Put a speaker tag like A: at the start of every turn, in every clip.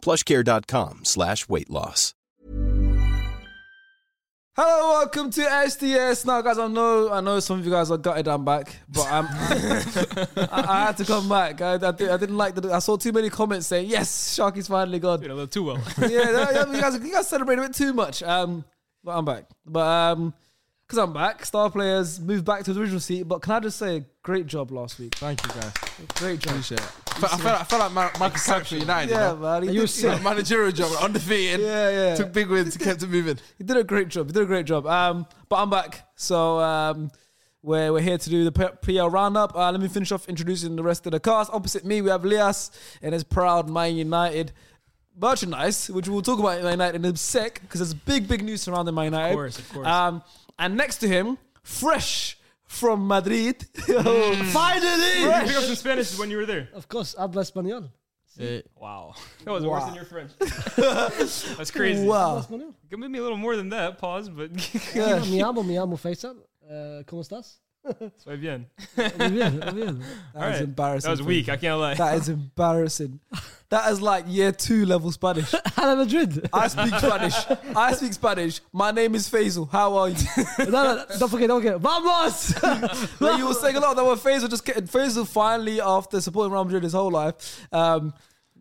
A: Plushcare.com slash weight loss.
B: Hello, welcome to SDS. Now, guys, I know I know some of you guys are gutted I'm back, but I'm, I, I had to come back. I, I, did, I didn't like the. I saw too many comments saying, "Yes, Sharky's finally gone."
C: You know, too well.
B: yeah, no, yeah, you guys, you guys celebrated it too much. Um, but I'm back. But um, because I'm back, star players moved back to the original seat. But can I just say, great job last week.
C: Thank you, guys.
B: Great job.
C: Appreciate it. I felt, I felt, I felt like Mar- Michael Sam for United.
B: Yeah,
C: you know?
B: man. He
C: You
B: did,
C: sick. managerial job, undefeated.
B: Yeah, yeah.
C: Took big wins, kept it moving.
B: he did a great job. He did a great job. Um, but I'm back. So um, we're, we're here to do the P- PL roundup. Uh, let me finish off introducing the rest of the cast. Opposite me, we have Lias and his proud Man United merchandise, which we'll talk about Man United in a sec because there's big, big news surrounding Man United.
C: course, of course.
B: Um, and next to him, fresh from Madrid.
C: Mm.
B: Finally!
D: You pick up some Spanish when you were there.
E: Of course, habla español.
D: Wow. That was worse than your French. That's crazy.
B: Wow.
E: Español.
D: Give me a little more than that. Pause, but
B: Yeah.
E: Mi amo, mi amo Faisal. Uh, ¿Cómo estás?
D: Muy bien.
E: Muy bien, muy
B: That
E: bien.
B: was
D: Alright.
B: embarrassing.
D: That was
B: for
D: weak.
B: you.
D: I can't lie.
B: That is embarrassing. That is like year two level Spanish.
E: Hala Madrid.
B: I speak Spanish. I speak Spanish. My name is Faisal. How are you?
E: no, no, don't forget, don't forget. Vamos!
B: Like, you were saying a lot. That were Faisal just getting Faisal finally after supporting Real Madrid his whole life. Um,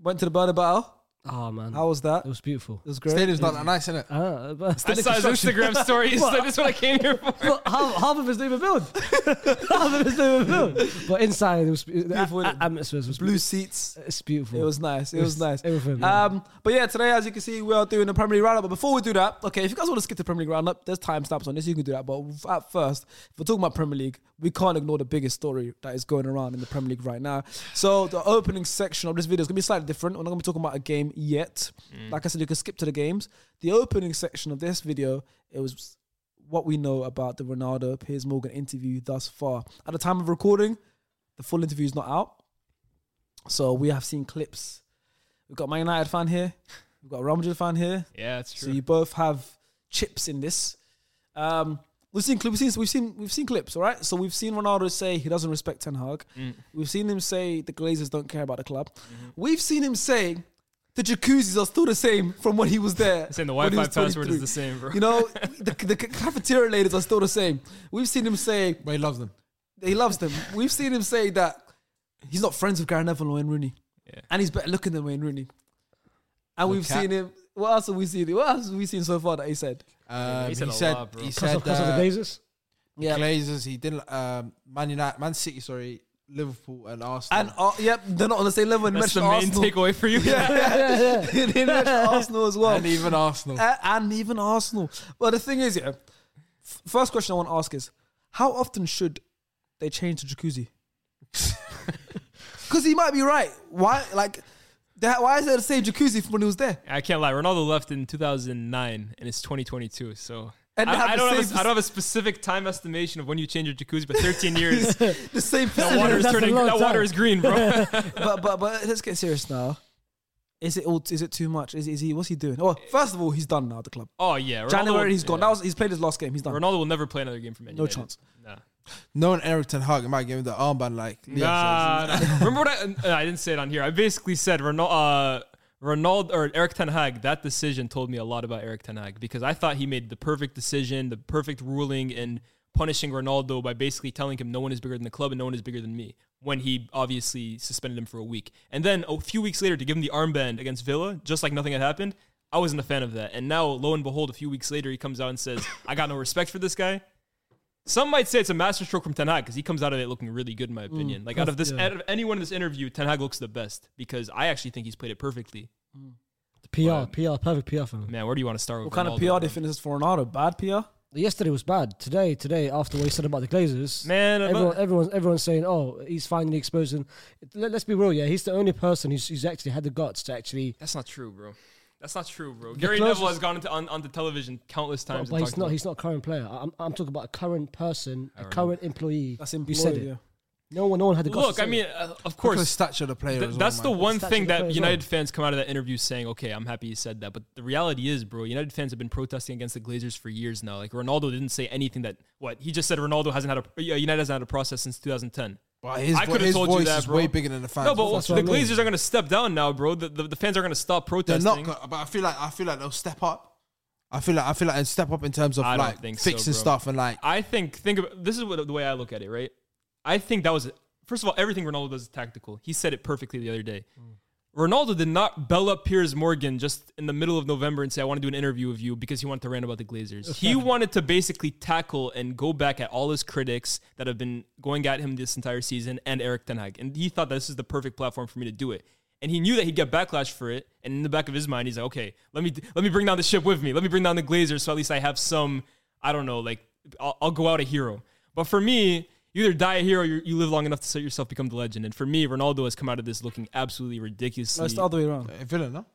B: went to the Bernabeu.
E: oh, man.
B: How was that?
E: it
B: It
E: was beautiful.
B: was great.
C: Stadium's not that nice, innit?
D: Uh,
E: Ah, but
D: I
E: still
D: saw his Instagram stories. so that's what I came here for.
E: Well, half, half of it's not even built. half of it's not even built. But inside, it was beautiful.
B: Beautiful,
E: The
B: innit?
E: atmosphere was
B: Blue seats.
E: It's beautiful.
B: It was nice. It was nice.
E: Everything. yeah.
B: Um, but yeah, today, as you can see, we are doing the Premier League roundup. But before we do that, okay, if you guys want to skip the Premier League roundup, there's timestamps on this. You can do that. But at first, if we're talking about Premier League, we can't ignore the biggest story that is going around in the Premier League right now. So the opening section of this video is going to be slightly different. We're not going to be talking about a game yet. Like I said, you can skip to the games. The opening section of this video, it was what we know about the Ronaldo Piers Morgan interview thus far. At the time of recording, the full interview is not out. So we have seen clips. We've got Man United fan here. We've got a Real Madrid fan here.
D: Yeah, that's
B: So you
D: true.
B: both have chips in this. Um, we've seen clips. We've seen, we've seen we've seen clips. All right. So we've seen Ronaldo say he doesn't respect Ten Hag.
D: Mm.
B: We've seen him say the Glazers don't care about the club.
D: Mm-hmm.
B: We've seen him say the jacuzzis are still the same from when he was there.
D: Saying the
B: when he
D: Wi-Fi
B: was
D: password
B: 23.
D: is the same, bro.
B: You know, the, the cafeteria ladies are still the same. We've seen him say
C: But he loves them.
B: he loves them. We've seen him say that he's not friends with Gary Neville and Wayne Rooney.
D: Yeah.
B: And he's better looking than Wayne Rooney. And we've
C: cat.
B: seen him. What else have we seen? What else have we seen so far that he said?
C: Um,
D: he
C: he
D: said
C: said,
D: a lot, bro.
C: he
E: Because
C: said
E: of, 'cause of
C: uh,
E: the glazers.
B: Yeah.
C: Glazers. He didn't. Um, Man United, Man City, sorry, Liverpool and Arsenal.
B: And uh, yep, they're not on the same level. And
D: That's
B: mentioned
D: the main
B: Arsenal.
D: takeaway for you.
B: he mentioned Arsenal as well.
C: And even Arsenal.
B: A- and even Arsenal. But the thing is, yeah. f- First question I want to ask is, how often should they change the jacuzzi? Because he might be right. Why, like, that, why is there the same jacuzzi from when he was there?
D: I can't lie. Ronaldo left in 2009, and it's 2022. So.
B: And they have
D: I, I,
B: the
D: don't have a,
B: same-
D: I don't have a specific time estimation of when you change your jacuzzi, but 13 years, that
B: The same.
D: water is
E: That's a
D: turning.
E: long
D: That water
E: time.
D: is green, bro.
B: but but but let's get serious now. Is it all? Is it too much? Is, is he? What's he doing? Oh, first of all, he's done now. at The club.
D: Oh yeah, Ronaldo,
B: January, he's gone.
D: yeah.
B: That was he's played his last game. He's done.
D: Ronaldo will never play another game for Man
B: No
D: United.
B: chance.
D: Nah.
C: Knowing Eric Ten Hag, he might give him the armband like. Leo
D: Nah, nah. Remember what I, uh, I didn't say it on here. I basically said Ronald, uh, Ronald or Eric Ten Hag. That decision told me a lot about Eric Ten Hag because I thought he made the perfect decision, the perfect ruling, and punishing Ronaldo by basically telling him no one is bigger than the club and no one is bigger than me. When he obviously suspended him for a week, and then a few weeks later to give him the armband against Villa, just like nothing had happened. I wasn't a fan of that, and now lo and behold, a few weeks later he comes out and says, "I got no respect for this guy." Some might say it's a masterstroke from Ten Hag because he comes out of it looking really good, in
E: Mm,
D: my opinion. like out of this, out of anyone in this interview, Ten Hag looks the best because I actually think he's played it perfectly.
E: The PR, PR, perfect PR for him.
D: Man, where do you want to start?
B: what
D: with
B: kind of PR do
D: Ronaldo,
B: you
D: bro?
B: think this is for Ronaldo? Bad PR.
E: Yesterday was bad. Today, today, after what he said about the glazers,
D: Man, I'm
E: everyone,
D: not-
E: everyone's, everyone's saying, oh, he's finally exposing. Let, let's be real, yeah, he's the only person who's, who's actually had the guts to actually
D: That's not true, bro. That's not true, bro. Gary
E: closest-
D: Neville has gone into, on, onto television countless
E: But,
D: times. and
E: he's
D: talked
E: not.
D: about-
E: He's not a current player. I- I'm, I'm talking about a current person, a
D: remember.
E: current employee.
B: That's
E: You said
B: employed,
E: it.
B: yeah.
E: No one. No one had the guts to
D: Look,
E: say
D: I
E: it.
D: mean, uh, of
C: Look at the
D: course,
C: stature of the player.
D: Th-
C: as well,
D: that's the
C: man.
D: one
E: Statue
D: thing
E: of the
D: that
E: players,
D: United
E: right.
D: fans come out of that interview saying, okay, I'm happy he said that. But the reality is, bro, United fans have been protesting against the Glazers for years now. Like, Ronaldo didn't say anything that, what? He just said Ronaldo hasn't had a, yeah, United hasn't had a process since 2010.
C: But his,
D: I
C: vo-
D: coulda
C: his
D: told you
C: voice
D: that,
C: is
D: bro.
C: way bigger than the fans.
D: No, but
E: That's
D: the
E: what I mean.
D: Glazers are going to step down now, bro. The, the, the fans are going to stop
C: they're
D: protesting.
C: not. go- But I feel like I feel like they'll step up. I feel like I feel like they'll step up in terms of
D: I don't
C: like
D: think so,
C: fixing
D: bro.
C: stuff and like
D: I think think about this is what the way I look at it, right? I think that was first of all everything Ronaldo does is tactical. He said it perfectly the other day. Ronaldo did not bell up Piers Morgan just in the middle of November and say I want to do an interview with you because he wanted to rant about the Glazers. he wanted to basically tackle and go back at all his critics that have been going at him this entire season and Eric Ten Hag, and he thought this is the perfect platform for me to do it. And he knew that he'd get backlash for it. And in the back of his mind, he's like, okay, let me let me bring down the ship with me. Let me bring down the Glazers so at least I have some I don't know, like I'll, I'll go out a hero. But for me, you either die a hero, or you, you live long enough to set yourself become the legend. And for me, Ronaldo has come out of this looking absolutely ridiculously.
B: No, it's the other way around.
C: Eh, villain. No,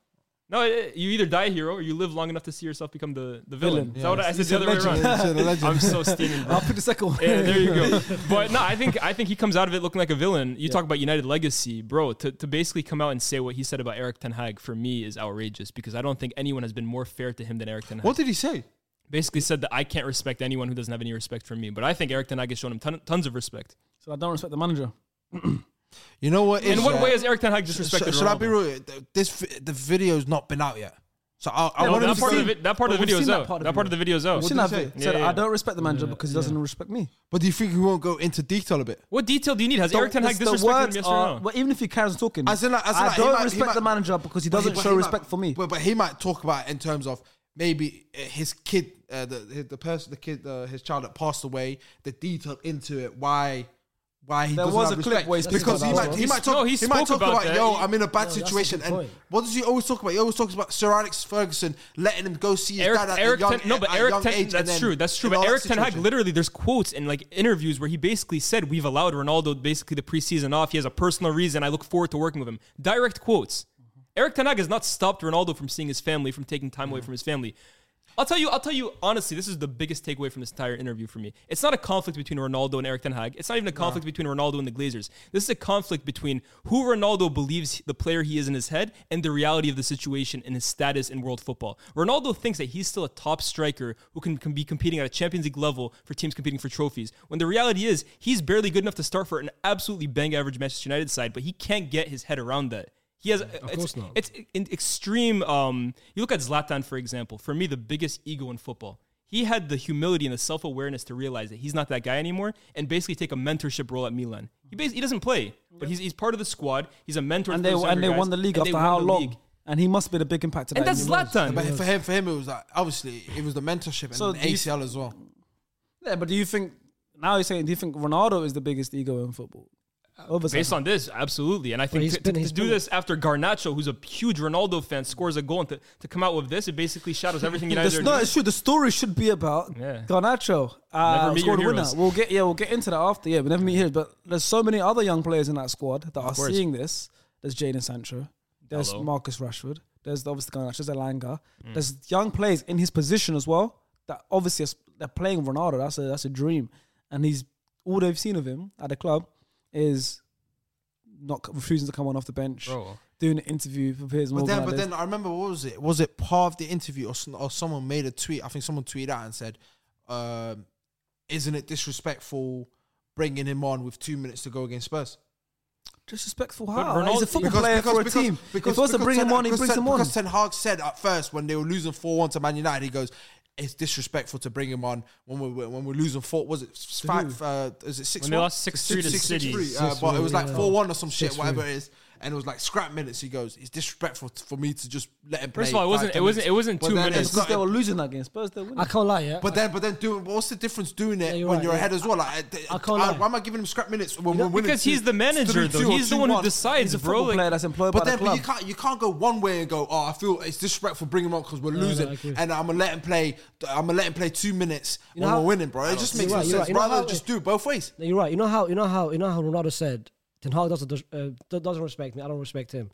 D: no, it- you either die a hero, or you live long enough to see yourself become the, the villain.
B: Villain.
D: Is that what I I said the other way
C: legend.
D: around?
C: He's a legend.
D: I'm so steaming. bro.
B: I'll pick the second one.
D: Yeah, there you go. But no, I think I think he comes out of it looking like a villain. You talk about United legacy, bro. To, to basically come out and say what he said about Eric Ten Hag for me is outrageous because I don't think anyone has been more fair to him than Eric Ten Hag.
C: What did he say?
D: basically said that I can't respect anyone who doesn't have any respect for me. But I think Eric Ten Hag has shown him ton, tons of respect.
B: So I don't respect the manager.
C: You know what?
D: In
C: is,
D: what
C: yeah?
D: way has Eric Ten Hag disrespected?
C: Should, should I be
D: Ronaldo?
C: real? Th- This vi- the video's not been out yet, so I, I
B: Yeah,
D: No,
C: want
B: but
C: him
D: that
C: to
D: part,
C: see.
D: of the, vi- that part of
B: Well,
D: the
B: we've
D: video
B: seen
D: is
B: that
D: out.
B: part of
D: that
B: the
D: part of the video is out.
B: We've seen that
C: did he
B: video.
C: say?
B: Said,
D: Yeah, yeah,
B: I don't respect the manager because he doesn't respect me.
C: But do you think we won't go into detail a bit?
D: What detail do you need? Has Eric Ten Hag
B: It's the
D: disrespected him?
B: words
D: Yes
B: are,
D: or no?
B: well, even if he carries on talking,
C: As in like- as in
B: I
C: like, he
B: don't
C: might- he
B: respect
C: might-
B: the manager because he
C: But he-
B: doesn't
C: but
B: show
C: he
B: respect
C: might-
B: for me.
C: But, but he might talk about it in terms of maybe uh, his kid, uh, the his, the person, the kid, uh, his child that passed away. The detail into it, why. Why he
B: There
C: doesn't
B: was
C: have
B: a clip
C: respect.
B: where he speaks
C: because
B: about
C: he
B: that
C: might
B: as
C: he
D: well.
C: might talk
D: No, he
C: he,
D: spoke
C: might talk
D: about
C: about,
D: that.
C: yo
D: He-
C: I'm in a bad
E: that's a
C: situation
E: good
C: and
E: point.
C: what does he always talk about he always talks about Sir Alex Ferguson letting him go see his
D: Eric,
C: dad at a
D: Eric
C: young,
D: Ten, no, but
C: at a
D: Eric
C: young
D: Ten,
C: age and
D: that's
C: then-
D: true, that's true.
C: and
D: But
C: all that
D: Eric Ten Hag
C: situation.
D: literally, there's quotes and like interviews where he basically said, "We've allowed Ronaldo basically the preseason off. He has a personal reason. I look forward to working with him." Direct quotes.
C: Mm-hmm.
D: Eric Ten Hag has not stopped Ronaldo from seeing his family, from taking time away from his family. I'll tell you, I'll tell you honestly, this is the biggest takeaway from this entire interview for me. It's not a conflict between Ronaldo and Eric Ten Hag. It's not even a conflict between Ronaldo and the Glazers. This is a conflict between who Ronaldo believes the player he is in his head and the reality of the situation and his status in world football. Ronaldo thinks that he's still a top striker who can, can be competing at a Champions League level for teams competing for trophies. When the reality is, he's barely good enough to start for an absolutely bang average Manchester United side, but he can't get his head around that. He has it's,
E: course not.
D: it's e, in extreme. Um, you look at Zlatan for example. For me, the biggest ego in football. He had the humility and the self awareness to realize that he's not that guy anymore, and basically take a mentorship role at Milan. He bas- he doesn't play, but he's, he's part of the squad. He's a mentor.
B: and
D: for
B: they
D: those
B: and
D: younger
B: they
D: guys,
B: won the league
D: and they
B: after
D: won
B: how
D: the
B: long?
D: league.
B: And he must be the big impact of
D: And
B: that.
D: that's
B: in the world.
D: Zlatan.
C: But for him, for him, it was like obviously it was the mentorship and
B: So
C: then
B: do you-
C: ACL as well.
B: Yeah, but do you think now you're saying do you think Ronaldo is the biggest ego in football? Over
D: Based
B: Zlatan.
D: on this, absolutely. And I think
E: he's
D: to, to-
E: been-
D: to
E: he's
D: do
E: been-
D: this after Garnacho, who's a huge Ronaldo fan, scores a goal, and to, to come out with this, it basically shadows everything United
B: The-
D: are
B: no,
D: doing.
B: it's true. The story should be about
D: Yeah.
B: Garnacho. Uh,
D: Never meet
B: scored
D: your
B: a winner.
D: heroes.
B: We'll get yeah, we'll get into that after. Yeah, we never meet here. But there's so many other young players in that squad that are
D: course.
B: seeing this. There's Jaden Sancho. There's
D: Hello. Mm.
B: Marcus Rashford. There's obviously Garnacho. There's Elanga. There's young players in his position as well that obviously are, s- they're playing Ronaldo. That's a that's a dream. And he's all they've seen of him at the club is not c- refusing to come on off the bench,
D: Bro.
B: doing an interview for Piers
C: But
B: Morgan.
C: then, but then I remember what was it? Was it part of the interview or, s- or someone made a tweet? I think someone tweeted out and said, um, "Isn't it disrespectful bringing him on with two minutes to go against Spurs?"
B: disrespectful
D: But
B: how? He's a
D: Ronaldo-
B: football player for a team. if he wants to bring
C: Ten-
B: him on, he
C: because
B: brings
C: Ten-
B: him on.
C: Because Ten Hag said at first when they were losing four one to Man United, he goes, "It's disrespectful to bring him on when we're when we're losing four. Was it five? Uh, is it six?
D: When they lost 6-3 to City.
C: uh, but it was like
E: Yeah.
C: four one or some shit, whatever it is. And it was like scrap minutes. He goes, "It's disrespectful t- for me to just let him."
D: First
C: play
D: of all, it
C: five,
D: wasn't-
C: ten
D: it wasn't-
C: minutes."
D: it wasn't
C: But
D: two
C: then
D: minutes.
C: it's
D: Because
B: Because
C: not-
B: they were losing that game. Spurs, they're
E: I
B: winning.
E: can't lie. Yeah.
C: But then, but then, doing what's the difference doing it
E: Yeah, you're
C: when
E: right,
C: you're
E: yeah.
C: ahead as well? Like, I,
E: I can't lie.
C: why am I giving him scrap minutes when we're winning?
D: Because
C: two-
D: he's the manager,
C: three, two
D: though.
C: or
D: He's the
C: two,
D: one who
C: one?
D: decides,
B: He's a
D: bro.
B: football
D: Like,
B: player that's employed
C: But
B: by
C: then
B: the
C: but
B: club.
C: you can't you can't go one way and go, oh, I feel it's disrespectful bringing him on because we're
E: no,
C: losing,
E: I agree.
C: and I'm gonna let him play. I'm gonna let him play two minutes when
E: know how-
C: we're winning, bro. It just
E: You're
C: makes no
E: right, you're
C: sense.
E: right. You know
C: Rather
E: how-
C: just do it both ways.
E: No, you're right. You know how you know how you know how Ronaldo said Ten Hag doesn't uh, do- doesn't respect me. I don't respect him.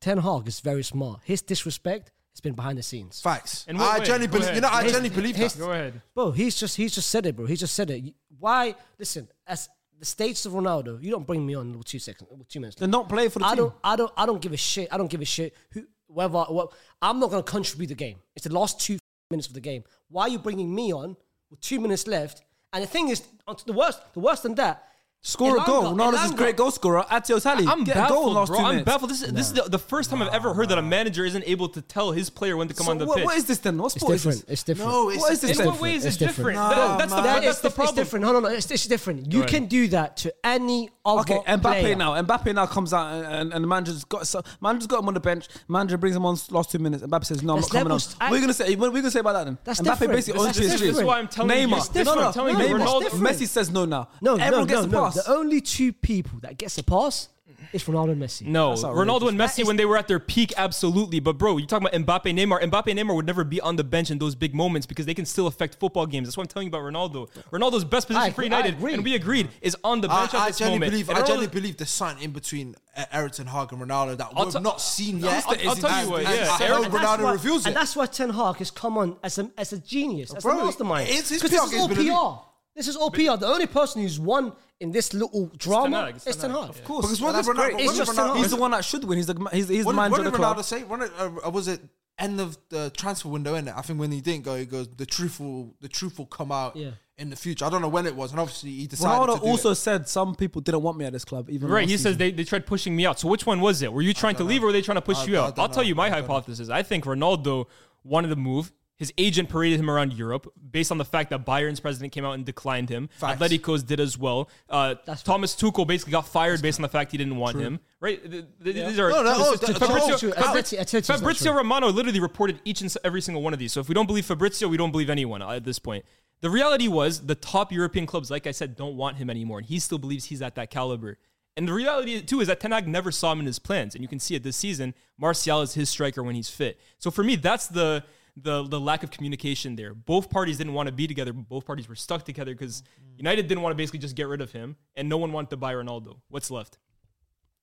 E: Ten Hag is very smart. His disrespect has been behind the scenes.
C: Facts.
D: In what
C: I
D: way?
C: genuinely
D: Go
C: believe.
D: ahead.
C: You know, I
E: His-
C: genuinely believe
E: his-
C: that.
D: Go ahead.
E: Bro, he's just he's just said it, bro. He just said it. Why? Listen, as the states of Ronaldo, you don't bring me on with two seconds, with two minutes.
B: Then don't play for the
E: I
B: team.
E: don't, I don't, I don't give a shit. I don't give a shit who, whether, what. I'm not gonna contribute the game. It's the last two minutes of the game. Why are you bringing me on with two minutes left? And the thing is, on to the worst, the worst than that.
B: Score a goal.
E: Elanga-
B: Ronaldo's is a
E: Elanga-
B: great goal scorer. Atio Sally.
D: I'm
B: Get a
D: baffled,
B: goal in the last
D: bro.
B: two
D: I'm
B: minutes.
D: baffled. This is, this is the, the first time I've ever heard that a manager isn't able to tell his player when to come
B: So
D: on the
B: what-
D: pitch.
B: what is this then? What
E: It's
B: sport is
E: different.
B: this?
E: It's different.
C: No, it's
B: What is
C: the
B: this
D: in
B: then?
D: what way is
E: It's
D: it different?
E: different.
D: That-
C: Nah,
D: that's the,
C: man.
E: That
D: that's
E: is
D: the
E: dif-
D: problem.
E: It's different. No, no, no. It's, it's different. You
D: ahead.
E: can do that to any other
B: Okay, Mbappe
E: player.
B: now. Mbappe now comes out and, and, and the manager's got so, manager's got him on the bench. Manager brings him on s- last two minutes. Mbappe says, "No, I'm
E: That's
B: not coming on."
E: levels. I-
B: What are you gonna say? What are we gonna say about that then?
E: That's
B: Mbappe
E: different.
B: basically owns
E: That's
B: PSG.
E: different. That's
D: why I'm telling you.
B: Neymar.
D: It's different.
B: No, no,
D: I'm telling
E: you,
B: Neymar.
E: Ronaldo-
B: That's different. Messi says no now.
E: No,
B: everyone
E: no,
B: gets
E: no,
B: a
E: no.
B: pass.
E: The only two people that gets a pass is Ronaldo and Messi.
D: No,
B: That's outrageous.
D: Ronaldo and Messi
E: is-
D: when they were at their peak, absolutely. But bro, you're talking about Mbappe, Neymar. Mbappe, Neymar would never be on the bench in those big moments because they can still affect football games. That's what I'm telling you about Ronaldo. Ronaldo's best position
E: I-
D: for
E: I
D: United,
E: agree.
D: and we agreed, is on the
C: I,
D: bench at
C: I
D: this
C: genuinely
D: moment.
C: believe.
D: And
C: I
D: Ronaldo-
C: genuinely believe there's something in between uh, Eric Ten Hag and Ronaldo that
D: I'll
C: we've
D: t-
C: not seen
D: I'll
C: yet.
D: t- I'll tell you what,
C: And-
D: yeah.
C: and I
D: Eric-
C: know
E: And that's
C: Ronaldo
E: why-
C: reveals
E: And
C: it.
E: that's why Ten Hag has come on as a as a genius, as
C: Bro,
E: a mastermind.
C: it's his
E: 'Cause
C: PR
E: this is all
C: game's been a
E: PR. This is all PR. The only person who's won in this little drama
D: Hag, it's
E: is
D: Ten
E: Ten
D: Hag,
E: Hag.
D: yeah.
B: Of course,
C: Because what
B: that's
C: did Ronaldo-
B: great.
C: what
E: It's did just Ronaldo-
B: he's the one that should win. He's the ma- he's, he's the
C: What, did-
B: manager
C: what
B: of
C: did
B: the
C: Ronaldo
B: club.
C: say? When it, uh, uh, was it end of the transfer window? In it, I think when he didn't go, he goes the truth will the truth will come out
E: Yeah.
C: in the future. I don't know when it was, and obviously he decided.
B: Ronaldo
C: to do
B: also
C: it.
B: said some people didn't want me at this club. Even
D: Right,
B: last
D: he
B: season.
D: says they, they tried pushing me out. So which one was it? Were you trying to leave or were they trying to push
C: I-
D: you
C: I
D: out?
C: don't
D: I'll tell
C: know.
D: you my
C: I don't know.
D: hypothesis. I think Ronaldo wanted to move. His agent paraded him around Europe based on the fact that Bayern's president came out and declined him.
C: Facts.
D: Atletico's did as well. Uh,
E: That's
D: Thomas Tuchel basically got fired based on the fact he didn't want him. Right? Th- th- These are
C: No, no, oh,
D: Fabrizio,
C: that's all
E: true. Atleti- Atleti's
D: Fabrizio,
E: not
D: Fabrizio
E: true.
D: Romano literally reported each and s- every single one of these. So if we don't believe Fabrizio, we don't believe anyone at this point. The reality was the top European clubs, like I said, don't want him anymore, and he still believes he's at that caliber. And the reality too is that Ten Hag never saw him in his plans, and you can see it this season. Martial is his striker when he's fit. So for me, that's the the the lack of communication there. Both parties didn't want to be together. but Both parties were stuck together because
E: Mm-hmm.
D: United didn't want to basically just get rid of him, and no one wanted to buy Ronaldo. What's left?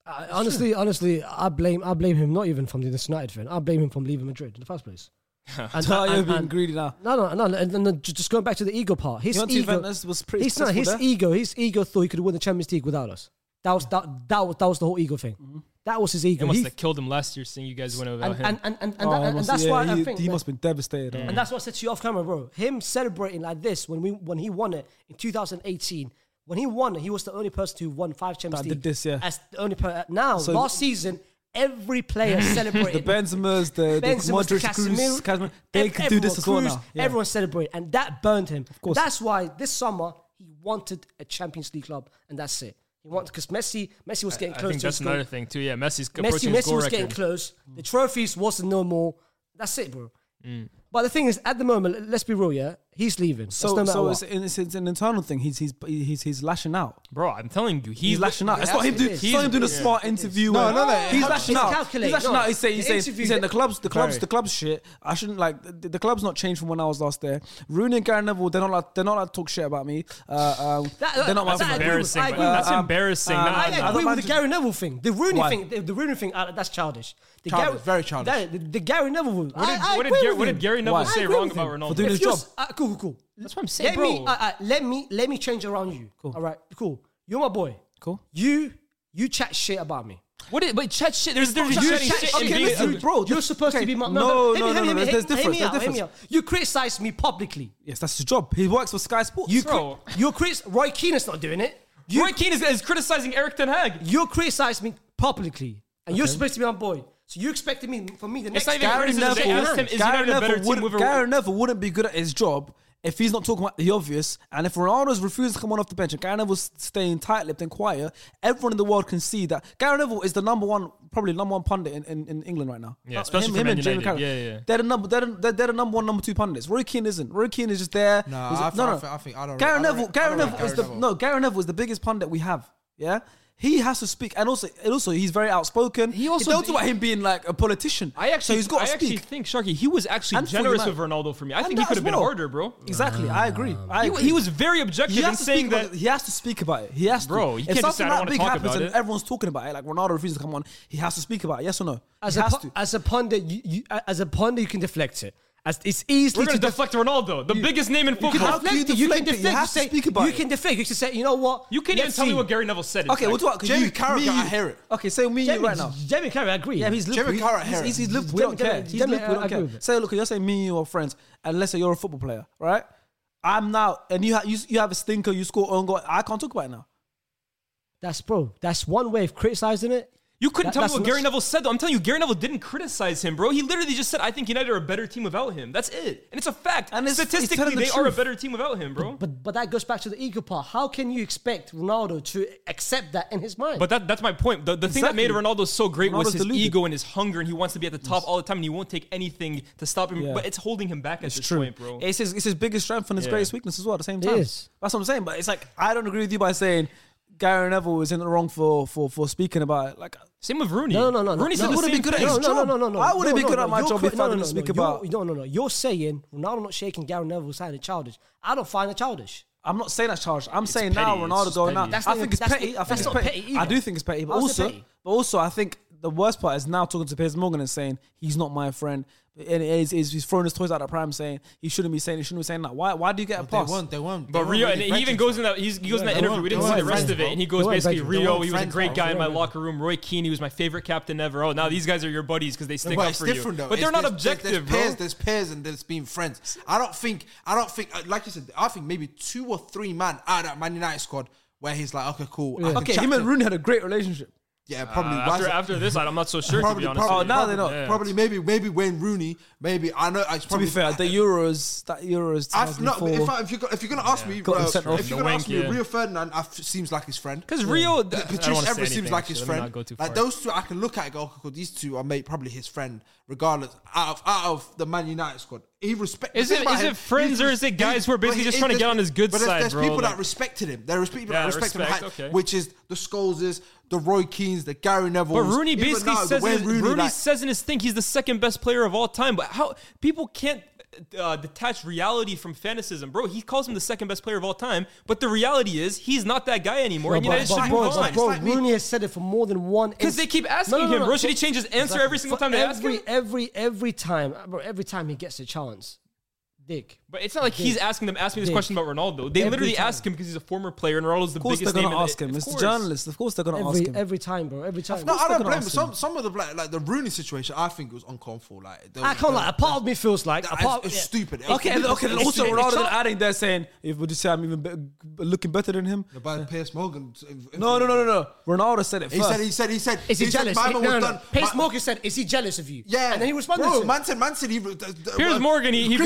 E: I- honestly, honestly, I blame I blame him not even from the United fan. I blame him from leaving Madrid in the first place. And,
B: Oh, you're being greedy now.
E: No, no, no, and, and, and ju- just going back to the ego part. His
B: You went to
E: ego
B: Juventus, was pretty
E: his, no,
B: successful
E: his
B: there.
E: ego, his ego thought he could win the Champions League without us. That was that that was, that was the whole ego thing.
B: Mm-hmm.
E: That was his
D: They
E: ego.
D: must
E: He-
D: have killed him last year, seeing you guys went about
E: and,
D: him.
E: and, and, and, and,
B: Oh,
E: that- and
B: must-
E: that's
B: yeah,
E: why
B: he,
E: I think
B: he
E: that-
B: must have been devastated. huh?
E: And that's what sets you off camera, bro. Him celebrating like this when we when he won it in 2018. When he won, it, he was the only person who won five Champions
B: That
E: League.
B: did this, yeah.
E: As the only per- now
B: So-
E: last season, every player
B: The
E: celebrated.
B: Benzema's, the, the
E: Benzema's,
B: Modric, Cruz,
E: Casemiro,
B: Casemiro, they
E: ev-
B: could do this as well
E: everyone,
B: now.
E: Cruz,
B: Yeah.
E: Everyone celebrated, and that burned him. Of
B: course.
E: That's why this summer he wanted a Champions League club, and that's it. He wanted because Messi, Messi was getting
D: I
E: close
D: think
E: to
D: that's
E: his goal.
D: another thing too. Yeah, Messi's
E: Messi,
D: approaching his
E: Messi
D: goal
E: was getting
D: record.
E: close.
B: Mm.
E: The trophies wasn't no more. That's it, bro.
D: Mm.
E: But the thing is, at the moment, l- let's be real, yeah, he's leaving. That's no
B: So,
E: matter
B: so
E: what.
B: it's, it's, it's an internal thing. He's he's he's he's lashing out.
D: Bro, I'm telling you, he
B: He's lashing out. It's not him
E: it
B: doing.
E: is.
B: It's not him doing a
D: Yeah.
B: smart interview.
C: No,
B: and-
C: no, no,
B: He's
C: it's
B: lashing out. He's
E: calculated,
B: lashing
E: no.
B: out. He's saying
E: The
B: he's saying
E: interview
B: he's saying the
E: that-
B: clubs the clubs
C: Very.
B: the clubs shit. I shouldn't like the, the club's not changed from when I was last there. Rooney and Gary Neville they're not like they're not like to talk shit about me. Uh, um,
E: That-
B: they're not my
E: that's
B: friends.
E: agree with-
D: embarrassing.
E: I
D: but
E: agree with-
D: That's
B: um,
D: embarrassing.
B: um,
D: Nah,
E: I
D: nah.
B: I
E: agree
B: don't
E: with the
B: mind-
E: Gary Neville thing. The Rooney
B: Why?
E: thing, the, the Rooney thing, uh, that's childish. The
C: Childish, very childish.
E: that- the, the Gary Neville one.
D: What did,
E: I, I
D: what did
E: agree
D: Gar-
E: with
D: what
E: him.
D: did Gary Neville
B: Why?
D: say
E: I agree
D: wrong
E: with
D: about
E: him.
D: Ronaldo?
B: For doing his
E: If you're
B: job.
E: s- Uh, cool, cool, cool.
D: That's what I'm saying,
E: let
D: bro.
E: Me, uh, uh, let me, let me change around you. Cool. All right, cool. You're my boy.
B: Cool.
E: You, you chat shit about me.
D: What did, but chat shit. There's, there's,
E: You
D: there's
E: chat
D: shit.
E: shit- okay,
D: in being-
E: listen,
B: dude, bro,
E: You're
B: just-
E: supposed to
B: okay,
E: be my
B: no,
E: hear
B: no, no,
E: me- hear me-
B: no,
E: hear me-
B: there's
E: hear me
B: difference,
E: out,
B: there's
E: hear me
B: difference.
E: out. You criticize me publicly.
B: Yes, that's his job. He works for Sky Sports.
E: You,
D: Bro.
E: cri- you're Chris. Roy Keane is not doing it. You,
D: Roy Keane is, is criticizing Eric Ten Hag.
E: you criticize me publicly, and you're supposed to be my boy. So you expected me for me the next
D: not even
E: guy-
D: Gary
E: It's
D: Neville.
E: a second
D: Asked him,
E: hand.
D: is
B: Gary
D: United a better
B: Neville
D: team
B: wouldn't-
D: with a-
B: Gary Neville wouldn't be good at his job if he's not talking about the obvious. And if Ronaldo's refusing to come on off the bench and Gary Neville's staying tight-lipped and quiet, everyone in the world can see that Gary Neville is the number one, probably number one pundit in, in, in England right now.
D: Yeah, especially for Man United. Yeah, yeah.
B: They're the number, they're, the- they're, they're the number one, number two pundits. Roy Keane isn't. Roy Keane is just there.
C: Nah,
B: He's-
C: I th- I think- I think- I don't-
B: Gary
C: I don't
B: Neville.
C: rate- I
B: Gary
C: don't rate
B: Neville is
C: Gary
B: the
C: Neville.
B: no. Gary Neville is the biggest pundit we have. Yeah. He has to speak, and also, and also, he's very outspoken.
D: He also-
B: it don't about him being like a politician.
D: I actually,
B: so he's got
D: I
B: to
D: actually
B: speak.
D: think Sharky, he was actually
B: And
D: generous
B: 49.
D: with Ronaldo for me. I
B: And
D: think he
B: that
D: could
B: as
D: have been
B: well.
D: harder, bro.
B: Exactly, I agree. I
D: He,
B: agree.
D: he was very objective
B: He
D: in
B: has, to
D: saying
B: speak about
D: that.
B: it. he has to speak about it. He has
D: Bro,
B: to.
D: you
B: if
D: can't just say,
B: something
D: "I don't
B: that
D: wanna
B: big
D: talk
B: happens
D: about
B: and
D: it."
B: everyone's talking about it, like Ronaldo refuses to come on, he has to speak about it. Yes or no?
E: As
B: he
E: a,
B: has
E: pu-
B: to.
E: as a pundit, you, you, as a pundit, you can deflect it. As it's easily
D: We're
E: to
D: going to
E: def-
D: deflect Ronaldo, the biggest name in
B: can
D: football.
B: have- you
E: deflect it. You can
B: deflect it. You
E: deflect. You,
B: have to
E: say,
B: speak about
E: you
B: it.
E: can deflect. You can say, you know what?
D: You can't even tell me what Gary Neville said. in
B: Okay, we'll
D: fact.
B: talk.
C: Jamie
B: you-
C: Carragher,
B: me, you-
C: I hear it.
B: Okay, say me and you right now.
E: Jamie Carragher, I agree.
B: Yeah, he's
C: Jimmy
B: Liverpool. He's-
C: Carragher
B: He's,
C: here.
B: he's, he's Liverpool. We don't
E: Jimmy-
B: care.
E: Jimmy-
B: He's Liverpool. We
E: I
B: don't
E: agree
B: care.
E: with it.
B: Say, look, you're saying me and you are friends, and let's say you're a football player, right? I'm now, and you, ha- you you have a stinker. You score own goal. I can't talk about it now.
E: That's bro. That's one way of criticizing it.
D: You couldn't
E: That-
D: tell me
E: that's
D: what
E: not-
D: Gary Neville said, though. I'm telling you, Gary Neville didn't criticize him, bro. He literally just said, I think United are a better team without him. That's it. And it's a fact.
B: And
D: And
B: it's- it's telling
D: Statistically,
B: the
D: they are a
B: truth.
D: better team without him, bro.
E: But but that goes back to the ego part. How can you expect Ronaldo to accept that in his mind?
D: But that, that's my point. The, the thing that made
B: Exactly.
D: Ronaldo so great
B: Ronaldo's
D: was his
B: deluded.
D: ego and his hunger, and he wants to be at the top all the time, and he won't take anything to stop him.
B: Yeah.
D: But it's holding him back at
B: It's
D: this
B: true.
D: point, bro.
B: It's his, it's his biggest strength and his
D: Yeah.
B: greatest weakness as well at the same
E: It
B: time.
E: is.
B: That's what I'm saying. But it's like I don't agree with you by saying Gary Neville is in the wrong for for for speaking about it. Like
D: Same with Rooney.
E: No, no, no.
D: Rooney
E: no,
D: said
E: no,
D: the
E: no,
D: same
B: good
D: thing.
B: at his
E: no, no, no,
B: job.
E: no, no, no.
B: I wouldn't
E: no,
B: be
E: no,
B: good
E: no,
B: at my
E: you're
B: job
E: cri-
B: if I didn't speak
E: you're-
B: about-
E: No, no, no. You're saying Ronaldo not shaking Gary Neville sounded childish. I don't find it childish.
B: I'm not saying that's charged. I'm saying
D: petty.
B: now
D: It's
B: Ronaldo
D: just
B: going
D: petty.
B: out.
E: That's
B: I
E: not-
B: think it's
E: that's
B: petty.
E: not-
B: I think
E: that's
B: it's
E: not
B: petty.
E: petty
B: I
E: either.
B: do think it's petty, but
E: How's it
B: also,
E: petty?
B: but also, I think the worst part is now talking to Piers Morgan and saying he's not my friend, and he's, he's, he's throwing his toys out at Prime, saying he shouldn't be saying he shouldn't be saying that. Why? Why do you get a
C: They
B: pass?
C: weren't. They weren't.
D: But Rio, and he even goes in that he's, he goes in that
C: they
D: interview.
C: weren't-
D: We
C: they
D: didn't see
C: weren't
D: the rest
C: friends,
D: of it,
C: bro.
D: and he
E: They
D: goes
E: weren't
D: basically
E: friends,
D: Rio.
E: bro.
C: They
D: He was a
C: weren't
D: great
C: friends,
D: guy
C: bro.
D: in my locker room. Roy Keane, he was my favorite captain ever. Oh, now these guys are your buddies because they stick
C: but
D: up
C: it's
D: for you.
C: different though.
D: But they're
C: It's-
D: not
C: there's- there's-
D: objective,
C: there's
D: bro.
C: Pairs, there's pairs, and there's being friends. I don't think. I don't think. uh, Like you said, I think maybe two or three man out of that Man United squad where he's like, okay, cool. I can
B: Okay,
C: chat
B: him
C: to-
B: and Rooney had a great relationship.
C: Yeah, probably. Why is
D: Uh, After,
C: it-
D: after this, I'm not so sure to be honest.
B: Oh,
D: with you.
B: now they know.
D: Yeah.
C: Probably maybe maybe Wayne Rooney. Maybe I know. It's
B: To
C: probably
B: be fair, the Euros, that Euros.
C: I, no, but
B: 2004.
C: if, I, if, you're, go- if you're gonna ask me,
B: Got
C: uh,
B: him sent off.
C: if you're
D: The
C: gonna ask me,
D: wank, yeah.
C: Rio Ferdinand I f- seems like his friend.
D: Because Rio, th- I don't
C: Patrice
D: wanna say
C: Evra seems
D: anything,
C: like
D: actually.
C: his
D: Let me
C: friend.
D: not go too
C: Like
D: far.
C: those two, I can look at it and go, okay, cool, these two are mate, probably his friend, regardless. Out of out of the Man United squad, he respect.
D: Is
C: the thing
D: it-
C: about
D: is
C: him,
D: it friends
C: he's-
D: or is it guys
C: he's-
D: who are
C: but
D: basically
C: he-
D: just
C: it-
D: trying to
C: there's-
D: get on his good
C: but there's-
D: side,
C: There's
D: bro,
C: people that
D: like-
C: respected him. There was people
D: Yeah,
C: that respected him,
D: respect,
C: hi-
D: okay.
C: which is the Scholeses, the Roy Keanes, the Gary Neville.
D: But Rooney basically says in his, Rooney says in his thing he's the second best player of all time. But how people can't uh, detach reality from fanaticism, bro? He calls him the second best player of all time, but the reality is he's not that guy anymore.
E: No,
D: and United
E: but,
D: should
E: bro,
D: move
E: but
D: on.
E: bro,
C: It's like me-
E: Rooney has said it for more than one.
D: Because they keep asking him, bro. Should he change his answer every single
E: For
D: time they ask
E: every,
D: him?
E: Every every time, uh, bro. Every time he gets a chance, Dick.
D: But it's not like he's asking them, ask me this
E: Dick.
D: question about Ronaldo. They
E: Every
D: literally
E: time.
D: ask him because he's a former player and Ronaldo's the
B: of course they're
D: biggest name.
B: gonna
D: in
B: ask
D: the,
B: him.
D: Of
B: It's the
D: course.
B: journalist. Of course they're gonna ask
E: Every
B: him.
E: every time, bro. Every time.
C: No, I
B: they're
C: don't
B: gonna
C: blame him.
B: ask
C: Some some of the like, like the Rooney situation, I think was uncalled for. Like there
E: I
C: was-
E: can't lie. A part of me feels like a
C: That
E: part.
C: is- it's
E: yeah.
C: stupid.
B: Okay, and okay. Then
E: It's
B: also,
E: stupid.
B: Ronaldo
E: It's
B: then
E: not-
B: adding there saying, "If would you say I'm even be- looking better than him?"
C: About Piers Morgan.
B: No, no, no, no, no. Ronaldo said it
C: He
B: first.
C: said. He said. He said.
E: Is he,
C: said
E: jealous?
C: my
E: He-
C: man
E: no,
C: was
E: no, no.
C: done-
E: Pace
C: my-
E: Morgan said, "Is he jealous of you?"
C: Yeah,
E: and then he responded.
C: Bro,
E: to
C: man said, man said he. uh, Piers
D: Piers Morgan, he- he- he- he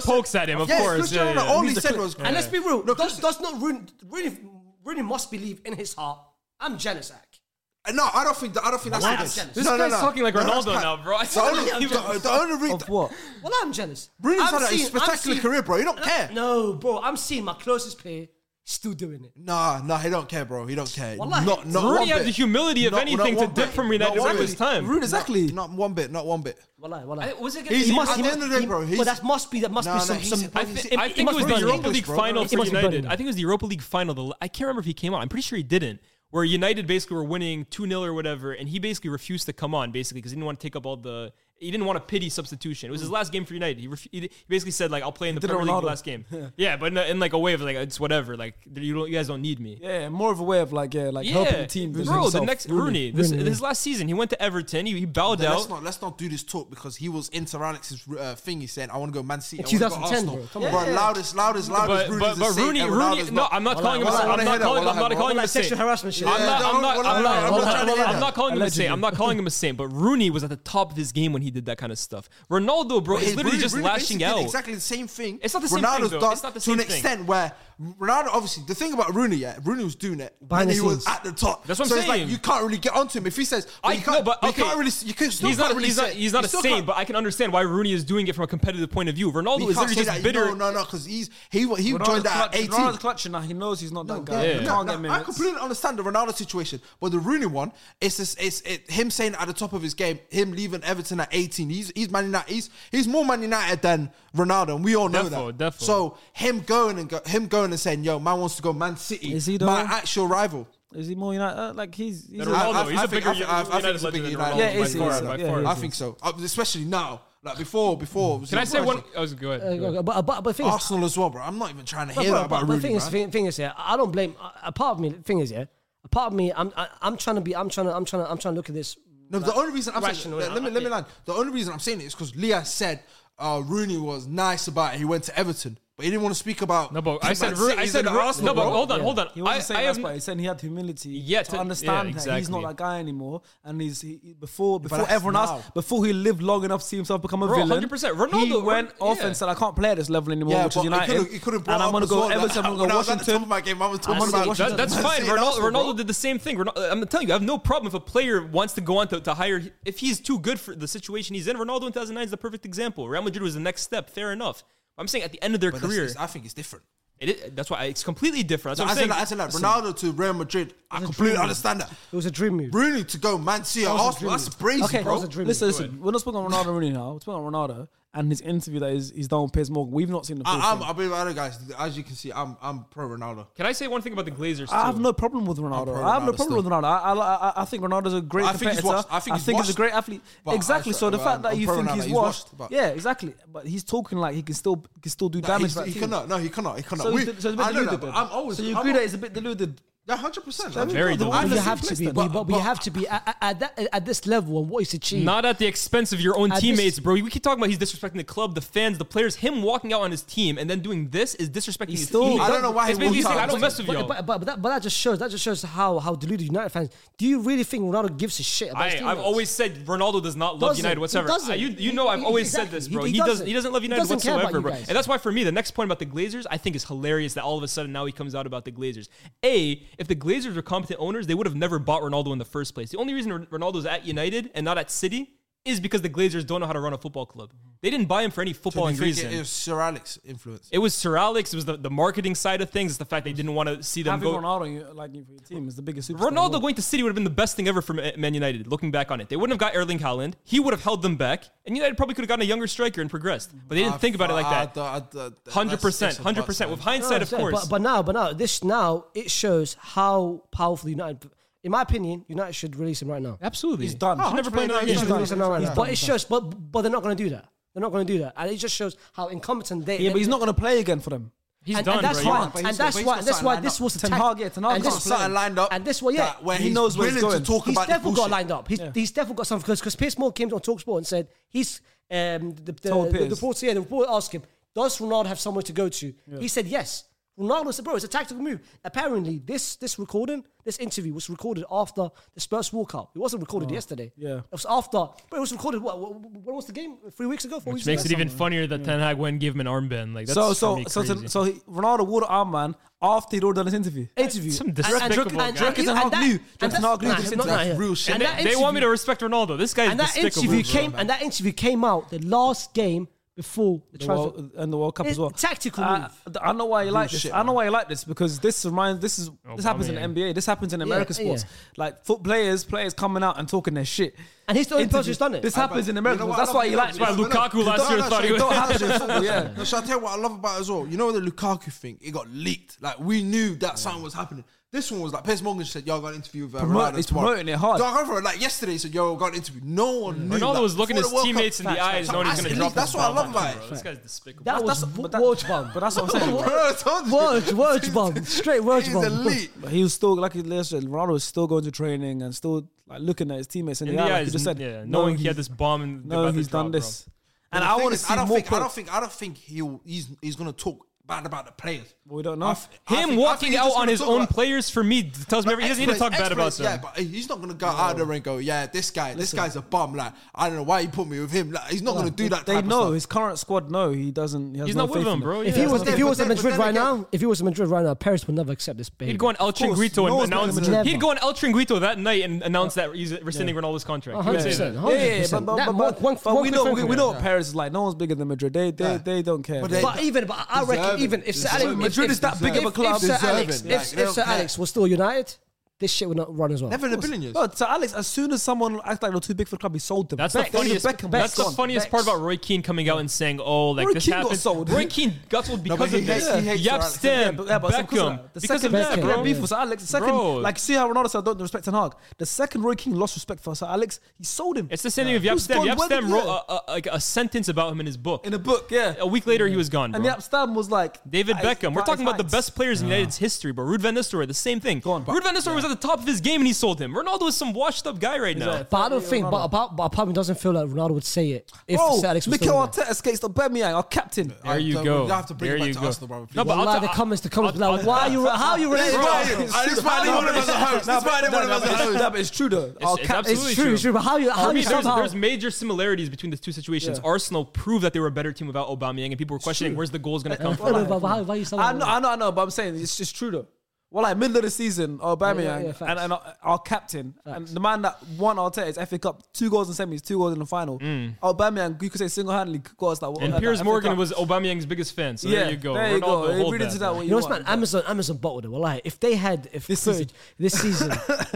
D: pokes at him, of
C: yeah,
D: course,
C: Cristiano
D: yeah, yeah.
C: Ronaldo, all he
D: He's a
C: said
D: cri-
C: was,
E: And let's be real.
C: No,
E: does,
C: Chris-
E: does not Rooney, Rooney, Rooney must believe in his heart. I'm jealous, Ak.
C: no, I don't think. I don't think that's
E: What?
C: the case.
E: This
C: no, no,
D: guy's
C: no.
D: talking like
C: No, that's
D: Ronaldo
C: cap.
D: now, bro. I
C: The only,
D: can't
C: the,
D: even-
C: the only reason.
B: of what?
E: Well, I'm jealous.
C: Rooney's
E: I'm
C: had a
E: seeing- I'm
C: spectacular
E: seeing-
C: career, bro. You don't
E: No,
C: care.
E: No, bro. I'm seeing my closest peer still doing it.
C: Nah, nah, he don't care, bro. He don't care.
E: Wallahi.
C: Not, not
D: Rooney
C: one
D: has
C: bit.
D: the humility of
C: Not-
D: anything
C: not
D: to
C: one
D: dip
C: bit.
D: from United
C: Not
D: at
C: one
D: this
C: bit.
D: time.
B: Rude, exactly.
C: Not one bit. Not one bit.
E: Wallahi, wallahi.
D: I- was it-
C: He's-
E: he must.
C: at
E: He
C: the
E: must-
C: end of the day,
E: he-
C: bro,
E: But
C: he's-
E: that must be. That must
C: Nah,
E: be
C: nah,
E: some.
C: he's-
E: some
D: I,
C: He
D: thi-
C: must
D: I
E: be
D: think it was the
E: English,
D: Europa League
C: bro.
D: final
C: He
D: for
E: must be
D: United.
E: Belgian.
D: I think it was the Europa League final. The, I can't remember if he came on. I'm pretty sure he didn't. Where United basically were winning 2 0 or whatever, and he basically refused to come on, basically, because he didn't want to take up all the. He didn't want to pity substitution. It was his last game for United. He, ref- he basically said, like, I'll play in the
B: did a
D: Premier League
B: Ronaldo.
D: last game. yeah, but in, a- in like a way of, like, it's whatever. Like, you, don't, you guys don't need me.
B: Yeah, more of a way of like, yeah, like helping the team. than
D: Bro,
B: himself.
D: the next Rooney, this,
E: Rooney,
D: his last season, he went to Everton. He, he bowed
C: Then
D: out.
C: let's not let's not do this talk because he was into Alex's uh, thing. He's saying I want to go Man City.
E: In
C: I wanna go
E: 2010,
C: Arsenal."
E: bro. Come
C: bro.
E: on.
C: Loudest, loudest, loudest.
D: But, but, but Rooney, Rooney, no, I'm not calling him a
C: Wallah, wallah, wallah,
D: saint. I'm not calling I'm
C: wallah,
D: not
C: wallah.
D: calling him
E: Like
D: a saint.
E: sexual harassment shit.
D: I'm
E: Yeah,
D: not,
C: don't-
D: I'm not,
C: well, no,
D: I'm not,
C: no,
D: I'm
C: we're trying
D: not-
C: to
D: I'm
C: hear
D: not- I'm
C: that.
D: not calling him a saint. I'm not calling him a saint. But Rooney was at the top of his game when he did that kind of stuff. Ronaldo, bro, is literally just lashing out.
C: Exactly the same thing.
D: It's not the same thing,
C: Ronaldo's
D: though.
C: done
D: It's not the
C: to
D: same
C: an
D: thing.
C: extent where Ronaldo, obviously, the thing about Rooney, yeah, Rooney was doing it
E: Behind
C: when he
E: the
C: was
E: scenes.
C: at the top.
D: That's what I'm
C: so it's
D: saying.
C: Like, you can't really get onto him if he says.
D: I
C: you
D: no,
C: can't,
D: but
C: you
D: okay.
C: can't really. You can, still
D: he's
C: can't
D: not.
C: really
D: he's
C: say,
D: not. He's not
C: you
D: a
C: still
D: saint,
C: can't-
D: but I can understand why Rooney is doing it from a competitive point of view. Ronaldo
C: you
D: is
C: can't
D: literally
C: say
D: just
C: that.
D: bitter.
C: No, no, no, because he's he he
B: Ronaldo's
C: joined that
B: clutch-
C: at eighteen.
B: Ronaldo's clutching now. He knows he's not that
C: No,
B: guy.
C: yeah,
B: He
C: no,
B: can't
C: no,
B: get
C: I
B: minutes.
C: completely understand the Ronaldo situation, but the Rooney one, it's just, it's it, him saying at the top of his game, him leaving Everton at 18. He's he's Man United. He's he's more Man United than Ronaldo, and we all know
D: Defo,
C: that.
D: defo.
C: So him going and go, him going and saying, "Yo, man wants to go Man City,
B: Is he though?
C: my actual rival."
B: Is he more United? Uh, like he's. he's
D: Than
B: a-
D: Ronaldo.
C: I- I-
D: he's
C: I
D: a
C: think-
D: bigger
C: I think- I think
D: United
C: he's a big
D: legend than
C: United
D: Ronaldo.
B: Yeah, he
D: by
B: is, he
D: far,
B: is,
D: by
B: yeah,
D: far.
B: he
C: I
B: is.
C: think so, Uh, especially now. Like before, before. it was
D: Can I say
C: impressive.
D: one? I was go ahead.
E: Uh,
D: Go ahead.
E: go- go- but, but, but the thing is,
C: Arsenal as well, bro. I'm not even trying to
E: But-
C: hear
E: but-
C: that about
E: but the
C: Rooney.
E: thing is,
C: Ah, man.
E: thing, thing is, yeah, I don't blame. A a part of me, the thing is, yeah, a part of me, I'm, I, I'm trying to be, I'm trying to, I'm trying to, I'm trying to look at this.
C: No, the only reason I'm saying
E: rational,
C: let,
E: yeah,
C: let me
E: I
C: let me
E: think.
C: land. The only reason I'm saying it is because Leah said uh, Rooney was nice about it. He went to Everton, but he didn't want to speak about.
D: No, but I
C: Man
D: said
C: City,
D: Ru- I
C: he's
D: said
C: in
D: Ru-
C: Arsenal,
D: no, but
C: bro.
D: hold on, hold on.
B: He
D: I,
B: wasn't saying
D: I
B: that's
D: am-
B: why he's saying he had humility
D: Yeah,
B: to,
D: to-
B: understand
D: yeah,
B: that he's not
D: exactly.
B: that guy anymore, and he's he, he- before before
C: that's
B: everyone else,
C: now.
B: before he lived long enough to see himself become a
D: Bro,
B: villain.
D: 100%.
B: he
D: Ronaldo-
B: went
D: Ron-
B: off
D: yeah.
B: and said, "I can't play at this level anymore,"
C: Yeah,
B: which
C: but
B: is
C: he
B: United.
C: could've- he could've brought
B: and I'm
C: up
B: gonna
C: as
B: go
C: well that
B: Everton. I'm
C: when
B: gonna go
C: I was at the top
B: Washington.
C: of my game, I was talking
E: I'm gonna go
C: about
B: Washington.
D: That, that's
C: Man
D: fine.
C: City,
D: Ronaldo,
C: Arsenal, bro.
D: Ronaldo did the same thing. Ronaldo, I'm telling you, I have no problem if a player wants to go on to, to higher. If he's too good for the situation he's in, Ronaldo in 2009 is the perfect example. Real Madrid was the next step. Fair enough. I'm saying at the end of their
C: But that's-
D: career,
C: it's- I think it's different.
D: it is, that's why it's completely different.
C: No,
D: That's
C: I
D: what I'm
C: said,
D: saying.
C: I said that Ronaldo to Real Madrid. I
E: a
C: completely
E: dream.
C: understand that.
E: It was a dream move.
C: Rooney to go Man City,
E: was a
C: Arsenal.
E: dream.
C: That's crazy,
E: Okay,
C: bro.
E: that was a dream.
B: Listen,
E: Go
B: listen. We're not speaking on Ronaldo Rooney now. We're speaking on Ronaldo and his interview that he's, he's done with Piers Morgan. We've not seen the. full
C: I, I'm,
B: thing.
C: I'll be honest, guys. As you can see, I'm, I'm pro Ronaldo.
D: Can I say one thing about the Glazers?
B: I have
D: too?
B: no problem with
C: pro
B: Ronaldo. I have no
C: Ronaldo
B: problem with
C: still.
B: Ronaldo. I, I, I, I think Ronaldo's a great
C: I think he's
B: competitor.
C: washed. I think he's
B: a
C: washed.
B: great athlete.
C: But
B: exactly.
C: I-
B: so the
C: I'm-
B: fact that
C: I'm
B: you
C: pro
B: think
C: Ronaldo.
B: he's,
C: He's
B: washed,
C: washed, but-
B: yeah, exactly. But he's talking like he can still can still do
C: Nah,
B: damage.
C: he's-
B: to that
C: he
B: team.
C: cannot. No, he cannot. He cannot.
B: So,
C: we,
B: he's, so it's a bit
C: I know
B: deluded.
C: that, but
B: then.
C: I'm always.
B: so you
C: I'm
B: agree
C: al-
B: that it's a bit deluded.
C: Yeah, hundred percent.
D: Very
B: the
D: dumb.
B: one that's
E: But you
B: in
E: have to
B: place
E: be,
B: then.
E: but, but, you
C: but-
E: have to be at, at- at that at this level and what he's achieved.
D: Not at the expense of your own
E: At this-
D: teammates, bro. We keep talking about he's disrespecting the club, the fans, the players. Him walking out on his team and then doing this is disrespecting
B: He's
D: his
B: still-
D: team.
B: I
C: don't know why
D: It's
C: he walked
D: basically saying,
C: out.
D: I don't mess with
E: but,
D: you.
E: but, but, but, that, but that just shows that just shows how how deluded United fans. Do you really think Ronaldo gives a shit? About his
D: I, I've
E: teammates?
D: always said Ronaldo does not love
E: Doesn't.
D: United
E: He
D: whatsoever.
E: doesn't.
D: I- you, you
E: He-
D: know, I've
E: he-
D: always
E: exactly.
D: said this,
E: He-
D: bro.
E: he
D: He, doesn't.
E: doesn't.
D: He doesn't love
E: He
D: United
E: doesn't care about
D: whatsoever,
E: you
D: bro.
E: guys.
D: And that's why, for me, the next point about the Glazers, I think is hilarious that all of a sudden now he comes out about the Glazers. A, if the Glazers were competent owners, they would have never bought Ronaldo in the first place. The only reason Ron- Ronaldo's at United and not at City is because the Glazers don't know how to run a football club. They didn't buy him for any
C: Do
D: footballing
C: you think
D: reason.
C: it is Sir Alex influence?
D: It was Sir Alex. It was the, the marketing side of things. It's the fact they didn't want to see them
B: Having
D: go.
B: Ronaldo you- like you for your team is the biggest. superstar in the
D: Ronaldo
B: world.
D: going to City would have been the best thing ever for Ma- Man United. Looking back on it, they wouldn't have got Erling Haaland. He would have held them back, and United probably could have gotten a younger striker and progressed. But they didn't think about it like that. Hundred percent, hundred percent. With
E: No,
D: hindsight,
E: I'm
D: of
E: saying,
D: course.
E: But, but now, but now, this now it shows how powerful United. In my opinion, United should release him right now.
D: Absolutely,
B: He's done.
D: He should never played another
B: He's
D: game.
B: done.
E: Release him right now.
B: Yeah.
E: But it shows, but but they're not going to do that. They're not going to do that, and it just shows how incompetent they.
B: Yeah, but he's not going to play again for them.
D: He's
E: and,
D: done,
E: and that's
D: bro.
E: why,
B: But he's
E: and
B: got-
E: that's
B: but he's
E: why,
B: got
E: that's
B: something
E: why
B: lined
E: this
B: up.
E: was a
B: Ten
E: tac-
B: Hag, yeah, Ten Hag
E: and
B: got
E: this
B: something
C: Something lined up.
E: And this one, yeah,
C: that where
B: he
C: he's
B: knows where he's
C: willing
B: going.
C: to talk
E: he's
C: about the
E: definitely got
C: bullshit.
E: lined up. He's,
B: Yeah.
E: he's definitely got something because because Piers Morgan came on Talksport and said he's um, the the,
B: Told
E: the, the
B: Piers.
E: reporter. Yeah, the reporter asked him, "Does Ronaldo have somewhere to go to?" He said yes. Ronaldo said, "Bro, it's a tactical move." Apparently, this this recording, this interview was recorded after the Spurs walkout. It wasn't recorded yesterday.
B: yeah.
E: it was after, but it was recorded. What, what, when was the game? Three weeks ago, four
D: Which
E: weeks
D: makes it
E: ago.
D: even funnier that Ten Hag went and gave him an armband. Like that's
B: So
D: for
B: so
D: me
B: so
D: crazy.
B: so, so he, Ronaldo wore the armband after he'd already done his interview.
E: Interview
D: Some
E: And- and-
D: despicable
E: and-
D: guy.
E: and-
B: Drake and Hag
E: and that-
B: knew.
E: and
B: Drake and
E: that's-
B: Hag knew
E: nah,
B: this
E: it's not
B: interview.
E: that.
C: Real shit.
E: And
D: they,
E: that
D: they want me to
E: interview-
D: respect Ronaldo. This guy is
E: And that
D: despicable,
E: interview
D: bro.
E: came, and that interview came out the last game before the,
B: the
E: transfer.
B: World, uh, and the World Cup as
E: It's
B: well.
E: tactical
B: I,
E: move.
B: I know why you like this.
C: shit,
B: I know
C: man.
B: why you like this because this reminds this is
D: Oh,
B: this happens in the
D: Aubameyang.
B: NBA. This happens in American
E: yeah.
B: sports. Like foot players, players coming out and talking their shit.
E: And he's the only
B: Interview.
E: person who's done it.
B: This
E: I-
B: happens in America.
C: You know what I
B: that's
C: love
B: why you
C: about-
B: like this.
D: That's why
C: No, no,
D: Lukaku last
C: no,
D: year
C: no,
D: thought
C: shit,
D: he was-
B: It don't happen in football, yeah.
C: No, shall I tell you what I love about it as well? You know the Lukaku thing, it got leaked. Like we knew that something was happening. This one was like Piers Morgan said, "Yo, I got an interview with uh,
B: Promote-
C: Ronaldo
B: he's
C: tomorrow."
B: promoting it hard.
C: Yo, I remember, like yesterday, he said, "Yo, I got an interview." No one knew.
D: Mm. Ronaldo
C: that.
D: was
C: Before
D: looking at his
C: the World Cup-
D: teammates in the
B: Facts,
D: eyes,
B: facts.
D: knowing he's
C: That's
D: going to
C: elite.
D: drop
C: That's
D: this
C: what I
D: bomb
C: love
D: on
C: about
D: him,
C: it.
D: bro. This guy's despicable.
E: That
B: But
E: was
B: that's- but that-
E: Woj bomb.
B: but that's what I'm saying.
E: Woj-
C: Bro, I told you.
E: Woj, Woj bomb. Straight Woj
C: He's
E: bomb.
C: elite.
B: But he was still like you said, Ronaldo was still going to training and still like looking at his teammates in,
D: In
B: the, eye.
D: the
B: like you
D: eyes,
B: just said,
D: yeah,
B: knowing
D: knowing he had this bomb and
B: knowing
D: about to
B: he's done
D: drop, bro.
B: this. And
C: The
B: I
C: thing
B: want to
C: is,
B: see
C: I don't
B: more.
C: think, I
B: pro-
C: don't think. I don't think he'll. He's he's gonna talk bad about the players.
B: But we don't know.
C: I f- I think-
D: Him
C: I think
D: walking
C: he's
D: out
C: just
D: on
C: gonna
D: his
C: talk
D: own
C: about-
D: players for me tells me everything. He doesn't need to talk
C: Exploits-
D: bad about
C: exploits,
D: them.
C: Yeah, but he's not gonna go out there and go, yeah, this guy, this guy's a bum. Like, I don't know why you put me with him. Like, he's not gonna do that.
B: They
C: type
B: know
C: Of
B: his current squad. No, he doesn't. He has
D: He's
B: no
D: not with
B: faith in
D: them, bro.
E: If
D: Yeah.
E: he was,
C: But
E: if
C: then-
E: he
C: but
E: was in
C: then- but
E: Madrid
C: then
E: right
C: again-
E: now, if he was in Madrid right now, Paris would never accept this behavior.
D: He'd go on El
B: course,
D: Chinguito
B: no
D: and
B: one's playing
D: announce.
B: in Madrid.
D: He'd go on El Chinguito that night and announce that he's rescinding Ronaldo's contract. He would say
E: 100%.
D: that.
B: stuff. Yeah, yeah, yeah,
E: 100%.
B: but, but,
E: That
B: but,
E: one- one-
B: but
E: one
B: we
E: quick
B: know
E: thing
B: we,
E: for
B: we
E: you.
B: know what Paris is like. No one's bigger than Madrid. They they,
C: Yeah.
B: they don't care.
C: But
B: bro.
C: they-
E: But even, but I reckon,
C: Deserving.
E: even if Sir
C: Deserving.
E: Alex,
B: Madrid
E: if,
B: is that big of a
E: if-
B: club.
E: If Sir Alex,
C: Deserving.
E: if,
C: Like,
E: if Sir
C: they'll-
E: Alex was still United, this shit would not run as well.
C: never the billions.
B: But to Alex, as soon as someone acts like they're too big for the club, he sold them.
D: That's
B: Beckham-
D: the funniest.
B: Beckham
D: that's
B: was
D: the
B: gone.
D: funniest part about Roy Keane coming out and saying, "Oh, like
B: Roy
D: this
B: Keane got
D: happened."
B: sold.
D: Roy Keane got sold
C: No,
D: because
C: but he
D: of
C: hates-
D: this.
C: he hates
D: Yap
C: Sir Alex.
B: Yeah,
D: Stem,
B: but, yeah, but it's because of
D: Beckham,
B: that. The
D: because of
B: second
D: that,
E: Beckham,
D: bro.
E: yeah.
B: beef was Sir Alex. The second,
D: Bro.
B: like, see how Ronaldo said, I don't respect Ten Hag. The second Roy Keane lost respect for Sir Alex, he sold him.
D: It's the same thing with
B: He
D: Yap
B: was
D: Stem.
B: gone
D: Yap
B: when-
D: Stem
B: yeah.
D: wrote a, a, like a sentence about him in his book.
B: in a book, yeah.
D: a week later, he was gone. Bro.
B: And Yap Stam was like
D: David
B: that is-
D: Beckham. We're
B: that
D: talking
B: is
D: about the
B: Heinz.
D: best players in United's history, bro. Ruud van Nistelrooy, the same thing.
B: on, but-
D: Ruud van Nistelrooy was at the top of his game and he sold him. Ronaldo is some washed-up guy right now.
E: But I don't think, but about, but apparently, doesn't feel like Ronaldo would say it if
B: Bro,
E: Sir Alex was
B: Mikel
E: still there.
B: Arteta skates the Birmingham, our captain.
D: There you
C: don't-
D: go.
C: you have to bring
D: there
C: it back
D: you
C: to
D: go.
C: Arsenal, bro, please.
D: No, but I'll
E: Wallahi,
D: t-
E: the comments, the comments,
D: I'll-
E: like, why are you, how are you related?
C: Bro,
E: to Ronaldo?
C: I just finally
B: No,
C: one of
B: but-
C: us a host.
B: no,
C: It's
B: but-
C: finally
B: no,
C: one of
B: no,
C: us a
B: but-
C: host.
B: No, but it's true though.
D: It's-
B: Our
D: it's
B: cap-
D: absolutely
E: It's true, it's true. But how you, how
D: I
E: you
D: mean, there's,
E: somehow?
D: there's major similarities between the two situations.
B: Yeah.
D: Arsenal proved that they were a better team without Aubameyang, and people were questioning where's the goals going to come
E: Wait,
D: from.
E: wait, but how- why you somehow?
B: I know, I know, I know, but I'm saying it's just true though. Well, like middle of the season, Aubameyang
E: Yeah, yeah, yeah,
B: and,
E: facts.
B: and our, our captain and the man that won Arteta's FA Cup, two goals in semis, two goals in the final. Aubameyang, you could say single-handedly got us that.
D: Mm. And
B: that
D: Piers
B: FA
D: Morgan
B: Cup.
D: was Aubameyang's biggest fan, so there you go.
B: There you
D: Ronaldo,
B: go.
D: hold
B: Read into
D: that,
B: that
D: bro.
B: what
E: You
B: you
E: know what's
B: want.
E: man? Amazon, Amazon bottled it. Well, like, if they had, if
B: This
E: Courage- this season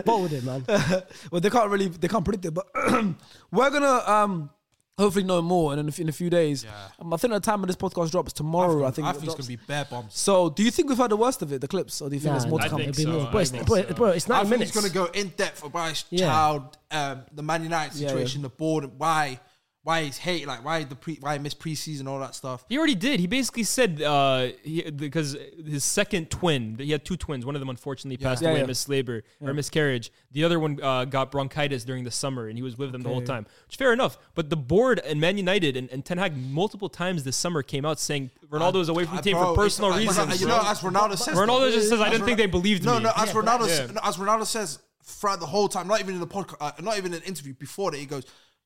E: bottled it, man.
B: well, they can't really, they can't predict it, but we're gonna um hopefully know more in a, f- in a few days. Um, I think the time when this podcast drops tomorrow. I think,
C: I
B: it
C: think it's
B: drops.
C: gonna be bare bombs.
B: So, do you think we've had the worst of it, the clips, or do you think
E: Nah,
B: there's more to
E: nah,
B: come?
D: think
E: it'd be
D: so,
E: more.
D: I
E: Bro, it's,
D: think
E: bro,
D: so.
E: bro, it's
C: I
E: nine
C: think
E: minutes.
C: he's gonna go in depth about his
E: Yeah.
C: child, um, the Man United
B: Yeah, yeah.
C: situation, the board, and why, why he's hate, like why the pre, why he missed preseason, all that stuff.
D: He already did. He basically said uh, he, because his second twin, he had two twins. One of them unfortunately passed
B: Yeah,
D: away,
B: yeah.
D: missed labor or miscarriage. The other one uh, got bronchitis during the summer, and he was with them the whole time. Which fair enough. But the board and Man United and, and Ten Hag multiple times this summer came out saying Ronaldo is away from the
C: Uh,
D: team
C: bro,
D: for personal
C: it's- uh,
D: reasons.
C: You
D: bro.
C: know, as Ronaldo says,
D: Ronaldo
C: though.
D: just says, "I
C: As
D: didn't
C: Ron-
D: think they believed
C: no,
D: me."
C: No, as
D: Yeah,
C: Ronaldo,
D: yeah.
C: s- no, as Ronaldo says throughout the whole time, not even in the podcast, uh, not even in an interview before that, he goes,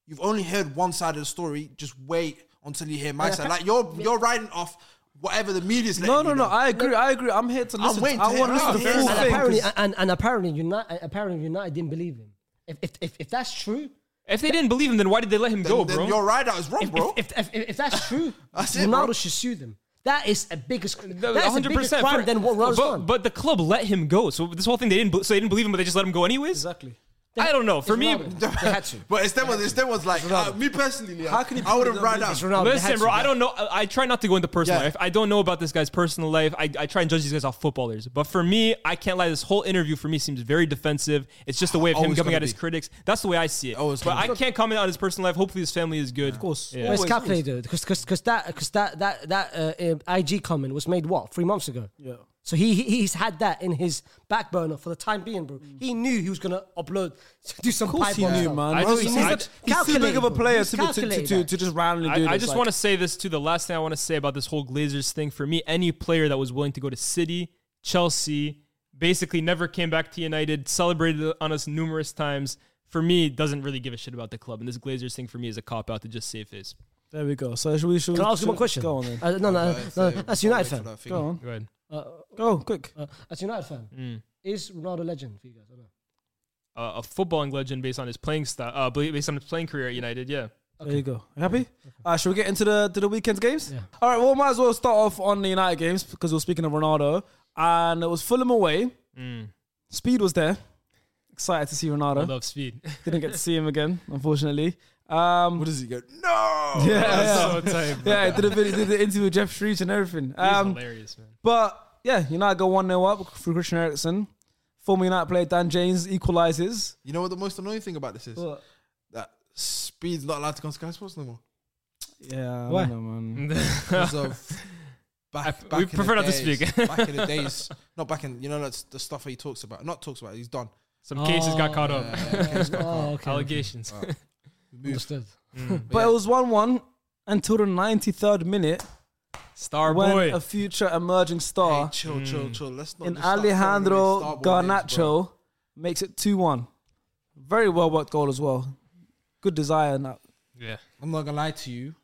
C: "You've only heard one side of the story. Just wait until you hear my side. Like you're you're riding off whatever the media's letting
B: No,
C: you
B: no, no.
C: know.
B: I agree. I agree. I'm here to listen.
C: waiting
B: I
C: to
B: want to listen
C: hear
B: to
C: it.
B: the
C: Yeah,
B: full
C: and
E: and
B: thing.
E: apparently, and, and apparently, United, apparently United didn't believe him. If, if, if, if that's true,
D: if they didn't believe him, then why did they let him
C: Then,
D: go,
C: then
D: bro?
C: your rideout is wrong,
E: if,
C: bro.
E: if, if, if, if that's true,
C: That's it,
E: Ronaldo
C: bro.
E: should sue them. That is a biggest,
D: The-
E: that is a bigger
D: 100%
E: crime
D: for-
E: than what Ronaldo's
D: but,
E: done.
D: but the club let him go. So this whole thing, they didn't. be- So they didn't believe him, but they just let him go anyways.
B: Exactly.
D: I don't know. For
E: It's
D: me,
E: Ronaldo. they had to.
C: but it's them ones. It's them ones like uh, me personally. Like,
B: How can you
C: I wouldn't
B: put it on
C: ride out.
E: It's Ronaldo. They had
D: Listen,
E: to.
D: bro, I don't know. I, I try not to go into personal
C: Yeah.
D: life. I don't know about this guy's personal life. I, I try and judge these guys off footballers. But for me, I can't lie. This whole interview for me seems very defensive. It's just a way of him
C: Always
D: coming
C: gonna
D: at his
C: be.
D: critics. That's the way I see it.
C: Always
D: But
C: gonna
D: I can't comment on his personal life. Hopefully, his family is good. Of
B: course.
D: Yeah.
E: Well, it's
B: Always,
E: calculated because because that because that that that uh, um, IG comment was made what three months ago.
B: Yeah.
E: So he he- he's had that in his back burner for the time being, bro. He knew he was gonna upload do some.
B: Mm. Of course
E: pipe
B: he
E: bomb
B: knew,
E: stuff.
B: man.
D: I
B: Bro,
D: just-
B: he's
D: I-
B: such- he's too big of a
E: calculated,
B: player
E: he's
B: to, be- to, to, to,
E: calculated.
B: to just randomly do
D: I,
B: this.
D: I just
B: like-
D: want to say this too. The last thing I want to say about this whole Glazers thing for me, any player that was willing to go to City, Chelsea, basically never came back to United, celebrated on us numerous times. For me, doesn't really give a shit about the club, and this Glazers thing for me is a cop out to just save face.
B: There we go. So should we? Should
E: Can
B: we,
E: I ask you
B: should-
E: one question?
B: Go on then.
E: Uh, no, no, no, that's United fan.
B: Go on.
D: Go ahead.
B: Go Oh, quick.
E: Uh, as United fan,
D: Mm.
E: is Ronaldo a legend for you guys? I don't know.
D: uh, a footballing legend based on his playing style, uh, bla- based on his playing career at United. Yeah,
B: There you go. Happy? Uh, should we get into the to the weekend's games?
E: Yeah.
B: All right. Well, we might as well start off on the United games because we are speaking of Ronaldo, and it was Fulham away.
D: Mm.
B: Speed was there. Excited to see
D: I
B: Ronaldo.
D: love speed.
B: Didn't get to see him again, unfortunately. Um,
C: What does he go? No.
B: yeah, yeah.
D: so tight. bro.
B: yeah, did, a video, did the interview with Jeff Street and everything.
D: He's
B: Um,
D: hilarious, man.
B: but yeah, United go 1 0 up through Christian Eriksen. Former United player Dan James equalises.
C: You know what the most annoying thing about this is?
B: What?
C: That Speed's not allowed to go on Sky Sports no more.
B: Yeah, I
E: Why?
B: don't know, man.
D: Mm.
C: Because of back,
D: I-
C: back
D: we
C: in the
D: prefer not to
C: days-
D: speak.
C: back in the days, not back in. You know that's the stuff he talks about. Not talks about. He's done. Uh,
D: Some cases got caught
B: Oh,
D: up,
E: Oh, okay.
D: allegations.
C: Move.
E: Understood.
B: But it was 1 1 until the 93rd minute
D: Star
B: when
D: boy.
B: a future emerging star
C: chill, chill, chill. Let's not
B: in
C: just start throwing away
B: Alejandro
C: Starboy names, bro.
B: Garnacho makes it 2 1. Very well worked goal as well. Good desire in that.
D: yeah.
C: I'm not gonna lie to you.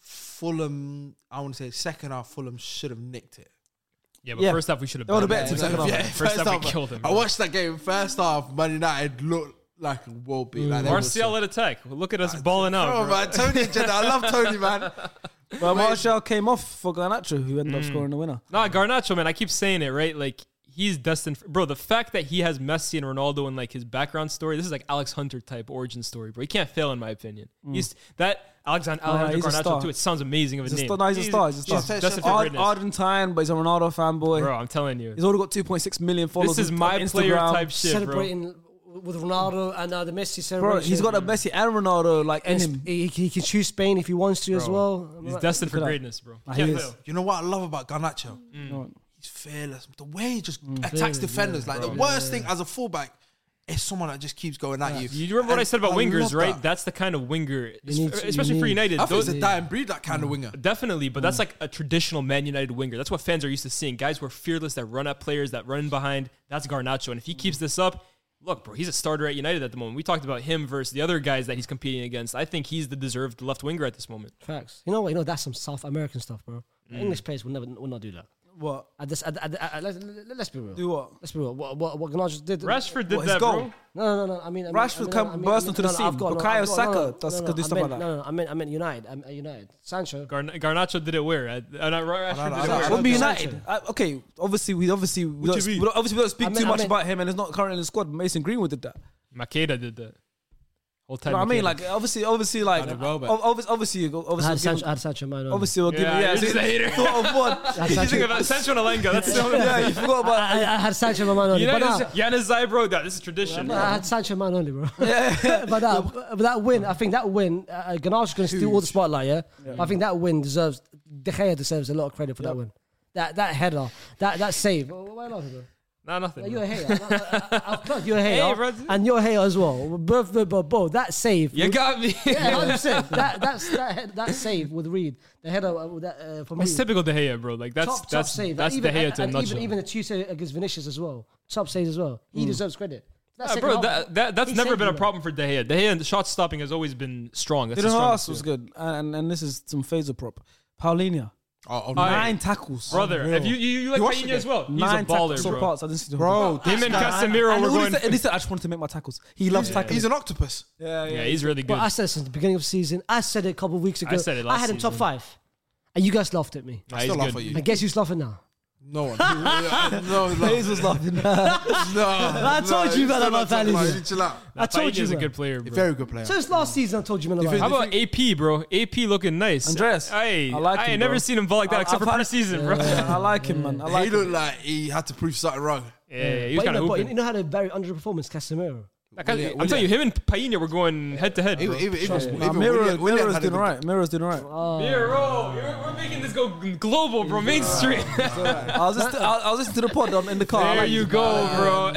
C: Fulham, I want to say second half. Fulham should have nicked it.
D: Yeah, but
B: Yeah.
D: first off, we should have
B: They would've
D: done
B: bet
D: that.
B: to second half.
D: Yeah, first half, we killed him.
C: I watched that game. First half, Man United looked like a world beat. Like they were so-
D: Martial at attack. Well, Look at us balling out.
C: Bro,
D: bro.
C: man, Tony, and Jenna, I love Tony, man.
B: But Martial came off for Garnacho, who ended up scoring the winner.
D: Nah, Garnacho, man, I keep saying it, right? Like he's destined for, bro, the fact that he has Messi and Ronaldo in like his background story, this is like Alex Hunter type origin story, bro. He can't fail in my opinion. He's that Alexander, Alejandro
B: Mm. he's a
D: Garnacho
B: star.
D: too. It sounds amazing of a
B: He's a
D: name.
B: star- no, he's a star, he's a star.
D: destined for
B: Ar-
D: greatness.
B: Argentine, but he's a Ronaldo fanboy.
D: bro, I'm telling you.
B: He's already got 2.6 million followers.
D: This is
B: on
D: my
B: Instagram.
D: player type shit, bro.
E: Celebrating with Ronaldo and uh, the Messi
B: Bro,
E: celebration.
B: he's got a Messi and Ronaldo like in
E: And
B: him.
E: he, he can choose Spain if he wants to as
D: Bro,
E: well.
D: He's destined for
B: at that.
D: greatness, bro.
B: Ah,
D: He can't
B: he is.
D: fail.
C: You know what I love about Garnacho?
D: Mm.
B: No.
C: He's fearless. The way he just attacks defenders. like the worst thing as a fullback is someone that just keeps going at you.
D: You remember what
C: And
D: I said about wingers,
C: love
D: right?
C: that.
D: That's the kind of winger,
E: need to- you
D: especially for
E: need-
D: United.
C: I think
D: those-
C: it's a dying breed, that kind of winger.
D: Definitely, but that's like a traditional Man United winger. That's what fans are used to seeing. Guys who are fearless, that run at players, that run behind. That's Garnacho. And if he keeps this up, look, bro, he's a starter at United at the moment. We talked about him versus the other guys that he's competing against. I think he's the deserved left winger at this moment.
E: Facts. You know what? You know that's some South American stuff, bro.
B: Mm.
E: English players will never will not do that.
B: What?
E: At this, at, at, at, at- let's, let's be real.
B: Do what?
E: Let's be real. What what, what Gnaj did?
D: Rashford did
B: What, his
D: that,
B: goal?
D: bro.
E: No, no, no. no. I mean, I mean
B: Rashford
E: I mean,
B: come
E: I mean,
B: burst
E: I mean,
B: into the
E: no, no,
B: scene.
E: I've got- no,
B: Bukayo
E: I've got- no, no,
B: Saka does-
E: no,
B: could do
E: no, I
B: stuff
E: meant-
B: like that.
E: No, no, I meant I meant United. I'm at United. Sancho.
D: Garn- Garnacho did it where? At, uh, not Ra-
C: don't
D: Rashford
C: know.
D: did it
C: I
D: where?
C: don't
B: Wouldn't be
E: Sancho.
B: United. I, okay, obviously we obviously we
D: What
B: don't,
D: do you
B: we don't- obviously we don't speak
E: I
B: too
E: mean- I
B: much
E: mean-
B: about him, and it's not currently in the squad. Mason Greenwood did that.
D: Makeda did that. Whole
B: You
D: time.
B: know what I mean,
D: Makeda.
B: like obviously, obviously, like
C: did well, but-
B: ob- obviously, obviously, you go-
E: I
B: obviously,
E: had
B: we'll give
E: Sancho. I
B: him-
E: had Sancho. in mind, no, no.
B: obviously, we'll give
D: Yeah,
B: yeah,
D: you're just a hater.
B: thought of
E: I
B: one.
E: had
D: you think
E: Sancho.
D: about Sancho and Alenga. That's the only
B: yeah, you forgot about.
E: I, I had Sancho in my mind only.
D: You know,
E: but nah,
D: this- Yanis Zaibro, that this is tradition.
E: I had Sancho in mind only, bro. but that, but that win, I think that win, uh, Ganache going to steal all the spotlight. Yeah, I think that win deserves De Gea deserves a lot of credit for that win. That that header, that that save. Why are you laughing, bro?
D: Nah, nothing.
E: Like, uh,
D: bro.
E: you're a hater. I- I- I've plugged you're a hater.
D: Hey, bro.
E: and you're a hater as well. Both, both, both, both. That save.
D: You got me.
E: yeah, 100%. that, that's, that, head- that save with Reed. The header uh, with that, uh, for me.
D: It's typical De Gea, bro. Like that's
E: top, top
D: that's
E: save.
D: that's
E: even,
D: De Gea to a
E: and even,
D: nutshell.
E: even the two save against Vinicius as well. Top saves as well. He deserves credit. That
D: Yeah,
E: second
D: Hmm. Uh, bro,
E: half,
D: that, that, that's
E: he
D: never
E: saved
D: been a
E: him, bro.
D: problem for De Gea. De Gea and shot stopping has always been strong. That's
B: Didn't
D: his
B: Haas
D: strongest
B: was
D: field.
B: good, and and this is some phaser prop. Paulinho,
C: Oh, oh,
D: Aye.
B: nine tackles,
D: Brother, if you, you, you like
C: watched the
D: Paulinho as
C: game.
D: well, he's
B: nine
D: a baller,
B: tackles on
D: bro.
B: parts. I didn't see the
C: Bro,
D: Him and
C: guy-
D: Casemiro
B: And
D: were
B: all he
D: going.
B: said- and he said, "I just wanted to make my tackles." He loves tackles.
C: he's an octopus.
B: yeah,
D: yeah, he's really good.
E: But I said this at the beginning of the season. I said it a couple of weeks ago.
D: I said it last
E: I had him top
D: season.
E: five. And you guys laughed at me.
D: Nah,
C: I
D: he's
C: still laugh
D: good.
C: at
E: I
C: you.
E: guess who's laughing now.
C: No one. no, no, no.
B: Hayes was laughing.
C: I
E: told you that about Valerie.
C: Chill out.
D: Nah,
E: I told you
D: Paulinho's a
E: that.
D: good player, bro.
C: Very good player.
E: Since last season, I told you, man. about it.
D: How about AP, bro? AP looking nice.
B: Andreas,
D: Aye,
B: I like
D: I
B: him,
D: ain't never
B: bro.
D: seen him ball like that
B: I-
D: except
B: I've
D: for
B: had-
D: preseason, bro. Yeah,
B: I like him, man. I like
C: he
B: him.
C: looked like he had to prove something wrong.
D: yeah, he was
E: But you,
D: kind of
E: know, but you
D: hooping.
E: know how to very underperformance Casemiro.
D: That kinda-
C: Willian-
D: I'm telling you, him and Paulinho were going head to head,
C: Even,
D: bro.
C: even, even, even
B: Nah, Mirror,
C: Willian- Willian
B: Mirror's
C: had a
B: doing
C: good-
B: alright. Mirror's doing alright.
D: Yeah, bro, you're- we're making this go global, bro. Mainstream.
B: I was just, I, I was listening to the pod on, in the car. I
D: There
B: like,
D: you go, bro.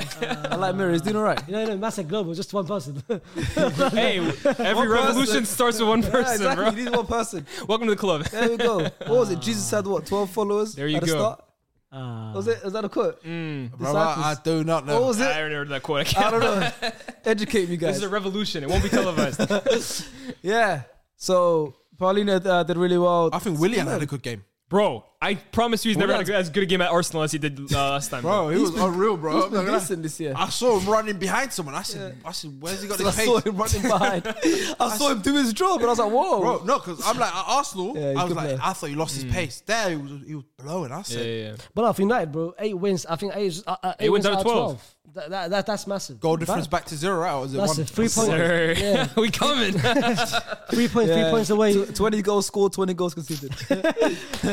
B: I like Mirror. He's doing alright.
E: You know, you know, Massa Global, just one person.
D: Hey, every revolution
B: person.
D: starts with one
B: yeah,
D: person,
B: exactly.
D: bro.
B: He's one person.
D: Welcome to the club.
B: There we go. What was it? Jesus had what? Twelve followers.
D: There you
B: at The
D: go. Mm,
B: start?
E: Ah.
B: Was it? Is that a quote?
C: Bro, I, I do not know.
B: What was
D: I
B: it?
D: remember that quote. I can't-
B: I don't know. Educate me,
D: This
B: guys.
D: is a revolution. It won't be televised.
B: yeah. So Paulina uh, did really well.
C: I think William had a good game.
D: Bro, I promise you he's never
B: Well,
D: had a, as good a game at Arsenal as he did uh, last time.
C: Bro, Oh, he was unreal, bro.
B: He's been decent this year.
C: I saw him running behind someone. I said, I said, where's he got
B: I
C: this
B: saw
C: pace?
B: him running behind. I saw him do his job, and I was like, "Whoa,
C: Bro, no, because I'm like, at Arsenal,
B: Yeah, he's
C: I was
B: good
C: like,
B: player.
C: I thought he lost his pace. There, he was, he was blowing. I
D: Yeah,
C: said,
D: yeah, yeah.
E: But off United, bro, eight wins. I think eight, is- uh, uh, eight,
D: Eight
E: wins
D: wins
E: out of 12.
D: 12.
E: That, that, that, that's massive.
C: goal difference back to zero, right? Or was it
E: That's
C: one?
E: a three point,
D: Sir,
E: Yeah.
D: we coming.
E: three point, three
B: Yeah.
E: points away.
B: Tw- Twenty goals scored, twenty goals conceded.
D: shout, out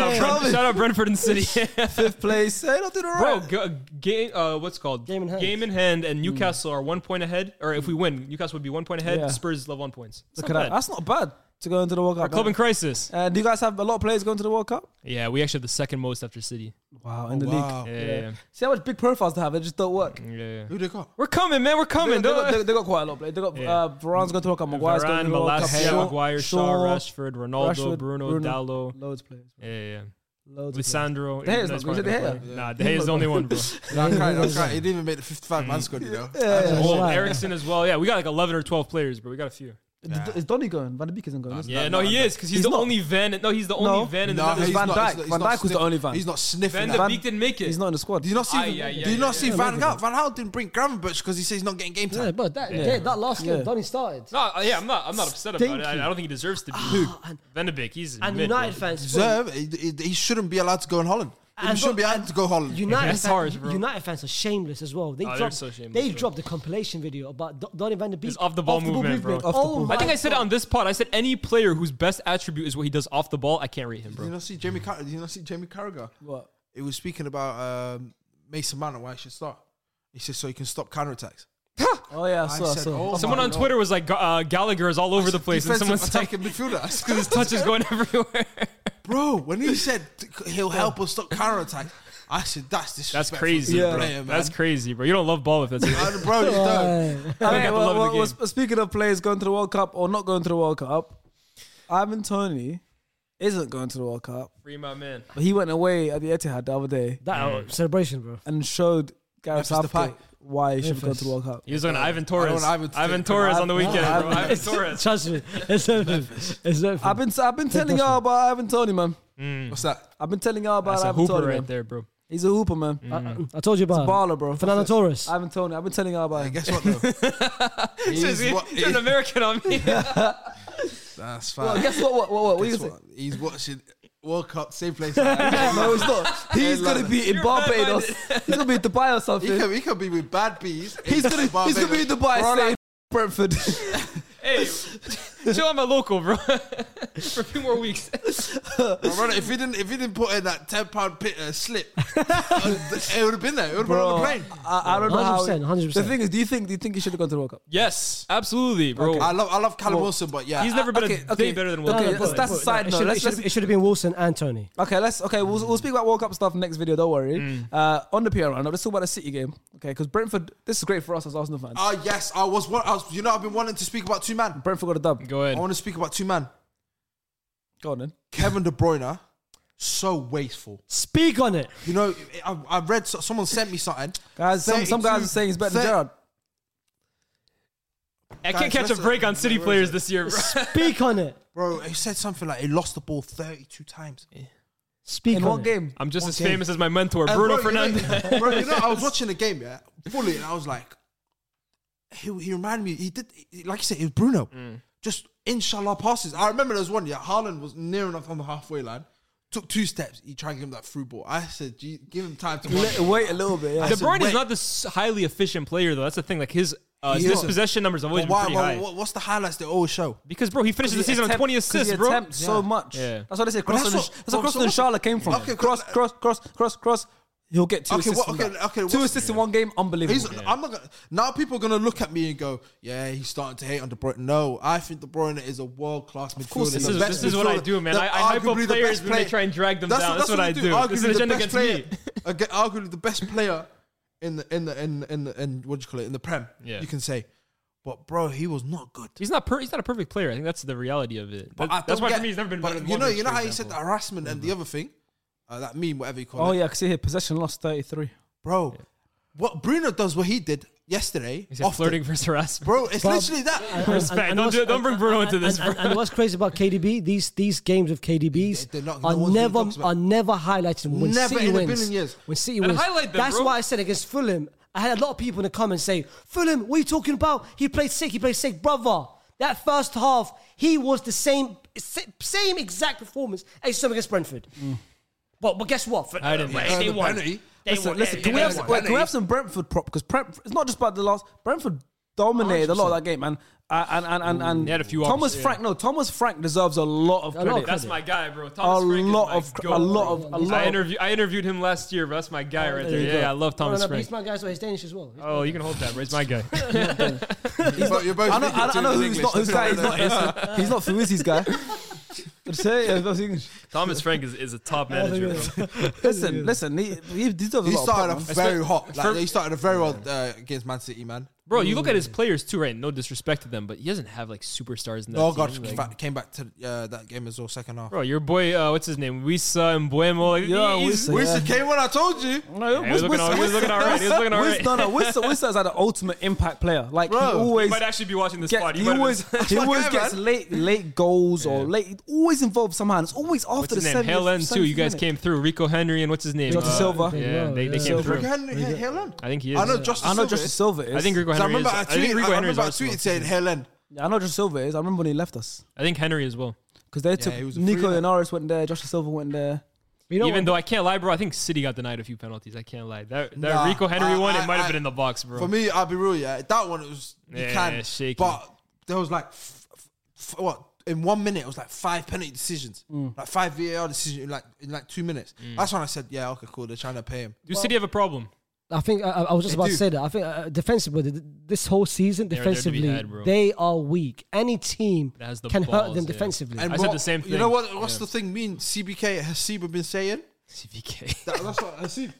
D: Brent,
B: Coming.
D: shout out Brentford and City.
B: Fifth place. Hey, not doing
D: Bro,
B: alright.
D: g- game. Uh, what's it called
E: Game in hand.
D: Game in hand, and Newcastle are one point ahead. Or if we win, Newcastle would be one point ahead.
B: Yeah.
D: Spurs level one points. It's
B: Look
D: not
B: at that.
D: bad.
B: That's not bad. to go into the World
D: Our
B: Cup.
D: club in
B: man.
D: crisis.
B: Uh, do you guys have a lot of players going to the World Cup?
D: Yeah, we actually have the second most after City.
B: Wow, in the
C: wow.
B: league.
D: Yeah, yeah,
B: See how much big profiles they have. They just don't work.
D: yeah. yeah.
C: Who they got?
D: We're coming, man. We're
B: They,
D: coming.
B: they
D: dog.
B: got, they, they got quite a lot of players. They got
D: Yeah.
B: uh, Varane's going to the World Cup. Maguire's going
D: Varane,
B: to the World Cup.
D: Malacia,
B: Shaw-
D: Maguire, Shaw,
B: Shaw,
D: Rashford, Ronaldo,
B: Rashford,
D: Bruno,
B: Bruno.
D: Dallo.
B: Loads of players.
D: Yeah, yeah. yeah.
B: Loads
D: With Sandro.
B: De Gea's not good, is it De Gea?
D: Nah, De Gea's the only one, bro.
C: Nah, I can't, I can't. He didn't even make the 55 man squad, you know?
B: Yeah,
D: Oh,
B: right.
D: Ericsson as well. Yeah, we got like 11 or 12 players, bro. We got a few.
B: of players. Is- Is Donny going? Van de Beek isn't going. is he?
D: Yeah,
C: that-
D: no,
C: that-
D: he is because he's,
B: He's
D: the
B: not.
D: only Van. No, he's the only
B: No.
D: Van in
C: Nah,
D: the.
C: he's
B: Van
C: not-
B: Dijk.
C: he's not- he's
B: Van
C: not
B: Dijk was the
C: sniff-
B: only Van.
C: He's not sniffing
D: Van
C: that.
D: de Beek didn't make it.
B: He's not in the squad.
C: Do you not see?
D: Ah, yeah, yeah,
C: do you
D: yeah,
C: not see
D: yeah.
C: Van Gaal? Van Gaal didn't bring Gravenberch because he says he's not getting game time.
E: Yeah, but that, yeah. that last
B: Yeah.
E: game, Donny started.
D: No, uh, yeah, I'm not. I'm not upset about it. I, I
B: Stinky.
D: don't think he deserves to be. Who? Van de Beek. He's in
E: And
D: mid, bro.
E: United fans.
C: Deserve. He, he- he shouldn't be allowed to go in Holland. He
E: And
C: shouldn't be
E: but-
C: allowed to go Holland.
E: United,
D: That's
E: fan-
D: harsh, bro. Oh,
E: United fans are shameless as well. They
D: they're
E: dropped,
D: so shameless,
E: they
D: bro.
E: dropped the compilation video about Do- Donny van de Beek.
D: His off-the-ball movement, bro.
B: Off the
E: Oh
B: ball.
E: my
D: I think I said it
E: God.
D: on this pod. I said any player whose best attribute is what he does off the ball, I can't rate him,
C: Do you
D: bro.
C: not see Jamie? Car- do you not see Jamie Carragher?
B: What?
C: He was speaking about um, Mason Mount and why he should start. He says so he can stop counter attacks.
B: Oh yeah, I
C: I
B: saw. I
C: said,
B: saw.
C: oh
D: Someone
C: my
D: on
C: God.
D: Twitter was like, uh, "Gallagher is all over the place," and
C: Defensive
D: someone's like,
C: attacking midfielder. That's
D: "His touch is going everywhere."
C: Bro, when he said t- he'll help us stop counter attacks, I said that's
D: That's
C: disrespectful.
D: crazy,
C: to the
B: Yeah.
D: bro.
C: player, man.
D: That's crazy, bro. You don't love ball if that's.
C: Uh, bro, you don't.
B: I
D: at
B: mean,
D: the
B: well,
D: love of the
B: well, well, speaking of players going to the World Cup or not going to the World Cup, Ivan Tony isn't going to the World Cup,
D: Free my man.
B: but he went away at the Etihad the other day
E: That uh, celebration, bro.
B: and showed Gareth
C: Memphis Depay.
B: Southgate why he should go
E: Memphis.
B: to the World Cup.
D: He was on Ivan
C: I
D: Torres.
C: don't want
D: Ivan,
C: Ivan to take-
D: Torres on the
B: Ivan-
D: weekend, bro.
B: Ivan-
D: Ivan Torres.
E: Trust me, it's Memphis. It's Memphis.
B: I've been I've been telling y'all about Ivan Tony, man.
C: What's that?
B: I've been telling y'all about
D: That's a
B: Ivan
D: hooper
B: Tony,
D: right
B: man.
D: there, bro.
B: He's a hooper, man.
E: I, I told you about him.
B: Baller, bro.
E: Fernando Torres.
B: Ivan Tony. I've been telling y'all about
C: Hey,
B: him.
C: guess what? Though?
D: He's,
C: he's, what,
D: an American on me.
C: that's fine.
B: Well, guess what? What? What? What? what you
C: Guess
B: gonna say?
C: what? He's watching World Cup, same place. he,
B: No, it's not. He's gonna be in
D: You're bad
B: Barbados. He's gonna be in Dubai or something.
C: can, he can be with bad bees.
B: He's gonna, he's gonna be in Dubai
C: We're all
B: saying Brentford.
D: hey, chill on my local, bro. For a few more weeks.
C: Bro, brother, if he didn't, if he didn't put in that ten pound pit, uh, slip, it would have been there. It would have been on the plane.
B: I, I don't know how.
E: 100%, 100%.
B: The thing is, do you think do you think he should have gone to the World Cup?
D: Yes, absolutely, bro.
C: I love, I love Callum Wilson, but yeah,
D: He's never been a
B: Okay,
D: thing
B: okay,
D: better than
B: okay,
D: Wilson.
B: that's- that's a side
E: it
B: note.
E: should-
B: Let's-
E: it should-
B: let's-
E: It should have been Wilson and Tony.
B: Okay, let's okay. We'll, we'll speak about World Cup stuff next video. Don't worry. Uh, on the PR round, let's talk about the City game. Okay, because Brentford. This is great for us as Arsenal fans.
C: Ah, yes, I was. What I was, you know, I've been wanting to speak about two man.
B: Brentford got a dub.
D: Go
C: I
D: ahead.
C: want to speak about two man.
B: Go on then.
C: Kevin De Bruyne, so wasteful.
E: Speak on it.
C: You know, I, I read so- someone sent me something.
B: Guys, some, some
C: 32
B: guys are saying he's better than
C: thir-
B: Gerard.
D: I can't
C: Guys,
D: catch a
C: listen.
D: break on City
C: Where is
D: players
C: it?
D: this year, bro.
E: Speak on it.
C: Bro, he said something like he lost the ball 32 times.
E: Speak
B: In
E: on
B: what
E: it.
B: game?
D: I'm just as
C: Okay.
D: famous as my mentor,
C: And
D: Uh, Bruno
C: bro, you know-
D: Fernandez.
C: bro, you know, I was watching the game, yeah, fully, and I was like, he, he reminded me, he did, he- like you said, it was Bruno.
D: Mm.
C: Just inshallah passes. I remember there was one, yeah, Haaland was near enough on the halfway line, took two steps, he tried to give him that through ball. I said, "Gee, give him time to
B: Let-
C: run."
B: wait a little bit. Yeah.
D: De
C: said,
D: Bruyne is
C: wait.
D: not this highly efficient player, though. That's the thing. Like his uh,
C: He
D: his
C: isn't.
D: possession numbers have always
C: But
D: been
C: why,
D: pretty
C: why-
D: high.
C: what- what's the highlights they always show?
D: Because bro, he finishes the
B: He
D: season on
B: attempt-
D: 20
B: 'cause
D: assists,
B: he
D: bro.
B: attempts so much.
D: Yeah.
B: That's what they say. Cross
C: that's
B: and,
C: what-
B: that's what
C: so-
B: Cross
C: so
B: and
C: what's-
B: Charlotte came from.
C: Okay,
B: cross,
C: cross-
B: cross, cross, cross, cross, He'll get two
C: Okay,
B: assists.
C: what-
B: from
C: okay,
B: that.
C: okay,
B: two
C: what's-
B: assists in one game, unbelievable.
C: He's, I'm not gonna, now people are going to look at me and go, yeah, he's starting to hate on De Bruyne. No, I think De Bruyne is a world class midfielder.
B: course,
D: This
B: The
D: is,
B: best
D: this is what I do, man. I, I hype up
C: Arguably the
D: players
C: best
D: when they
C: player.
D: try and drag them down. That's, what, I do.
C: Arguably
D: This is an
C: the
D: agenda
C: best
D: against me.
C: player, aga- Arguably the best player in the in the in in the in what do you call it in the prem.
D: Yeah.
C: you can say, but bro, he was not good.
D: He's not per, he's not a perfect player. I think that's the reality of it.
C: But
D: That-
C: I don't
D: that's why
C: get-
D: for me he's never been
C: but
D: better than
C: you know,
D: Modric,
C: you know
D: for
C: how you said
D: example.
C: the harassment and the other thing, uh, that meme, whatever you call
B: oh
C: it,
B: yeah, I can see here possession lost thirty three.
C: bro. What Bruno does, what he did yesterday,
D: He said
C: often.
D: flirting versus harassment.
C: bro. It's
E: But-
C: literally that.
D: Respect. Don't
E: what's-
D: do- don't bring Bruno into
E: and-
D: this,
E: And,
D: bro.
E: and, and what's crazy about KDB? These these games of KDBs
C: They're not- no
E: are
C: one's really
E: never
C: talks about-
E: are never highlighted. When
C: Never
E: City
C: in a
E: wins,
C: billion years.
E: When City
D: And
E: wins,
D: highlight them,
E: that's
D: bro.
E: why I said against Fulham. I had a lot of people in the comments say, "Fulham, what are you talking about? He played sick. He played sick, brother." That first half, he was the same same exact performance as he against Brentford. But but guess what?
D: Mm. I didn't-
E: They
D: Uh,
C: the
E: won. They won.
C: penalty.
B: Listen, listen, can we, have,
E: They won.
B: wait, can we have some Brentford prop? Because it's not just about the last. Brentford dominated a lot of that game, man. Uh, and and and, and
D: He had a few
B: Thomas
D: options, yeah.
B: Frank. No, Thomas Frank deserves a lot of
E: lot
B: credit.
E: of credit.
D: That's my guy, bro.
B: a
D: Thomas Frank is
B: lot
D: my
B: of
D: goat.
B: a lot of a lot.
D: I
B: of,
D: interviewed I interviewed him last year, bro. That's my guy right
B: there
D: there.
B: you
D: Yeah,
B: go.
D: yeah, I love
E: No, no,
D: Thomas
E: no, but
D: Frank.
E: he's my guy, so he's Danish as well. He's
D: Oh, you can hold that, bro. He's my guy.
C: He's not, you're both
B: I know,
C: speaking
B: I, I
C: too
B: know
C: in
B: who's
C: English.
B: not whose
C: That's
B: guy.
C: all
B: He's
C: I
B: not,
C: know.
B: he's, he's not Fuizzi's guy. Say, yeah, that's English.
D: Thomas Frank is, is a top manager. bro.
B: Listen, listen. He, he deserves
C: He
B: a lot. of
C: started
B: props,
C: off
B: man.
C: very hot.
D: for-
C: Like, he started off very well uh, against Man City, man.
D: Bro, you look at his
B: Mm.
D: players too, right? No disrespect to them, but he doesn't have like superstars in that
C: Oh
D: team.
C: god,
D: Like,
C: fa- came back to uh, that game as well, second half.
D: Bro, your boy, uh, what's his name? Wisa Mbuemo. Like,
B: Yeah,
D: he's-
B: Wissa.
C: Which
B: Yeah.
C: came when I told you.
B: No,
D: he was
B: Wis-
D: looking
B: Wis-
D: all- he was looking all right, he was looking all
B: Wis-
D: right.
B: No, no, Wissa, Wissa is like the ultimate impact player. Like he
C: Bro.
D: he
B: always
D: might actually be watching this
B: get-
D: pod.
B: he
D: might have
B: always,
D: been-
B: he always
C: Yeah,
B: gets
C: man.
B: late, late goals or late. it Always involves somehow. and It's always after
D: what's
B: the
D: his name?
B: seventh-
D: Hell End too. You guys
B: 70th minute.
D: came through. Rico Henry and what's his name? Uh,
B: Jota Silva.
D: Yeah, they, they
E: Yeah.
D: came
B: Silva.
D: through.
C: Henry, yeah, Helen.
D: I think he is.
C: I know
D: yeah.
C: Justin.
B: I know Justin
C: Silva.
B: Silva is.
D: I think Rico
C: is. 'Cause I
D: Henry
C: remember
D: is.
C: I
D: I think
C: tweeted.
D: Rico
C: I
D: Henry is
C: remember I
D: Arsenal.
C: tweeted saying Helen.
B: I know Josh Silva is. I remember when he left us
D: I think Henry as well.
B: because they took
C: he was a free
B: Nico
C: then.
B: and Aris went there. Josh Silva went there.
E: You know
D: Even
E: what?
D: though I can't lie, bro, I think City got denied a few penalties. I can't lie. That, that
C: Nah,
D: Rico Henry
C: I-
D: one,
C: I-
D: it might have
C: I-
D: been in the box, bro.
C: For me, I'll be real. Yeah, that one it was you
D: Yeah,
C: can,
D: shaky.
C: but there was like f- f- what in one minute it was like five penalty decisions, like five VAR decisions in like in like two minutes.
D: Mm.
C: That's when I said, yeah, okay, cool. They're trying to pay him.
D: Do City have a problem?
E: I think I, I was just
C: They
E: about
C: do.
E: to say that. I think uh, defensively, th- this whole season,
D: They're there to be
E: defensively,
D: had, bro.
E: they are weak. Any team
D: That has the
E: can hurt
D: balls,
E: them
D: yeah.
E: defensively.
D: I said the same
C: You know
D: thing.
C: what? What's
D: Yeah.
C: the thing? Mean CBK has Siba been saying?
D: CVK.
C: That, that's what I see.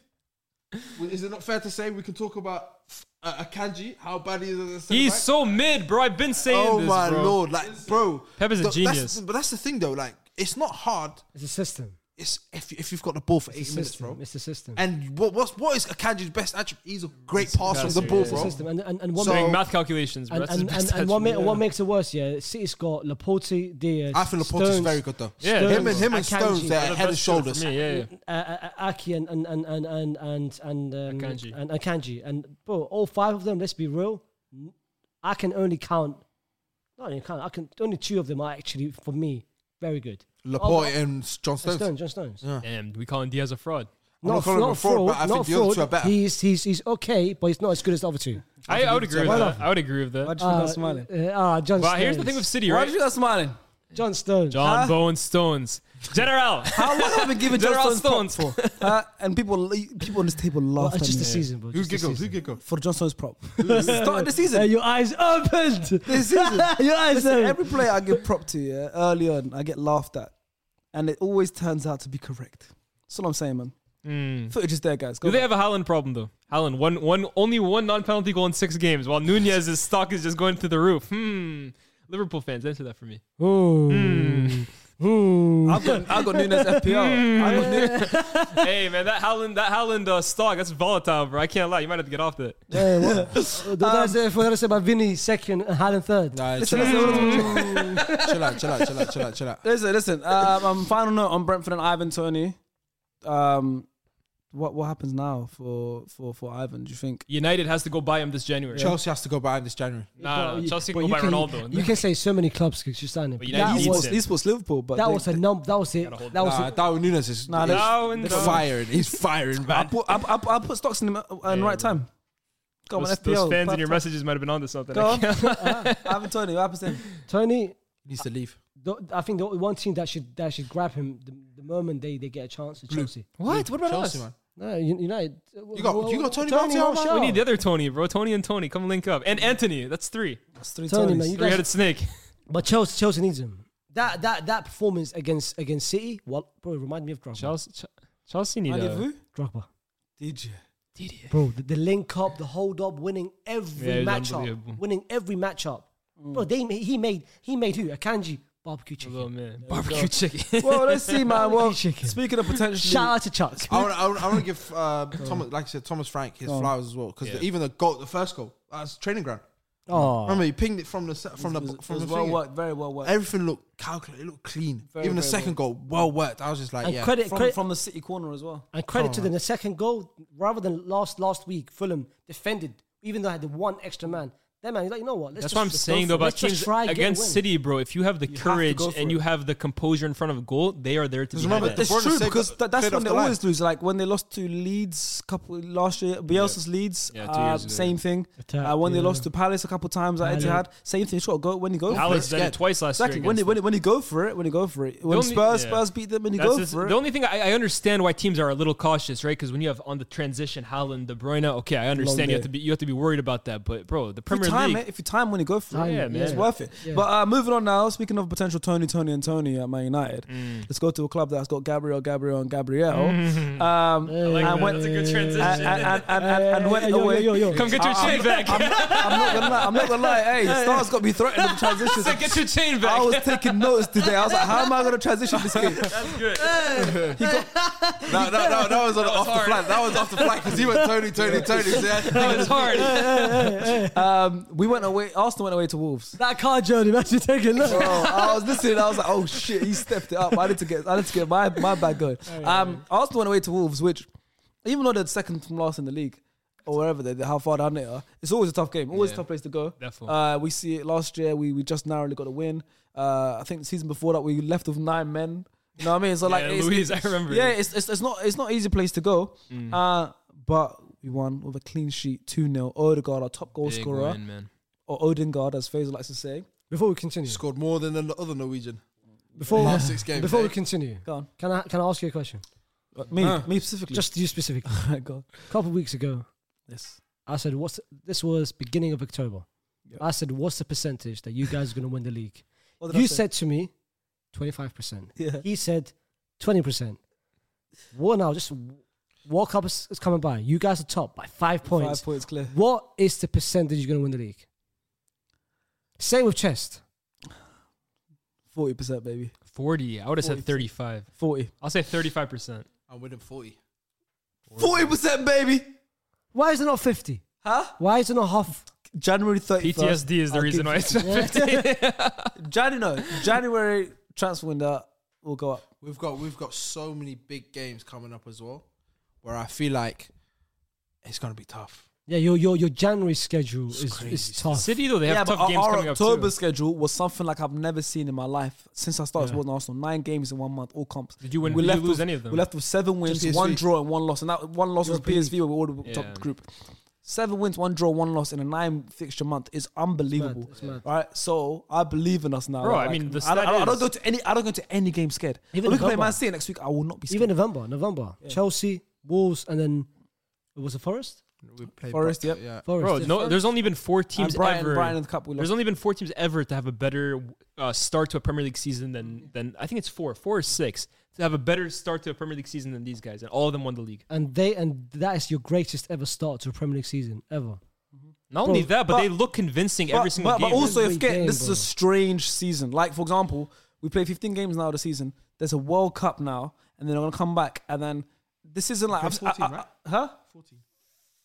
C: Is it not fair to say we can talk about uh, Akanji? How bad he is as a centre
D: He's
C: back?
D: so mid, bro. I've been saying
C: Oh
D: this,
C: my
D: bro.
C: lord! Like, bro,
D: Pep is a
C: th- that's-
D: genius.
C: but that's the thing, though. Like, it's not hard.
E: it's a system.
C: It's if, if you've got the ball for
E: It's
C: eight
E: a
C: minutes,
E: system.
C: bro.
E: It's a system.
C: And what what's, what is Akanji's best attribute? He's a great passer of the
D: passer,
C: ball,
D: yeah.
E: it's a
C: bro.
E: system. And, and, and what
C: So-
E: makes-
D: Doing math calculations, bro.
E: and,
D: That's his
E: and,
D: best
E: and, and what, ma-
D: attribute.
E: what makes it worse, yeah, City's got Laporte, Diaz,
C: I think Laporte's
E: Stones,
C: very good though.
D: Yeah,
C: him and him and
E: Akanji.
C: Stones,
E: They're
C: they're
D: The
C: head and
D: best shooter for
C: shoulders.
D: me, yeah, yeah.
E: uh, uh, Aki and and and and and and and, um,
D: Akanji.
E: and Akanji and bro, all five of them. Let's be real. I can only count. Not only count. I can only two of them are actually for me very good.
C: Laporte
E: Oh,
C: and John
E: Stone,
C: Stones.
E: Stone, John Stones.
D: Damn, we calling Diaz a fraud.
C: not
E: Not,
C: calling him a
E: not
C: fraud,
E: fraud,
C: but I
E: not
C: think the other two
E: fraud.
C: are better.
E: He's he's he's okay, but he's not as good as the other two.
D: I, I would agree with
B: Why
D: that. I would agree with
B: Why
D: that.
B: did you guys smiling?
E: Uh, ah, John.
D: But here's the
E: Stones.
D: thing with City,
B: Why did
D: right?
B: you guys smiling?
E: John Stones.
D: John Bowen Stones. General.
B: How long have we given John
D: Gerald
B: Stones prop for? Huh? Uh, and people, people on this table
E: Well,
B: laughed
E: it's
B: at me
E: just the season, bro.
C: Who
E: just the
C: giggled? Who
E: season.
C: giggled?
B: for John Stones prop. Started the season.
E: Uh, your eyes opened.
B: This season.
E: your eyes
B: Listen,
E: opened.
B: every player I give prop to yeah, early on, I get laughed at, and it always turns out to be correct. That's all I'm saying, man.
D: Mm.
B: Footage is there, guys. Go
D: Do they
B: back.
D: have a Haaland problem though? Haaland, one, one, only one non-penalty goal in six games, while Nunez's stock is just going through the roof. Hmm. Liverpool fans, answer that for me.
B: I've got, I've got Nunes
D: Mm.
B: FPL. I've got Nunes.
D: hey man, that Haaland, that Haaland uh, stock, that's volatile, bro. I can't lie. You might have to get off that.
E: Hey, Uh, what? Did
C: Um,
E: I say, for that I said about Vinny second and Haaland third?
C: Nah,
B: Listen,
C: chill out,
B: listen,
C: chill out, chill out, chill out, chill out, chill out.
B: listen, listen. Um, um, final note on Brentford and Ivan Tony. Um, what what happens now for for for Ivan? Do you think?
D: United has to go buy him this January.
C: Chelsea has to go by him this January.
D: Nah,
E: But you-
D: Chelsea
E: but
D: can go
E: you
D: buy Ronaldo.
E: You can say so many clubs because you're signing.
D: But
E: But
D: United
E: that
D: needs
E: was
D: it.
B: Least was Liverpool, but
E: that
B: they-
E: was a num. That was it.
D: hold
E: That was
C: Nah,
E: it.
C: Darwin Nunes is
B: Nah, they-
D: Now and
B: they-
C: firing. He's firing,
B: I
C: man.
B: put I, I, I put stocks in him at uh, the
D: Yeah,
B: right
D: bro.
B: time. Got
D: Those,
B: an
D: those
B: FPL.
D: fans in your
B: Go
D: messages might have been onto something. I
B: on.
D: can't-
B: Uh, Ivan Tony, what happens then?
E: Tony.
C: needs to leave.
E: the- I think the one team that should that should grab him the, the moment they, they get a chance is Chelsea.
D: What? What about
C: Chelsea,
D: us?
C: man.
E: No, you- United. You
C: got- you got Tony Martial, man?
D: We
E: Oh.
D: need the other Tony, bro. Tony and Tony, come link up. And Anthony, that's three.
B: That's three
E: Tony,
B: Tonys.
E: man, you guys-
D: Three-headed snake.
E: But Chelsea, Chelsea needs him. That that that performance against against City, well, bro, remind me of Drogba.
D: Chelsea, Ch- Chelsea need a,
B: Rendezvous?
E: Drogba,
B: DJ.
E: bro, the, the link up, the hold up, winning
D: Yeah,
E: every
D: it was unbelievable.
E: matchup, winning every matchup.
B: Mm.
E: Bro, they he made he made who Akanji barbecue
D: a
E: chicken.
D: little man. Barbecue chicken.
B: Well, let's see, man. Well,
E: Chicken.
B: speaking of potentially,
E: Shout out to Chuck.
C: I want, I, want, I want to give uh, Thomas, like I said, Thomas Frank his flowers as well because
D: Yeah.
C: even the goal, the first goal, that's training ground.
E: Oh,
C: Remember, he pinged it from the se- from the
B: it was,
C: from
B: it
C: the
B: was well
C: thing.
B: worked, very well worked.
C: Everything looked calculated, it looked clean.
B: Very,
C: even the
B: very
C: second goal, well worked. I was just like,
E: And
C: yeah,
E: credit-
B: From, from the city corner as well.
E: and credit to them. The second goal, rather than last last week, Fulham defended, even though I had the one extra man. Then man, he's like, you know what?
D: That's
E: Let's just,
D: what I'm
E: let's go
D: saying
E: for
D: though
E: it.
D: about
E: Let's just
D: teams
E: try and get a
D: against
E: win.
D: City, bro. If you have the
E: to
D: courage
E: go for
D: and
E: it.
D: you have the composure in front of goal, they are there to be
C: remember,
D: had at.
B: It's
C: this- Bournemouth
B: true
C: saved
B: because
C: that-
B: that, that's
C: played
B: when
C: off
B: they
C: the line.
B: always lose. Like when they lost to Leeds couple last year, Bielsa's Leeds,
D: Yeah, two
B: uh,
D: years ago.
B: same thing.
F: Attack,
B: uh, when they
F: yeah.
B: lost to Palace a couple times at
F: Palace.
B: Etihad, same thing. It's got to go when you go
D: Palace
B: for
D: did
B: it.
D: it twice last
B: Exactly
D: year.
B: when you,
D: against
B: when, you- when you go for it, when you go for it, when
D: only-
B: Spurs
D: yeah.
B: Spurs beat them, when you
D: That's
B: go
D: just-
B: for it.
D: The only thing I, I understand why teams are a little cautious, right? Because when you have on the transition Haaland, De Bruyne, okay, I understand you
B: day.
D: have to be you have to be worried about that. But bro,
B: if you
D: the Premier
B: time eh?
D: League,
B: it, if you time when you go for
F: Time
B: it,
F: it,
B: it's
F: yeah.
B: worth it.
F: Yeah.
B: But uh, moving on now, speaking of potential Tony, Tony, and Tony at Man United,
F: Mm.
B: let's go to a club that's got Gabriel, Gabriel, and Gabriel. Um,
F: like
B: and
F: that.
B: went-
F: That's a good transition.
B: And, and, and, and, and, and went
F: Hey, yo, yo,
B: away.
F: yo, yo.
D: come get your
B: I-
D: chain back.
B: I'm not gonna lie. I'm not gonna lie. Hey, Star's got me threatened with transitions.
D: get your chain
B: I
D: back.
B: was taking notes today. I was like, how am I gonna transition this game?
C: No, no, no, that was on the off the flank. That was off the flank because he went Tony, Tony, Tony. So
D: That was hard.
B: Um, we went away. Arsenal went away to Wolves.
F: That car journey, man, should take a
B: Bro,
F: look.
B: Oh, I was listening. I was like, oh shit, he stepped it up. I need to get. I need to get my my bag going.
D: Oh,
B: Um, Arsenal went away to Wolves, which even though they're second from last in the league. Or wherever they, how far down they are, it's always a tough game. Always a
D: Yeah.
B: tough place to go.
D: Definitely.
B: Uh, we see it last year. We we just narrowly got a win. Uh, I think the season before that we left with nine men. You know what I mean? So like,
D: yeah,
B: it's-
D: Louise, I remember. Mm.
B: Yeah, it's, it's it's not it's not an easy place to go. Uh, but we won with a clean sheet, 2 0 Odegaard, our top goal
D: Big
B: scorer,
D: win, man.
B: or Odegaard, as Faisal likes to say.
E: Before we continue,
C: scored more than the other Norwegian.
E: before
C: Last six games.
E: before we
C: eh?
E: continue,
B: Go on.
E: can I can I ask you a question?
B: Uh, Me, me specifically.
E: Just you specifically.
B: go on.
E: A couple of weeks ago,
B: Yes.
E: I said, "What's this?" Was beginning of October. I said, "What's the percentage that you guys are going to win the league?"
B: What did I
E: You
B: say?
E: said to me, twenty-five percent.
B: Yeah.
E: He said, twenty percent. What now? Just World Cup is, is coming by. You guys are top by five points.
B: Five points clear.
E: What is the percentage you're going to win the league? Same with chest.
B: 40%, baby.
D: Forty. I would have said thirty-five.
B: 40.
D: I'll say thirty-five percent.
C: I'm winning 40.
B: 40%, baby!
E: Why is it not fifty?
B: Huh?
E: Why is it not half?
B: January 31st.
D: PTSD is the
B: I'll
D: reason
B: give-
D: why it's not fifteen.
B: January, no. January transfer window will go up.
C: We've got we've got so many big games coming up as well, where I feel like it's gonna be tough.
E: Yeah, your your your January schedule is,
C: crazy.
E: is tough.
D: City though, they have tough
B: our-
D: games
B: our
D: coming
B: October
D: up too.
B: schedule was something like I've never seen in my life since I started supporting Arsenal. Nine games in one month, all comps.
D: Did you win-
B: We
D: did you
B: left
D: lose
B: with,
D: any of them?
B: We left with seven wins,
C: PSV.
B: one draw, and one loss, and that one loss
E: European
B: was PSV, where we all the top
D: Yeah.
B: group. Seven wins, one draw, one loss in a nine fixture month is unbelievable.
E: It's mad.
B: All right, so I believe in us now.
D: Bro,
B: Like,
D: I mean, the
B: I don't, I, don't, I
D: stat
B: don't
D: is-
B: go to any. I don't go to any game scared.
E: Even
B: Even we can play
E: November.
B: Man City next week. I will not be scared.
E: Even November, November, Chelsea, Wolves, and then it was a Forest.
C: We played
B: Forest,
C: Brighton,
B: yep.
C: yeah.
E: Forest.
D: Bro,
E: yeah.
D: no, there's only been four
B: and
D: teams
B: Brighton,
D: ever.
B: Brighton in the cup. We
D: There's
B: lost.
D: only been four teams ever to have a better uh, start to a Premier League season than than I think it's four, four or six to have a better start to a Premier League season than these guys, and all of them won the league.
E: and they and that is your greatest ever start to a Premier League season ever.
D: Not only that, but,
B: but-
D: they look convincing
B: but,
D: every single
B: but,
D: game.
B: But also,
E: Every
B: if get,
E: game,
B: this is
E: bro.
B: a strange season. Like for example, we play 15 games now of the season. There's a World Cup now, and then I'm gonna come back, and then this isn't like I've,
C: 14,
B: I- I-
C: right?
B: Huh? 14.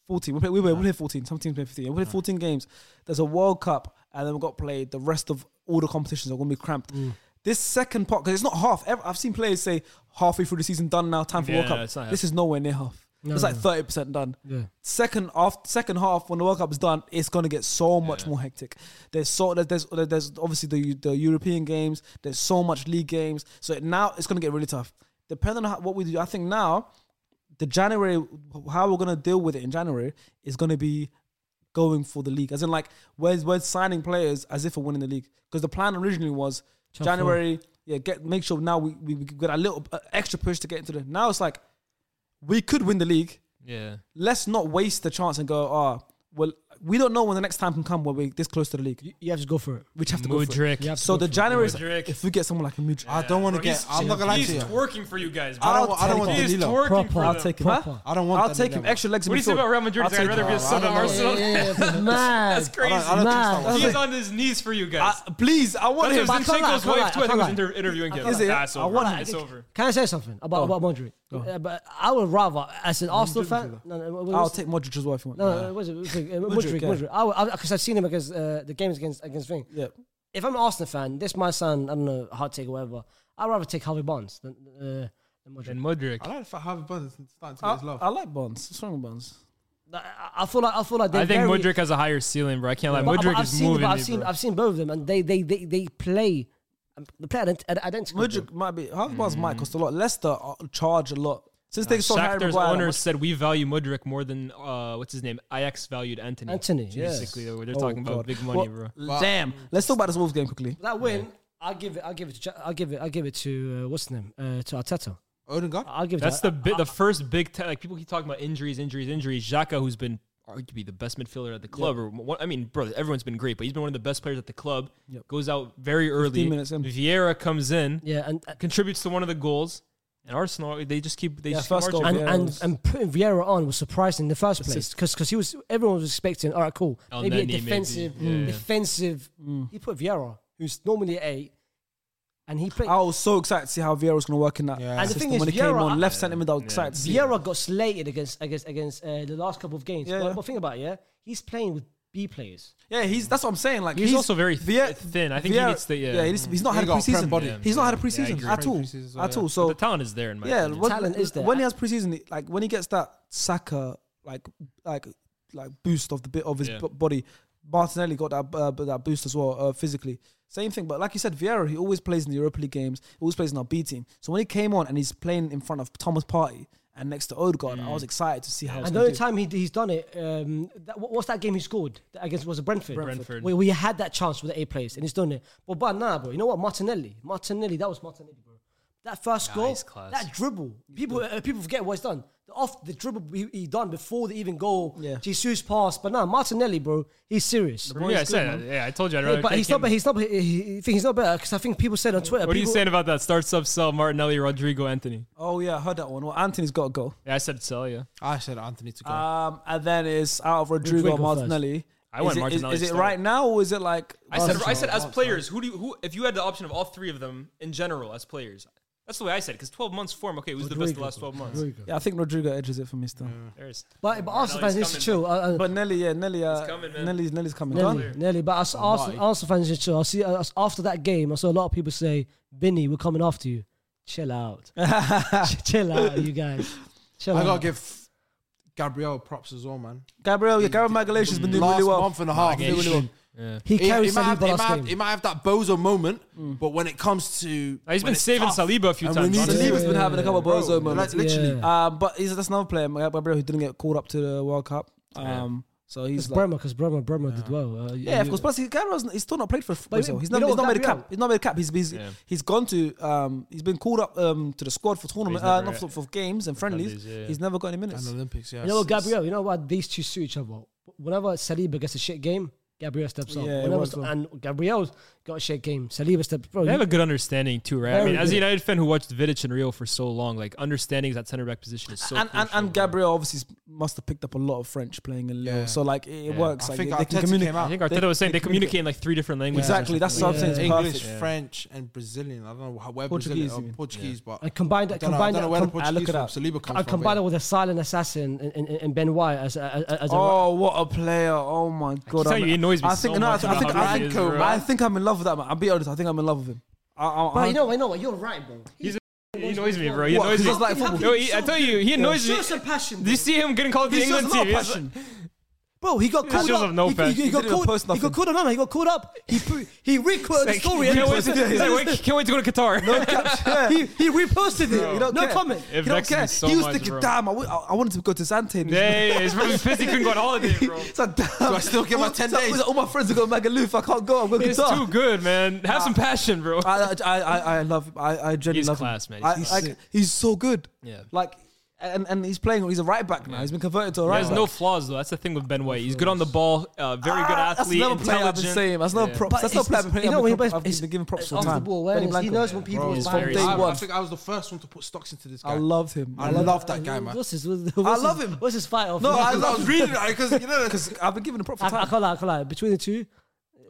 B: 14. We play, we, play, we play 14. Some teams play 15. We play 14 games. There's a World Cup, and then we got played. The rest of all the competitions are gonna be cramped.
E: Mm.
B: This second part, because it's not half. Ever- I've seen players say halfway through the season done now, time for
D: Yeah,
B: World
D: no,
B: Cup.
D: it's not
B: this is nowhere near half.
E: No,
B: it's like
E: no.
B: 30 percent done
E: Yeah.
B: second half, second half when the World Cup is done, it's gonna get so much more hectic. There's so there's there's, there's obviously the the European games. There's so much league games. So it, now it's gonna get really tough. Depending on how, what we do, I think now the January how we're gonna deal with it in January is gonna be going for the league. As in like we're we're signing players as if we're winning the league because the plan originally was
E: Top four.
B: January. Yeah, get make sure now we we we get a little uh, extra push to get into the. Now it's like we could win the league
D: yeah,
B: let's not waste the chance and go, ah, well, we don't know when the next time can come where we're this close to the league.
E: You, you have to go for it.
B: We just have to go for it.
D: Mudrik.
E: You have to
B: So
E: go
B: the
E: for it.
B: January, is-
D: Mudryk.
B: if we get someone like a Mudrik,
C: I don't want to get. I'm not gonna lie to
D: He's
C: you.
D: twerking for you guys. Bro.
C: I don't. I don't want
D: He's
C: Danilo.
D: twerking
E: Proper.
D: for
E: I'll
D: them.
E: take him.
B: Huh?
E: Proper.
C: I don't want.
B: I'll take him
C: Danilo.
B: extra legs. in
D: What do you say
B: midfield.
D: about Real Madrid?
B: I'll
D: I'd
B: take
D: rather be a
B: him.
D: son of Arsenal.
E: Mad.
D: That's crazy.
C: I don't
E: Mad.
C: think so.
D: He's on his knees for you guys.
B: Uh, please, I want
D: That's
B: him.
D: what
E: but I can't
D: Zinchenko's
E: lie, I
D: wife
E: can't
D: too. I
E: lie,
D: think was
E: I can't
D: inter- interviewing him.
B: Is it?
D: Nah, it's
B: I
D: over.
B: want him.
D: It's over.
E: Can I say something about about Modric? Uh, but I would rather, as an Arsenal fan, no, no, what-
B: I'll
E: what's-
B: take Modric as well if you want.
E: no, no, what's it- what's it, uh, Modric,
B: Modric, yeah.
E: Modric. I would because I've seen him against uh, the games against against Ving.
B: Yeah.
E: If I'm an Arsenal fan, this my son. I don't know hard take or whatever. I'd rather take Harvey Barnes than uh, than Modric.
D: Mudrik.
C: I like the fact Harvey Barnes is starting to get his
B: I,
C: love.
B: I like Bonds. What's wrong with Bonds?
E: No, I- I feel like I feel like they're
D: I think
E: very,
D: Mudrik has a higher ceiling, bro. I can't lie.
E: But- but
D: Mudrik
E: I've
D: is
E: seen,
D: moving.
E: but I've
D: me,
E: seen
D: bro.
E: I've seen both of them, and they they they, they play um, they play ident- ad- identically.
B: Mudrik might be half bars might cost a lot. Leicester uh, charge a lot since they sold Harry
D: Mm. Shakhtar's
B: Maguire.
D: owner said we value Mudrik more than uh, what's his name? Ajax valued Anthony.
E: Antony,
D: So
E: yes.
D: basically they're, they're
B: Oh,
D: talking about
B: God.
D: big money,
B: Well,
D: bro.
B: Damn. Let's talk about this Wolves game quickly.
E: That win, I give it. I give it. To, Ch- I give it. I give it to uh, what's his name? Uh, to Arteta.
C: Odegaard?
E: I'll give it.
D: That's
E: to,
D: the bit, the first big t- like people keep talking about injuries, injuries, injuries. Xhaka, who's been arguably the best midfielder at the club, or one, I mean, bro, everyone's been great, but he's been one of the best players at the club.
B: Yep.
D: Goes out very early.
B: minutes in.
D: Vieira comes in,
E: yeah, and and
D: contributes to one of the goals, and Arsenal they just keep they
B: Yeah,
D: just
B: first
D: keep
B: goal.
D: marching.
E: and,
B: Yeah, it
E: and,
B: was-
E: and putting Vieira on was surprising in the first place
B: Assist.
E: because he was everyone was expecting. All right, cool.
D: El
E: maybe a
D: Neni, maybe.
E: defensive,
D: Yeah. Mm.
E: defensive. He put Vieira, who's normally at eight, and he played.
B: I was so excited to see how Vieira was going to work in that.
C: Yeah. And the
B: system.
E: thing is,
B: when he came
E: Vieira-
B: on left centre mid, I was excited to see.
E: Vieira got slated against against against uh, the last couple of games.
B: Yeah,
E: but,
B: yeah.
E: but think about it, yeah, he's playing with B players.
B: Yeah, he's that's what I'm saying. Like
D: He's also very th- thin. I think he needs to- yeah.
B: he's, he's not
C: He
B: had a
C: got a prem
B: preseason.
C: body.
B: He's not had a
D: Yeah, I
B: preseason
D: agree.
B: at all.
C: Preseason as well,
B: At
C: yeah.
B: all.
D: But
B: So
D: the talent is there in my
B: yeah,
D: opinion.
B: when-
E: Talent is there.
B: When he has preseason, he- like when he gets that Saka like like like boost of the bit of his
D: Yeah.
B: b- body, Martinelli got that uh, that boost as well uh, physically. Same thing, but like you said, Vieira, he always plays in the Europa League games. He always plays in our B team. So when he came on and he's playing in front of Thomas Party and next to Odegaard,
D: Mm.
B: I was excited to see how. it's
E: And the
B: gonna
E: only
B: do.
E: time he, he's done it, um, that, what- what's that game he scored against? Was it Brentford?
D: Brentford.
E: Where we had that chance with the A players, and he's done it. But but nah, bro. You know what? Martinelli, Martinelli, that was Martinelli, bro. That first goal,
D: he's class.
E: that dribble. People uh, people forget what he's done. The off the dribble he, he done before the even goal.
B: Yeah.
E: Jesus pass. But nah, Martinelli, bro, he's serious.
D: Well, yeah, I said, yeah, I told you, I'd rather
E: Yeah, but
D: take
E: he's not,
D: him.
E: but he's not. He, he- he think he's not better because I think people said on Twitter.
D: What are you
E: people-
D: saying about that? Start sub sell Martinelli, Rodrigo, Anthony.
B: Oh yeah, I heard that one. Well, Anthony's got to go.
D: Yeah, I said sell. Yeah,
B: Ah.
C: I said Anthony to go.
B: Um, and then it's out of Rodrigo,
E: Rodrigo
B: Martinelli.
D: I went
B: is it, is-
D: Martinelli
B: Is, it
D: start.
B: right now or is it like? oh,
D: I said,
B: Arsenal?
D: I said, as players, who do you, who, if you had the option of all three of them in general as players, that's the way I said. Because twelve months form, okay, who's the best the last twelve months?
B: Yeah, I think Rodrigo edges it for me still.
D: There's
E: But, but Arsenal
D: he's
E: fans need to
D: coming,
E: chill. Uh, uh,
B: But Nelly, yeah, Nelly, uh,
D: coming, man.
B: Nelly's Nelly's coming.
E: Nearly,
B: Done.
E: nearly. But us Arsenal, Arsenal fans, chill. I see uh, us- after that game, I saw a lot of people say, "Vinny, we're coming after you." Chill out, Ch- chill out, you guys. Chill
C: I
E: out.
C: gotta give Gabriel props as well, man.
B: Gabriel, Oh, yeah, Gabriel Magalhaes has been doing
C: Last
B: really well.
C: month and a half, doing really well.
E: he
C: He,
E: carried
C: he might have,
E: Saliba
C: he, might
E: last
C: have, he
E: game.
C: might have that bozo moment, but when it comes to
D: He's
C: when
D: been
C: it's
D: saving
C: tough,
D: Saliba a few
C: and we
D: times.
C: need
D: honestly.
C: to-
B: Saliba's been having a couple of
C: Bro,
B: bozo moments.
C: like, literally,
E: Yeah.
B: Um, but he's that's another player, Gabriel, who didn't get called up to the World Cup. Um, so he's
E: It's
B: like,
E: Bremer because Bremer, Bremer did well. Uh,
B: yeah, of course. Plus, he, Gabriel's he's still not played for Brazil.
E: you
B: He's not,
E: know
B: he's
E: what,
B: not made a
E: Gabriel-
B: cap. He's not made a cap. He's he's,
D: Yeah.
B: he's gone to um, he's been called up um to the squad for tournament, uh,
D: never-
B: not for, for games and friendlies.
D: friendlies, yeah, yeah.
B: He's never got any minutes.
C: And Olympics, yeah.
E: You know what, Gabriel? You know what? These two suit each other. Whenever Saliba gets a shit game, Gabriel steps up.
B: Yeah, it
E: Whenever,
B: was, well.
E: and Gabriel's got a shit game. Saliba steps. Bro,
D: They have
E: you-
D: a good understanding too, right? I
E: Very
D: mean, as a
E: good.
D: United fan who watched Vidic and Rio for so long, like understanding that center back position is so
B: and, and,
D: crucial,
B: and
D: bro.
B: Gabriel obviously must have picked up a lot of French playing in Lille,
C: Yeah.
B: so like it
D: Yeah.
B: works.
C: I
B: like,
C: think
B: they can
C: Arteta
B: communi-
C: came out.
D: I think Arteta
B: They-
D: was saying
B: they
D: they communicate in like three different languages. or
B: Exactly, that's what
D: something like
B: I'm saying. It's
E: Yeah.
B: perfect.
C: English, French, and Brazilian. I don't know how, where
B: Portuguese,
C: Portuguese,
B: you mean.
C: Brazilian, or Portuguese, but
E: I combined
C: I
E: that.
C: don't know, I
E: Combined
C: don't know
E: that.
C: where the
E: com- Ah,
B: I look
C: Portuguese
B: it
C: from
B: up.
C: Saliba comes
E: I
C: from.
E: combined
C: but-
E: that with a silent assassin and, and, and Ben White as a, as a- as a
B: Oh, what a player! Oh my god!
D: telling
B: I'm-
D: you, he annoys me
B: I think
D: so
B: no,
D: much
B: I, I
D: about
B: think
D: how
B: I,
D: good he
B: think,
D: is, bro.
B: I think I'm in love with that man. I'll be honest. I think I'm in love with him. I, I,
E: But
B: I,
E: you know, I know what you're right, bro. He's
D: He annoys me, bro. He
B: What,
D: annoys
B: he
D: me.
B: doesn't like football?
D: Yo, he- I tell you, he annoys me.
E: Show some passion.
D: Do you see him getting called to the
B: He shows
D: England
B: a lot of
D: team? He's-
B: passion.
E: Bro, he got
D: He
E: called
D: shows
E: up.
D: him no
E: he,
D: passion.
E: he,
D: He
E: he, got
B: didn't
E: called,
B: post
E: he got
B: nothing.
E: called up. no, He got called up. He pre- he re-quoted the
D: Like,
E: story.
D: can't,
E: and
D: wait,
E: posted it.
D: he's like, wait, can't wait to go to Qatar.
B: Yeah.
E: He, he reposted it.
B: He
E: No
B: don't care.
E: comment.
D: It
B: he don't
D: vexes me
B: care.
D: so
B: he was
D: much,
B: thinking,
D: bro.
B: damn, I, w- I I wanted to go to Zante.
D: Yeah, yeah, yeah. He's probably pissed he couldn't go on holiday, bro.
B: it's like, damn. Do
C: I still get my 10 days?
B: All my friends are going Magaluf. I can't go. I'm going to
D: It's
B: Qatar.
D: too good, man. Have some passion, bro.
B: I, I, I, I love. Him. I, I genuinely
D: He's
B: love
D: class,
B: him.
D: man.
B: I,
D: He's
B: I,
D: sick.
B: he's so good.
D: Yeah.
B: Like, and and he's playing. He's a right back now. He's been converted to a right
D: He has
B: back.
D: no flaws though. That's the thing with Ben White. He's good on the ball, uh, very good
B: Ah,
D: athlete,
B: That's another player I've been
D: intelligent.
B: saying. That's another
D: Yeah.
B: prop.
E: But
B: That's
E: it's-
B: another player
E: it's- you know
B: I've
E: when he
B: been, prop- I've
E: plays-
B: been giving props for
E: off the
B: time.
E: ball
B: Benny
E: awareness. He
B: Blanco.
E: knows when people
C: Bro,
E: is
D: he's
E: buying
D: very
E: stuff.
B: Day
C: I, I
B: one.
C: think I was the first one to put stocks into this guy.
B: I love him.
C: I love that guy, man.
E: What's his, what's his,
B: I love him.
E: What's his fight off?
B: No, I
C: Because I was
B: love.
C: reading it because you know,
B: Because I've been giving a prop
E: I,
B: for
E: I
B: time.
E: can't lie. I can't lie. Between the two,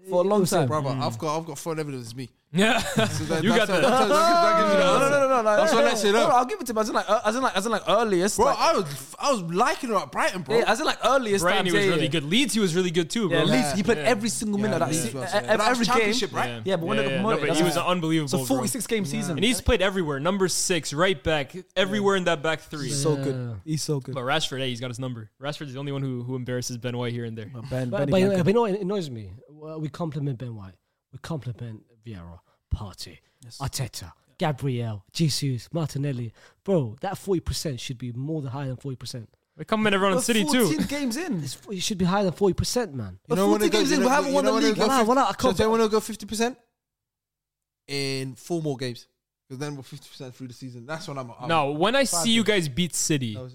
B: for a long time.
C: brother. I've got I've got phone evidence. It's me.
D: Yeah,
C: So that-
D: you got
C: that's
D: that.
C: how- that's how- that gives you the
B: No, no,
C: answer.
B: no, no, no.
C: That's
B: no,
C: what
B: no,
C: lets it
B: no,
C: up.
B: no, I'll give it to him. As in like, uh, as in like, as in like earliest,
C: Bro,
B: like,
C: I was I was liking her at Brighton, bro.
B: yeah, as in like earliest.
D: Brighton,
B: times,
D: he was
B: yeah,
D: really
B: yeah.
D: good. Leeds, he was really good too, bro.
B: Yeah,
C: Yeah.
B: Leeds, he played every single minute of that
C: yeah,
B: se-
C: yeah.
B: e- e-
C: But that was
B: every game.
C: championship, right?
B: Yeah, but when they got
D: no,
B: promoted,
D: but
B: that's
D: he was
B: why.
D: unbelievable.
B: It's a
D: bro.
B: 46 game season.
D: and he's played everywhere. Number six, right back, everywhere in that back three.
B: He's so good. He's so good.
D: but Rashford, hey, he's got his number. Rashford's the only one who, who embarrasses Ben White here and there.
B: Ben,
E: But,
B: Benny
E: but, you know,
B: Blanco.
E: but you know what annoys me? Well, We compliment Ben White. We compliment Vieira, Party, Arteta, Gabriel, Jesus, Martinelli. Bro, that 40% should be more than higher than 40%.
D: They come in everyone
B: We're
D: in City
B: 14
D: too.
B: games in.
E: It's, it should be higher than 40%, man.
B: But
C: You know when
B: 40
C: they go-
B: games
C: you
B: in,
C: know-
B: we haven't
C: you
B: won the
C: know when they
B: league.
C: go
E: Well, I- well, I
C: So
E: can't-
C: do you want to go fifty percent in four more games? Because then we're fifty percent through the season. That's when I'm. I'm
E: Oh,
D: No, when I see you guys beat City,
C: that was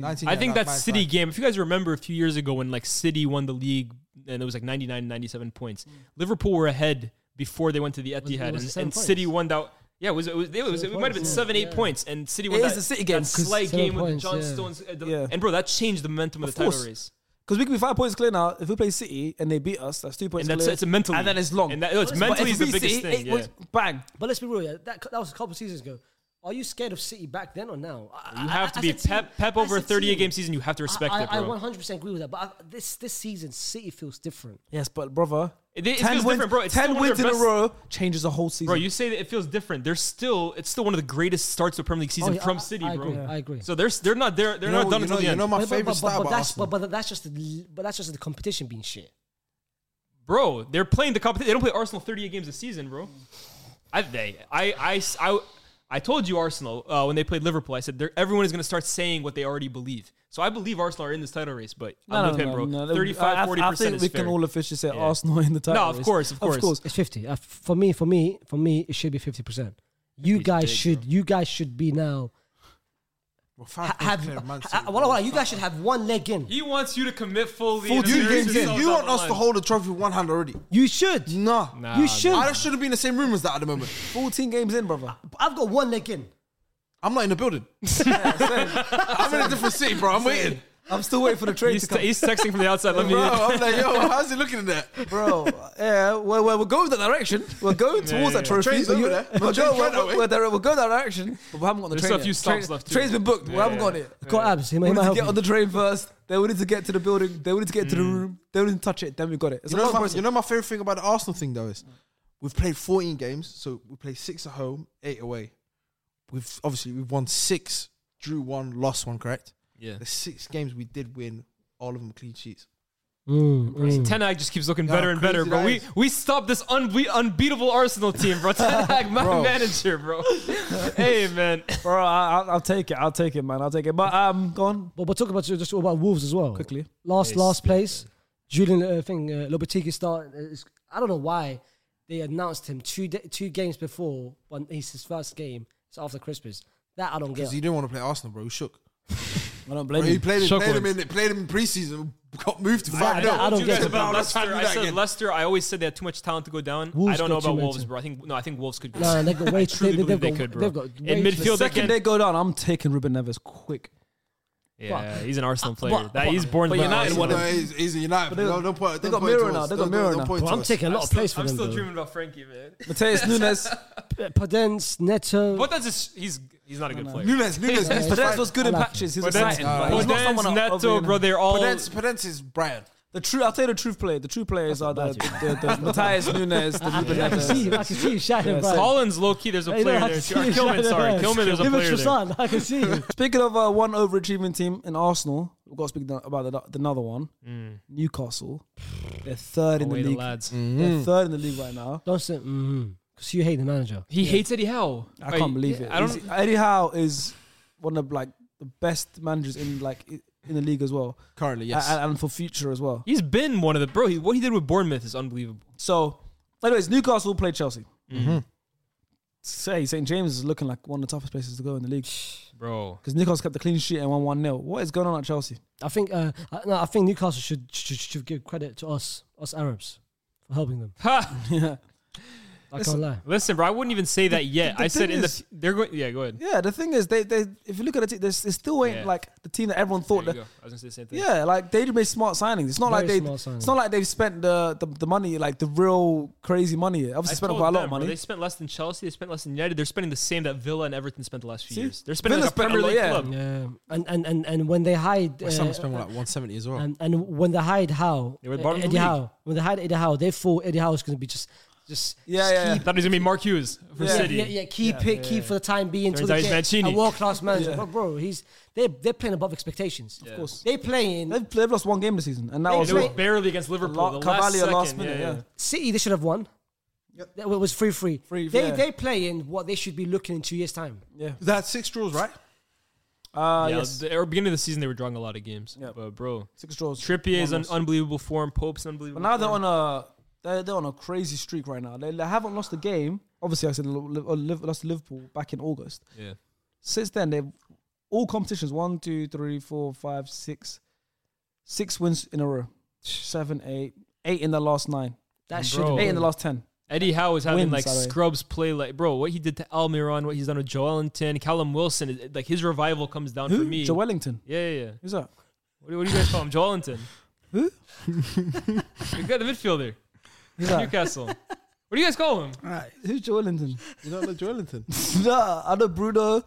B: 19,
C: 19,
D: I
C: yeah,
D: think that
C: fine,
D: City
C: fine.
D: game, if you guys remember a few years ago when like City won the league and it was like 99, 97 points, Liverpool were ahead before they went to the Etihad
E: Mm. was it
D: and,
E: seven
D: and City
E: points?
D: won that. Yeah, it was it, was, it, was, it might have been
E: points, yeah,
D: seven, eight
E: yeah.
D: points, and City won
B: It
D: that,
B: is the City game,
D: that
B: 'cause
D: slight
E: seven
D: game with
E: points,
D: John
E: yeah.
D: Stones, uh, the-
B: Yeah.
D: and bro, that changed the momentum of,
B: Of
D: the title
B: course.
D: race.
B: Because we can be five points clear now. If we play City and they beat us, that's two points
D: And that's
B: clear.
D: it's a mental,
B: And then it's long.
D: And that, no, it's
B: But
D: mentally
B: if
D: is the
B: we
D: biggest
B: see
D: thing.
B: eight
D: yeah.
B: points, bang.
E: But let's be real, yeah, that, that was a couple of seasons ago. Are you scared of City back then or now? I-
D: You
E: I-
D: have to
E: as
D: be
E: a team-
D: Pep. Pep
E: as
D: over
E: a
D: a 38
E: team,
D: game season. You have to respect
E: I,
D: it,
E: I, I
D: bro.
E: 100% agree with that. But I, this this season, City feels different.
B: Yes, but brother,
D: It- it
B: ten
D: feels
B: wins,
D: different, bro. It's still
B: ten
D: one of
B: wins in
D: their
B: a
D: best-
B: row changes the whole season.
D: Bro, you say that it feels different. They're still, it's still one of the greatest starts to Premier League
B: Oh,
D: season
E: Oh, yeah,
D: from
E: I-
D: City,
E: I
D: bro.
E: agree, I agree.
D: So they're they're not there. They're
C: You know,
D: not done
C: you know,
D: until the
C: you
D: end,
C: know my
E: But- but-
C: favorite
E: but-
C: style
E: but
C: about
E: that's but,
C: Arsenal.
E: but that's just the, but that's just the competition being shit.
D: bro. They're playing the competition. They don't play Arsenal 38 games a season, bro. I they I I I, I told you Arsenal uh, when they played Liverpool. I said they're- everyone is going to start saying what they already believe. So I believe Arsenal are in this title race, but
B: no,
D: I'm
B: no,
D: with him,
B: no,
D: bro.
B: no,
D: 35,
B: I- I-
D: 40
B: I
D: percent
B: think
D: is
B: we
D: fair.
B: can all officially say
D: Yeah.
B: Arsenal in the title.
D: No, of
B: race.
D: course, of course.
B: of course.
E: It's fifty. Uh, f- for me, for me, for me, it should be fifty percent. You guys
D: big,
E: should, you guys should be now.
C: We're five
E: Ha-
C: points
E: have,
C: clear of Man
E: ha-
C: City,
E: ha-
C: bro.
E: well, well, you guys should have one leg in.
D: He wants you to commit fully.
C: You,
D: and embarrass
C: you, you,
D: yourself
C: you
D: down
C: want
D: the
C: us to
D: line.
C: hold the trophy with one hand already?
E: You should.
C: Nah.
D: Nah,
E: you
D: nah.
E: should.
C: I should have been in the same room as that at the moment.
B: Fourteen games in, brother.
E: I've got one leg in.
C: I'm not in the building. I'm in a different city, bro. I'm waiting.
B: I'm still waiting for the trade to
D: He's,
B: come,
D: he's texting from the outside. Let me.
C: Bro, I'm like, yo, how's he looking at that?
B: bro. Yeah, well, well, we're going that direction. We're going towards
D: yeah,
B: that
D: yeah.
B: trophy.
C: Train's
B: We're
C: over
B: go- We're
C: there. Train's right that
B: going
C: way.
B: we're there- we'll go that direction, but we haven't got the
D: There's
B: train.
D: still a few
B: yet.
D: stops
B: Train-
D: left, too.
B: Train's been booked. We
D: Yeah,
B: haven't
D: yeah.
B: got it.
E: Got abs. He
B: We
E: might
B: need to
E: help
B: get on
E: you.
B: the train first. Then we need to get to the building. Then we need to get to the room. Then we need to touch it. Then we got it. It's a
C: You know,
B: long
C: my,
B: process.
C: you know my favorite thing about the Arsenal thing though is we've played 14 games, so we play six at home, eight away. We've obviously we've won six, drew one, lost one. Correct.
D: Yeah.
C: The six games we did win, all of them clean sheets.
E: Mm,
D: So
E: mm.
D: Ten Hag just keeps looking
C: Yeah,
D: better and
C: crazy
D: better, bro.
C: that
D: We
C: is.
D: we stopped this unbe- unbeatable Arsenal team, bro. Ten Hag, my
C: Bro.
D: manager, bro. hey, man.
B: Bro, I, I'll, I'll take it. I'll take it, man. I'll take it. But um, go on
E: But we'll talk about just about Wolves as well.
B: quickly.
E: Last
D: Yes,
E: last
D: yeah.
E: place, Julian uh, thing uh, Lopetegui start. uh, is- I don't know why they announced him two da two games before, but it's his first game. It's after Christmas. That I don't get.
C: Because he didn't want to play Arsenal, bro. He shook.
B: I don't
C: Bro,
B: blame
C: he
B: you.
C: played,
D: Shook
C: him, played him
D: ones.
C: in played him in preseason. Got moved to
E: I-
C: five.
E: I don't- I don't
D: You
E: get
D: guys
E: it.
D: about
C: Let's
D: Leicester.
C: do
D: I
C: that
D: said
C: again.
D: Leicester. I always said they had too much talent to go down.
E: Wolves
D: I don't
E: got
D: know
E: too
D: about
E: much
D: Wolves,
E: talent.
D: bro. I think no, I think Wolves could. Go
E: No,
D: down.
E: they got way-
D: I truly
E: they-
D: believe
E: they've
D: they
E: got-
D: could, bro.
E: they've got
D: In
E: way-
D: midfield, they
B: Second
D: can.
B: day go down. I'm taking Ruben Neves quick.
D: Yeah, he's an Arsenal player.
E: but-
D: that he's
E: but-
D: born.
B: but
D: by
B: United
D: Arsenal.
B: won
C: No, he's, he's a United.
B: they-
C: no, don't point,
B: they
C: don't
B: got
C: point
B: Mirror
C: to
B: now,
C: us.
B: they got
C: Don't- don't-
B: Mirror
C: don't
B: now.
C: point
E: Bro,
C: to
E: I'm
C: us.
E: taking a lot
D: I'm
E: of
D: still,
E: plays for
D: I'm
E: them.
D: still
E: though.
D: dreaming about Frankie, man.
B: Mateus Nunes.
E: Podence, Neto.
D: But that's just he's he's not a good player.
C: Nunes, Nunes.
E: Yeah,
C: Nunes.
B: Nunes was good in
E: I like
B: patches. He was
D: But
B: exciting. but he's not someone
D: that's
B: I- of, you
D: Neto,
B: know,
D: bro. They're all.
C: Podence, Podence is Brian.
B: The true, I'll tell you the truth player. The true players are the, the, the, the Matthias Nunes, the Ruben
E: I can see
B: Neves.
E: you. I can see you shining,
B: Yeah,
E: bro.
D: Collins, low key. There's a
E: Hey, no,
D: player
E: I
D: there.
E: can
D: too.
E: see
D: Or
E: you
D: Kilman,
E: shining,
D: sorry,
E: bro.
D: Kilman. There's a
E: Give it
D: player
E: to
D: there.
E: Son, I can see you.
B: Speaking of uh, one overachieving team in Arsenal, we've got to speak about the, another one. Newcastle. They're third in the
D: Away the
B: league.
D: lads.
B: They're third in the league right now.
E: Don't say, mm because you hate the manager.
D: He hates Eddie Howe.
B: I can't believe it.
D: I don't.
B: He's- Eddie Howe is one of like the best managers in like i- in the league as well,
C: Currently,
B: A- and, and for future as well.
D: He's been one of the bro. He, what he did with Bournemouth is unbelievable.
B: So, anyways, Newcastle play Chelsea.
D: Mm-hmm.
B: Say St James is looking like one of the toughest places to go in the league
D: Bro,
B: because Newcastle kept the clean sheet and won one 0 What is going on at Chelsea?
E: I think, uh, I, no, I think Newcastle should, should should give credit to us, us Arabs, for helping them.
D: ha!
B: Yeah.
E: I can't lie.
D: Listen, bro, I wouldn't even say that yet.
B: the
D: I said
B: thing
D: in
B: is-
D: the they're going. Yeah, go ahead.
B: Yeah, the thing is, they, they if you look at the team, they s- it still ain't
D: Yeah.
B: like the team that everyone thought
D: There you
B: that.
D: go. I was gonna say the same thing.
B: Yeah, like they made smart signings. It's not
E: Very
B: like they.
E: smart signings.
B: It's not like they've spent the, the the money like the real crazy money. Obviously, spent
D: told
B: quite a lot
D: them,
B: of
D: bro,
B: money.
D: they spent less than Chelsea. They spent less than United. They're spending the same that Villa and Everton spent the last few
B: See?
D: years. They're spending
B: Villa
D: like a
B: spent a
D: Premier
B: lot,
D: League
B: yeah.
D: club.
E: Yeah, and and and, and when they hide,
C: West
E: uh,
C: Ham spent like 170 as well.
E: and and when they hide how uh,
D: They were bottom of the league.
E: Eddie Howe, when they hide Eddie Howe, they thought Eddie Howe is going to be just just
B: Yeah,
E: just
B: yeah,
E: keep
D: Thought it was gonna be Mark Hughes for
B: Yeah.
D: City.
E: Yeah, yeah, keep it, keep for the time being
D: Turns
E: until they
D: out he's
E: get
D: Mancini.
E: a world class manager.
B: Yeah.
E: But bro, he's they they're playing above expectations.
D: Yeah.
B: course.
E: They playing
B: They've, they've lost one game this season, and that
E: They
D: And
B: was
D: it
E: play-
D: was barely against Liverpool.
B: La-
D: the last
B: Cavani
D: second.
B: last minute.
D: yeah.
B: Yeah,
E: City, they should have won. That- It was free free.
B: Free,
E: they
B: yeah.
E: they playing what they should be looking in two years time.
B: yeah.
C: They had six draws, right?
B: Uh,
D: Yeah,
B: yes,
D: the- at the beginning of the season, they were drawing a lot of games.
B: Yeah.
D: But bro,
B: six draws.
D: Trippier is
B: One
D: on
B: loss.
D: unbelievable form. Pope's unbelievable.
B: But now they're
D: form.
B: on a they're, they're on a crazy streak right now. They, they haven't lost a game. Obviously, I said Liv- Liv- uh, Liv- lost to Liverpool back in August.
D: Yeah.
B: Since then, they've all competitions one, two, three, four, five, six, six wins in a row. Seven, eight, eight in the last nine,
E: That
D: And
E: should
D: bro-
E: have
B: eight
E: been
B: in the last ten.
D: Eddie Howe is having
B: Wins,
D: like
B: sorry.
D: scrubs play like bro. What he did to Almiron, what he's done with Joelinton, Callum Wilson, it- like his revival comes down for
B: Who?
D: me.
B: Joe Wellington.
D: yeah, yeah, yeah.
B: Who's that?
D: What do, what do you guys call him? Joelinton.
B: Who?
D: You got the midfielder.
B: Who's that?
D: Newcastle. What do you guys call him?
B: Who's Joe Wellington?
C: You don't like Joelinton.
B: nah, I know Bruno,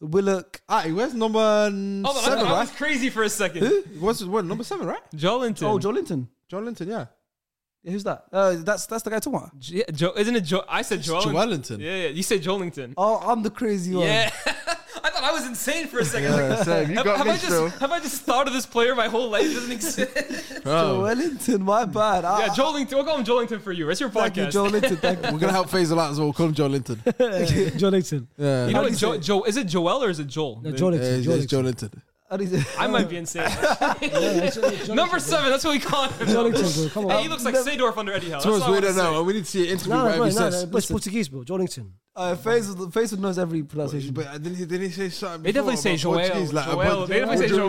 B: Willock.
C: Ah, he wears number n-
D: Oh,
C: seven,
D: I, I was
C: right?
D: crazy for a second.
C: He wears what, number seven, right?
D: Joelinton.
B: Oh, Joe Linton.
C: Joelinton, yeah.
B: Who's that? Uh, that's that's the guy talking about.
D: J- Joe, isn't it Joe? I said Joelinton.
C: Joelinton.
D: Yeah, yeah. You said Joelinton.
B: Oh, I'm the crazy one.
D: Yeah. I thought I was insane for a second. I was
C: Yeah, same. You
D: Like,
C: got
D: have,
C: me
D: I
C: still.
D: just, have I just thought of this player my whole life? It doesn't exist.
C: Oh.
B: Joe Wellington. Oh, My bad. I-
D: yeah, Joelinton. We'll call him Joelinton for you. It's your
B: Thank you,
D: podcast.
B: Joe Linton. Thank
C: We're
B: you.
C: gonna help FaZe a lot as well. We'll Call him Joelinton.
E: Jonathan.
C: Yeah,
D: You know what,
B: do you
D: Joe, Joe, is it Joel or is it Joel? The-
E: No,
C: Yeah,
E: Jonathan.
C: it's, it's
E: Jonathan.
C: Joelinton.
B: How do you say-
D: I might be insane.
E: Jonathan.
D: Number seven, that's what we call him.
E: Jonathan, bro, come on.
D: hey, he looks like Seedorf under Eddie Howe. Oh, That's
C: Tomorrow's
D: what I
C: we
D: wanna
C: don't
D: say.
C: know. and We need to see an interview.
E: No, no,
C: whatever
E: bro,
C: he
E: no,
C: says.
E: no, but it's Portuguese, bro. Jonathan.
B: Uh, Faisal, Faisal knows every pronunciation.
C: But uh, didn't he, didn't he say something?
D: They definitely say
C: before
D: Joel.
C: about Portuguese, Oh, like,
D: Joel.
C: about-
D: They definitely say
C: Joel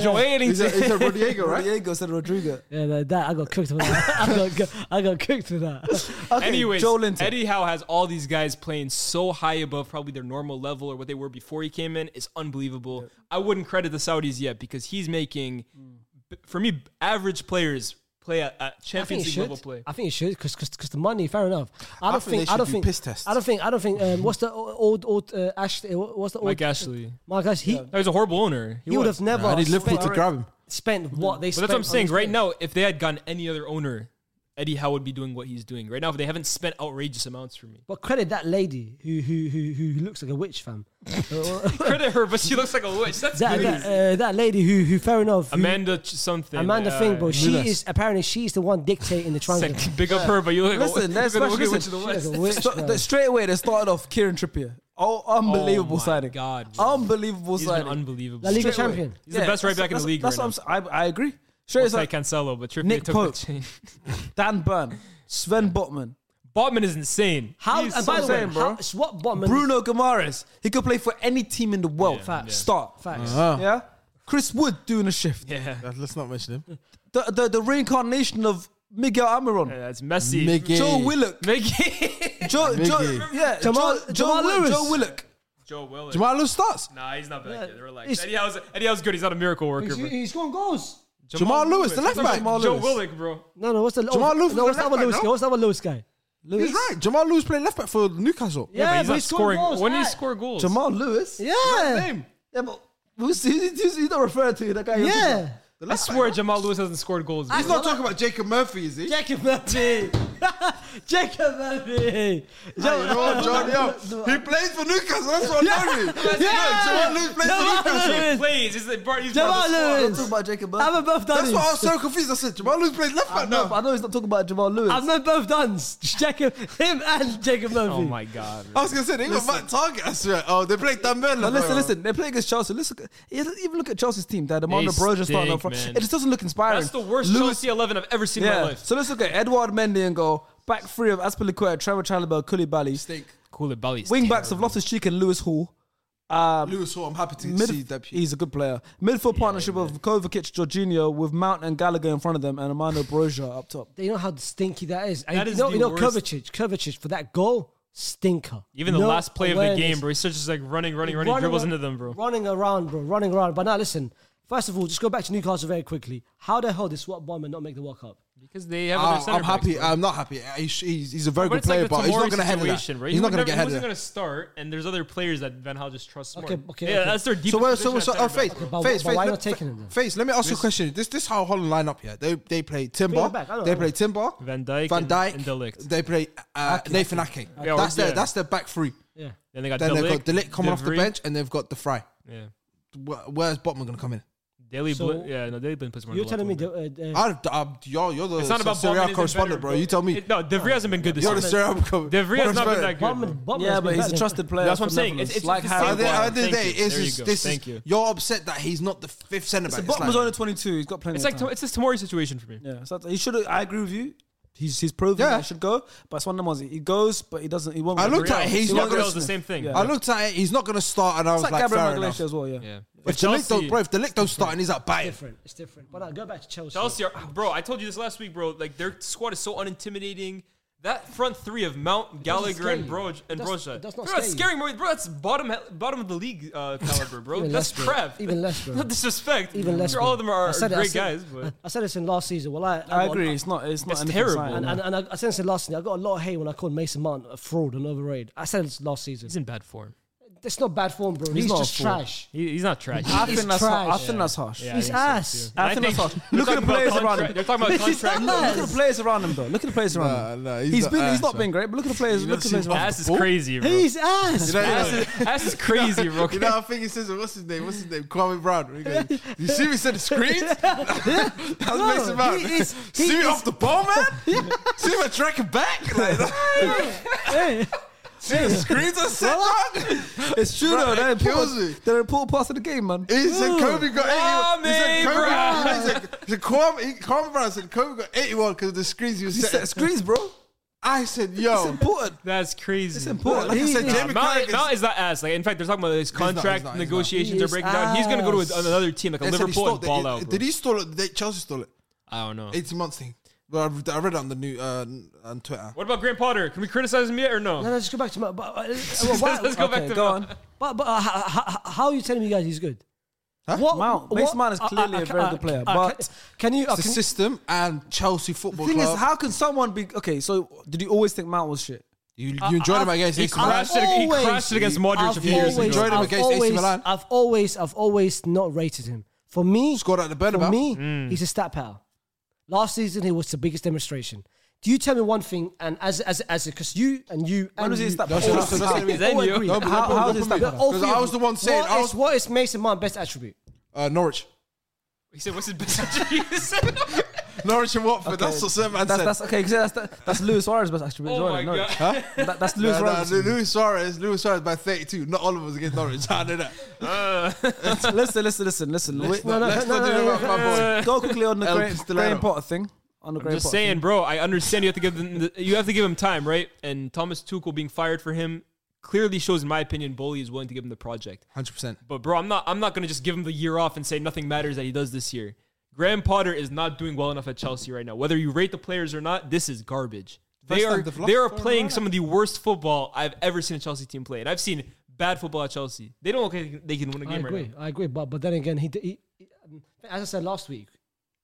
D: Joel.
C: Rodrigo. He said- he
D: Joelinton.
C: said Rodrigo, right?
B: Diego said Rodrigo.
E: Yeah, that, that I got cooked with that. I got, go- I got cooked with that.
B: Okay,
D: Anyways,
B: Joe Linton.
D: Eddie Howe has all these guys playing so high above probably their normal level or what they were before he came in. It's unbelievable. I wouldn't credit the Saudis yet because he's making, b- for me, average players play at, at
E: I think
D: Champions
E: it
D: League
E: should.
D: level play.
E: I think it should because because the money. Fair enough. I
C: I
E: don't
C: think they
E: think. I
C: should
E: don't
C: do
E: think.
C: piss tests.
E: I don't think. I don't think. Um, what's the o- old old uh, Ash? uh, What's the old
D: Mike Ashley.
E: Mike Ash. He
D: That was a horrible owner. He,
E: he would
D: was.
E: have never.
C: I need Liverpool to
E: spent-
C: grab him.
E: spent what they
D: But that's
E: spent.
D: what I'm
E: on
D: saying.
E: these
D: Right
E: players.
D: now, if they had gotten any other owner, Eddie Howe would be doing what he's doing. Right now, if they haven't spent outrageous amounts for me.
E: But credit that lady who who who who looks like a witch, fam. Uh,
D: credit her, but she looks like a witch. That's
E: That
D: crazy.
E: that, uh, that lady who who fair enough. Who,
D: Amanda ch- something.
E: Amanda
D: uh,
E: Thing, bro. She
C: Nunes.
E: is apparently she's the one dictating the
D: Sick.
E: transfer.
D: Big up her, but you look like a
B: Listen,
D: witch.
B: that's
D: Look at the
B: actually-
D: witch of the
E: She
D: West.
E: is a witch,
B: So,
E: bro.
B: the- straight away, they started off Kieran Trippier. Oh, unbelievable
D: Oh my
B: signing.
D: God, bro.
B: Unbelievable
D: He's been
B: signing.
D: unbelievable.
E: La Liga
D: Straight away.
E: champion.
D: He's the best right
B: that's-
D: back
B: that's-
D: in the league
B: That's
D: right
B: what I'm saying. I, I agree. Straight
D: It's
B: away,
D: like
B: it's like
D: Cancelo, but Trippier
B: Nick
D: took
B: Pope.
D: the chain.
B: Dan Burn, Sven Botman,
D: Botman is insane.
E: How
D: He's
E: and
D: so
E: by the way,
D: insane,
E: how, what Botman?
B: Bruno Gamares. He could play for any team in the world.
D: Yeah,
E: Facts. yeah.
B: Start.
E: Facts.
B: Yeah. Chris Wood doing a shift.
D: yeah.
C: Uh, Let's not mention him.
B: The, the the reincarnation of Miguel Amaron.
D: Yeah, it's messy.
C: Mickey.
B: Joe Willock.
D: Mickey.
B: Joe,
C: Mickey.
B: Joe, yeah,
E: Jamal-
B: Joe,
E: Jamal
B: Joe, Will-
E: Lewis.
B: Joe Willock.
D: Joe Willis.
C: Jamal Lewis starts.
D: Nah, he's not back
E: Yeah,
D: yet. Relax.
E: he's-
D: Eddie Howe's, Eddie Howe's good. He's not a miracle worker. but-
E: He's going goals.
C: Jamal Lewis, the left
D: I'm talking
C: back.
D: about Joe
C: Jamal
D: Willick, bro.
E: No, no. What's the
C: Jamal Lewis
E: No,
C: was
E: what's
C: the
E: that one
C: left
E: Lewis
C: back,
E: guy?
C: no?
E: What's that one Lewis guy?
C: He's right. Jamal Lewis playing left back for Newcastle.
D: but
E: Yeah,
D: he's
E: but
D: not
E: he's scoring
D: scoring.
E: goals,
D: when did he
E: right?
D: score goals?
B: Jamal Lewis.
E: Yeah.
B: yeah but who's, who's, who's, who's not referring to that guy? you're talking
E: Yeah.
B: about?
D: I swear Jamal Lewis hasn't scored goals. bro.
C: He's not talking about Jacob Murphy, is he?
E: Jacob Murphy. Jacob Murphy.
C: You know what, John? Yo, he plays for Newcastle. That's what I know. you.
D: Yeah.
C: Yeah, Jamal Lewis plays for
E: Jamal
C: Newcastle.
E: Lewis.
D: He plays. He's, like, part- he's part
B: I'm
D: of the squad.
E: Jamal
B: talking
E: Lewis.
B: about Jacob Burns.
E: I'm
B: I,
E: at both
C: That's
E: duns.
C: why I was so confused. I said, Jamal Lewis plays left back
B: know, but I
C: now.
B: know he's not talking about Jamal Lewis.
E: I'm at both duns. Jacob, him and Jacob Murphy.
D: Oh my god. bro.
C: I was going to say, they got Matt Target. I swear. Oh, they played Dambella.
B: No, listen, listen. They play against Chelsea. Listen, even look at Chelsea's team. That Amanda
D: They
B: Broja starting up
D: stink,
B: front.
D: man.
B: It just doesn't look inspiring.
D: That's the worst Chelsea 11 I've ever seen in my
B: Yeah.
D: life.
B: So let's look at Edward Mendy and go back three of Aspilicueta, Trevor Chalobah, Koulibaly.
C: Stink.
D: Cool, Bali.
B: Wing backs of Loftus Cheek and Lewis Hall.
C: Lewis Hall, I'm happy to
B: Midf-
C: see that.
B: he's a good player. Midfield partnership of Kovacic, Jorginho, with Mount and Gallagher in front of them, and Amano Broja up top.
E: You know how stinky that is.
D: That
E: and
D: is
E: you know,
D: the
E: you know
D: worst.
E: Kovacic, Kovacic for that goal, stinker.
D: Even the
E: No
D: last play of the
E: awareness.
D: game, bro, he's just like running, running, running, dribbles into them, bro.
E: Running around, bro. Running around. But now listen. First of all, just go back to Newcastle very quickly. How the hell did Swap Bomber not make the World Cup?
D: Because they have
C: Oh,
D: other center
C: I'm happy.
D: backs, bro.
C: I'm not happy. He's, he's, he's a very
D: But
C: good
D: it's
C: player,
D: like the
C: but he's not
D: Tamori
C: going to head
D: situation,
C: it.
D: bro.
C: He's,
D: He
C: not going to
D: would
C: get headed.
D: never- He wasn't
C: at.
D: going to start, and there's other players that Van Hal just trusts more.
E: Okay, okay,
D: yeah,
E: okay.
D: that's their deep.
C: So where, so, so, oh, Faith,
E: Okay, but
C: Faith,
E: wh- but
C: Faith,
E: why
C: let-
E: not taking him then?
C: Faith, let me ask you a question. This, this is how Holland line up here. They, they play Timber,
E: it back, I know, I
C: they
E: know.
C: play Timber,
D: Van Dijk
C: Van
D: and-
C: Dijk,
D: and De Ligt.
C: They play uh, Nathan Ake.
D: Yeah, or-
C: that's their
D: yeah.
C: that's their back three.
E: Yeah.
D: then they got
C: Then
D: De
C: they've
D: Ligt,
C: got the Ligt coming
D: De
C: off the
D: Vrij.
C: bench, and they've got the Fry.
D: Yeah,
C: Where's Botman going to come in?
D: Daily
E: So-
D: Blin. Yeah, no, Daily Blin plays more.
E: You're
D: than
E: telling me
D: left wing,
E: the, uh, uh,
C: I, I, you're, you're the
D: bro. it's not about
C: Serie
D: Botman
C: A
D: isn't
C: correspondent,
D: better,
C: bro. You tell me.
D: It- no, De Vrij hasn't been good this
C: you're the
D: season.
C: Serie A correspondent.
D: De Vrij has not been that good.
E: Bomber, Bomber
B: Yeah,
E: has
B: but
E: been
B: he's a
E: better.
B: trusted player.
D: That's
B: for
D: what I'm saying.
B: Netherlands,
D: It's- it's
B: like
D: the
B: Harry
D: same
C: At the
D: Wow,
B: Maguire.
C: end of the
D: thank
C: day,
D: you.
C: it's
D: There you
C: just-
D: go.
C: this
D: Thank
C: is
D: you.
C: you're upset that he's not the fifth centre back.
B: So
C: It's
B: Botman was
C: like-
B: only 22. He's got plenty
D: It's
B: of
D: like
B: time.
D: it's this Tamori situation for me.
B: yeah, so he should. I agree with you. He's he's proven
C: Yeah.
B: that he should go, but it's one of them ones. He goes, but he doesn't. He won't.
C: I
B: get
C: looked
B: the
C: at it,
B: result.
C: he's
B: He
C: not
B: won't get
C: gonna-
B: the
D: the same thing.
B: Yeah.
C: I looked at it. He's not going to start, and I was
B: It's like,
C: like,
B: Gabriel
C: fair enough.
B: Magalhaes as well. Yeah.
D: Yeah. But
C: If the Ligt
D: Chelsea,
C: don't, bro, if the Ligt don't start, and he's at Bayern,
E: different. It's different. But I go back to Chelsea.
D: Chelsea, are, bro, I told you this last week, bro. Like their squad is so unintimidating. That front three of Mount Gallagher
E: scare
D: and
E: you.
D: Broj
E: It
D: and
E: does-
D: Broja.
E: it does not
D: bro, that's
E: scare
D: scary, bro. Bro, That's bottom bottom of the league uh, caliber, bro.
E: Even
D: that's
E: less, bro.
D: crap.
E: Even less, bro.
D: no disrespect.
E: Even less.
D: Sure, all of them are,
E: I
D: are
E: said it- I
D: great
E: said-
D: guys, but
E: I said this in last season. Well, I,
B: I agree. It's not. It's not.
D: It's
B: anything
D: terrible.
B: exciting.
E: And, and, and I, I said this in last season. I got a lot of hate when I called Mason Mount a fraud and overrated. I said this last season.
D: he's in bad form.
E: It's not bad form, bro. He's,
B: not a
E: just
B: fraud.
E: trash.
D: He, he's not trash.
B: I
E: He's
B: think that's. har- I
E: trash.
B: think that's harsh.
D: Yeah, I
E: He's
D: think so,
E: ass.
D: too.
B: I
D: And
B: think that's
D: they're
B: all. Look at
D: talking
B: the players
D: about
B: around
D: contract-
B: him.
D: They're talking about
E: He's
D: contract.
E: ass.
B: Look at the players around him, though. Look at the players around him.
C: Nah, nah, he's
B: he's
C: not
B: been.
C: ass,
B: he's not
C: man.
B: been great. But look at the playlayers.
C: You
B: Look
C: never
B: at the
C: seen
B: players. around him.
D: Ass is crazy, bro.
E: He's ass.
C: know-
E: bro.
D: ass, is, ass is crazy, bro.
C: You know, I think he says, what's his name? What's his name? Kwame Brown. He goes, you see me set the screen? That's Mason Mount.
E: he is-
C: see
E: he
C: me
E: is-
C: off the ball, man? see my tracking back? Like, see the screens I set, dog?
B: It's true
C: Bro,
B: though.
C: it
B: They're
C: kills
B: important.
C: me.
B: They're important parts of the game, man.
C: He said Kobe got 81. He said Kobe,
D: Kwame Brown.
C: He said, he said, Kwame, he, Kwame Brown said Kobe got 81 because the screens he was
B: He
C: setting.
B: set screens, bro.
C: I said,
B: It's
C: yo.
B: important.
D: That's crazy.
B: It's important. Like I
E: He-
B: said,
E: he-
D: Nah,
C: Jamie Carragher
D: Mount,
C: is-
D: Mount is not ass. Like in fact, they're talking about his
C: not,
D: contract
C: he's not.
D: negotiations
E: He
D: are
E: is
D: breaking down. He's gonna go to a-
E: ass.
D: another team like a
C: They said he
D: Liverpool and
C: stole-
D: ball
C: they-
D: out. Bro.
C: Did he stole it? They, Chelsea stole it.
D: I don't know.
C: 18 months thing. Well, I read- I read it on the new uh, on Twitter.
D: What about Grant Potter? Can we criticize him yet or no?
E: No, no, just go back to my. But, uh, well, why,
D: Let's go back to
B: go
D: Mount.
B: on.
E: But, but uh, how, how, how are you telling me guys he's good?
C: Huh?
B: Mount. Mason Mount is
E: I- I-
B: clearly
E: I-
B: a very
E: I-
B: good player,
E: I- I-
B: but
E: can you? I
C: the
E: can-
C: system and Chelsea
B: The
C: Football
B: thing
C: Club.
B: is, how can someone be okay? So, did you always think Mount was shit?
C: you, you enjoyed him against
D: He
C: AC Milan.
D: crashed, it, he
E: always-
D: crashed it against Modric a few years
C: always-
D: ago.
C: Enjoyed him
E: I've
C: against AC
E: always-
C: Milan.
E: I've always, I've always not rated him. For me,
C: Scored at the Bernabeu.
E: For me,
D: Mm.
E: he's a stat power. Last season, he was the biggest demonstration. Do you tell me one thing? And as as as because you and you and
B: When was he
E: you,
B: a stat
E: all
B: power?
C: That's- that's-
E: agree-
C: that's-
E: all
D: that's-
E: agree.
C: No, but
B: How-
C: don't
B: how
C: put
B: does
C: me
B: that
C: there.
B: matter?
E: All
C: Because
E: three
C: I
E: of
C: was the
E: them.
C: one saying,
E: what
C: I
E: is-
C: was
E: what is Mason Mount's best attribute?
C: uh, Norwich.
D: He said, "What's his best?" attribute?" He said,
C: Norwich and Watford. That's what Sam man
B: That's,
C: said.
B: that's okay. 'cause That's that, that's Luis Suarez best attribute.
D: "Oh my
B: Jordan, no.
D: god."
B: That- that's
C: Nah,
B: Luis
C: nah,
B: Suarez.
C: Lu- Luis Suarez, Luis Suarez by 32. Not all of us against Norwich. I know that.
B: listen, listen, listen, listen. Wait,
E: No, no,
C: Let's
E: no,
C: not do
E: no,
C: that
E: no,
C: about my boy.
B: Go quickly on the
C: El
B: Graham,
C: Pistolero.
B: Graham Potter thing. On the Graham
D: Just
B: Potter
D: saying,
B: thing.
D: bro. I understand you have to give them. The, you have to give him time, right? And Thomas Tuchel being fired for him clearly shows, in my opinion, Bully is willing to give him the project.
C: 100%.
D: But bro, I'm not I'm not gonna just give him the year off and say nothing matters that he does this year. Graham Potter is not doing well enough at Chelsea right now. Whether you rate the players or not, this is garbage. They
C: First time
D: are
C: they've lost
D: they are
C: four in a row.
D: playing some of the worst football I've ever seen a Chelsea team play, and I've seen bad football at Chelsea. They don't look like they can win a
E: I
D: game right
E: agree.
D: now.
E: I agree. But but then again, he, d- he, he um, as I said last week,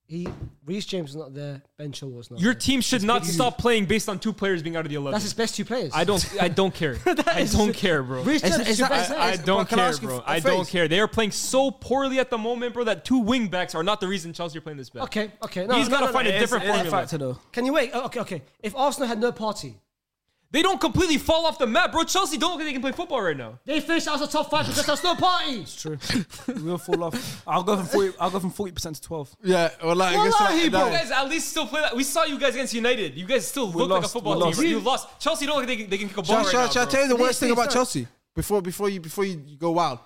E: he Reece James was not there. Ben Chilwell's not.
D: Your
E: there.
D: team should not stop playing based on two players being out of the eleven.
E: That's his best two players.
D: I don't I don't care. I
E: is-
D: don't care, bro.
E: Reece James
C: It's-
E: is your
C: it's-
E: best.
C: I-
D: I
E: player.
D: don't
C: but can I
D: care,
C: ask you
D: bro.
C: a
D: I don't
C: face?
D: care. They are playing so poorly at the moment, bro, that two wing backs are not the reason Chelsea are playing this bad.
E: Okay, okay. No,
D: He's
E: no,
D: gotta
E: no,
D: find
E: no.
D: a different
B: It is a
D: formula.
B: factor though.
E: Can you wait? Oh, okay, okay. If Arsenal had no party,
D: They don't completely fall off the map, bro. Chelsea don't look like they can play football right now.
E: they finished out of the top five because there's no party.
B: True. we'll fall off. I'll go from forty. I'll go from forty percent to twelve.
C: Yeah, well, like, I guess
E: Wallahi,
C: like,
E: bro.
D: You
C: that-
D: guys at least still play that. We saw you guys against United. You guys still look like a
B: lost,
D: football
B: we
D: team.
B: lost.
D: Right? You lost. Chelsea don't look like they, can- they can kick a ball
C: Shall,
D: right
C: shall-
D: now,
C: shall I
D: bro.
C: tell you the worst thing
E: Please,
C: about
E: sir.
C: Chelsea? Before before you before you go wild,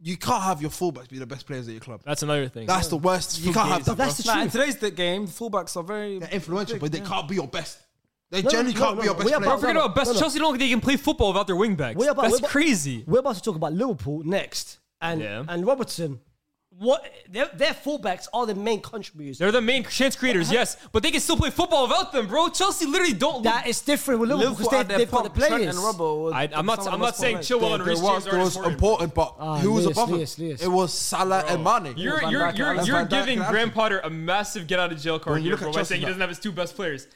C: you can't have your fullbacks be the best players at your club.
D: That's another thing.
C: That's the worst. You can't have that.
E: That's the
B: Nah, in
E: truth.
B: today's th- game, fullbacks are very.
C: They're influential, but they can't be your best. They
E: No, no,
C: generally
E: no,
C: can't
E: no,
C: be your
E: no,
C: best
E: we are
C: player.
E: both-
D: Forget
E: no,
D: about best.
E: no, no.
D: Chelsea don't think they can play football without their wing backs.
E: We're about,
D: That's
E: we're about-
D: crazy.
E: We're about to talk about Liverpool next, and
D: Yeah.
E: and Robertson. What their, their fullbacks are the main contributors.
D: They're the main chance creators, yes, but they can still play football without them, bro. Chelsea literally don't. look-
E: that is different with Liverpool because
B: Liverpool
E: they,
B: at their
E: they've got the
B: pump, Trent
E: players.
B: and Robbo were-
D: I- I'm not-
B: some of
D: I'm
B: the
D: not
B: best
D: saying
B: players.
D: Chilwell and
C: there
D: Reece
C: was,
D: James
C: there
D: are
C: was
D: important.
C: important, but
E: Ah,
C: who was
E: Lewis,
C: above
E: Lewis,
C: him?
E: Lewis.
C: It was Salah and Mane.
D: You're
B: Van
D: you're
B: Dijk
D: you're,
B: and
D: you're
B: Van Dijk
D: giving
B: and
D: Graham
B: Ashley.
D: Potter a massive get out of jail card
C: When you
D: here,
C: look at
D: bro, by
C: Chelsea
D: saying he
C: now-
D: doesn't have his two best players.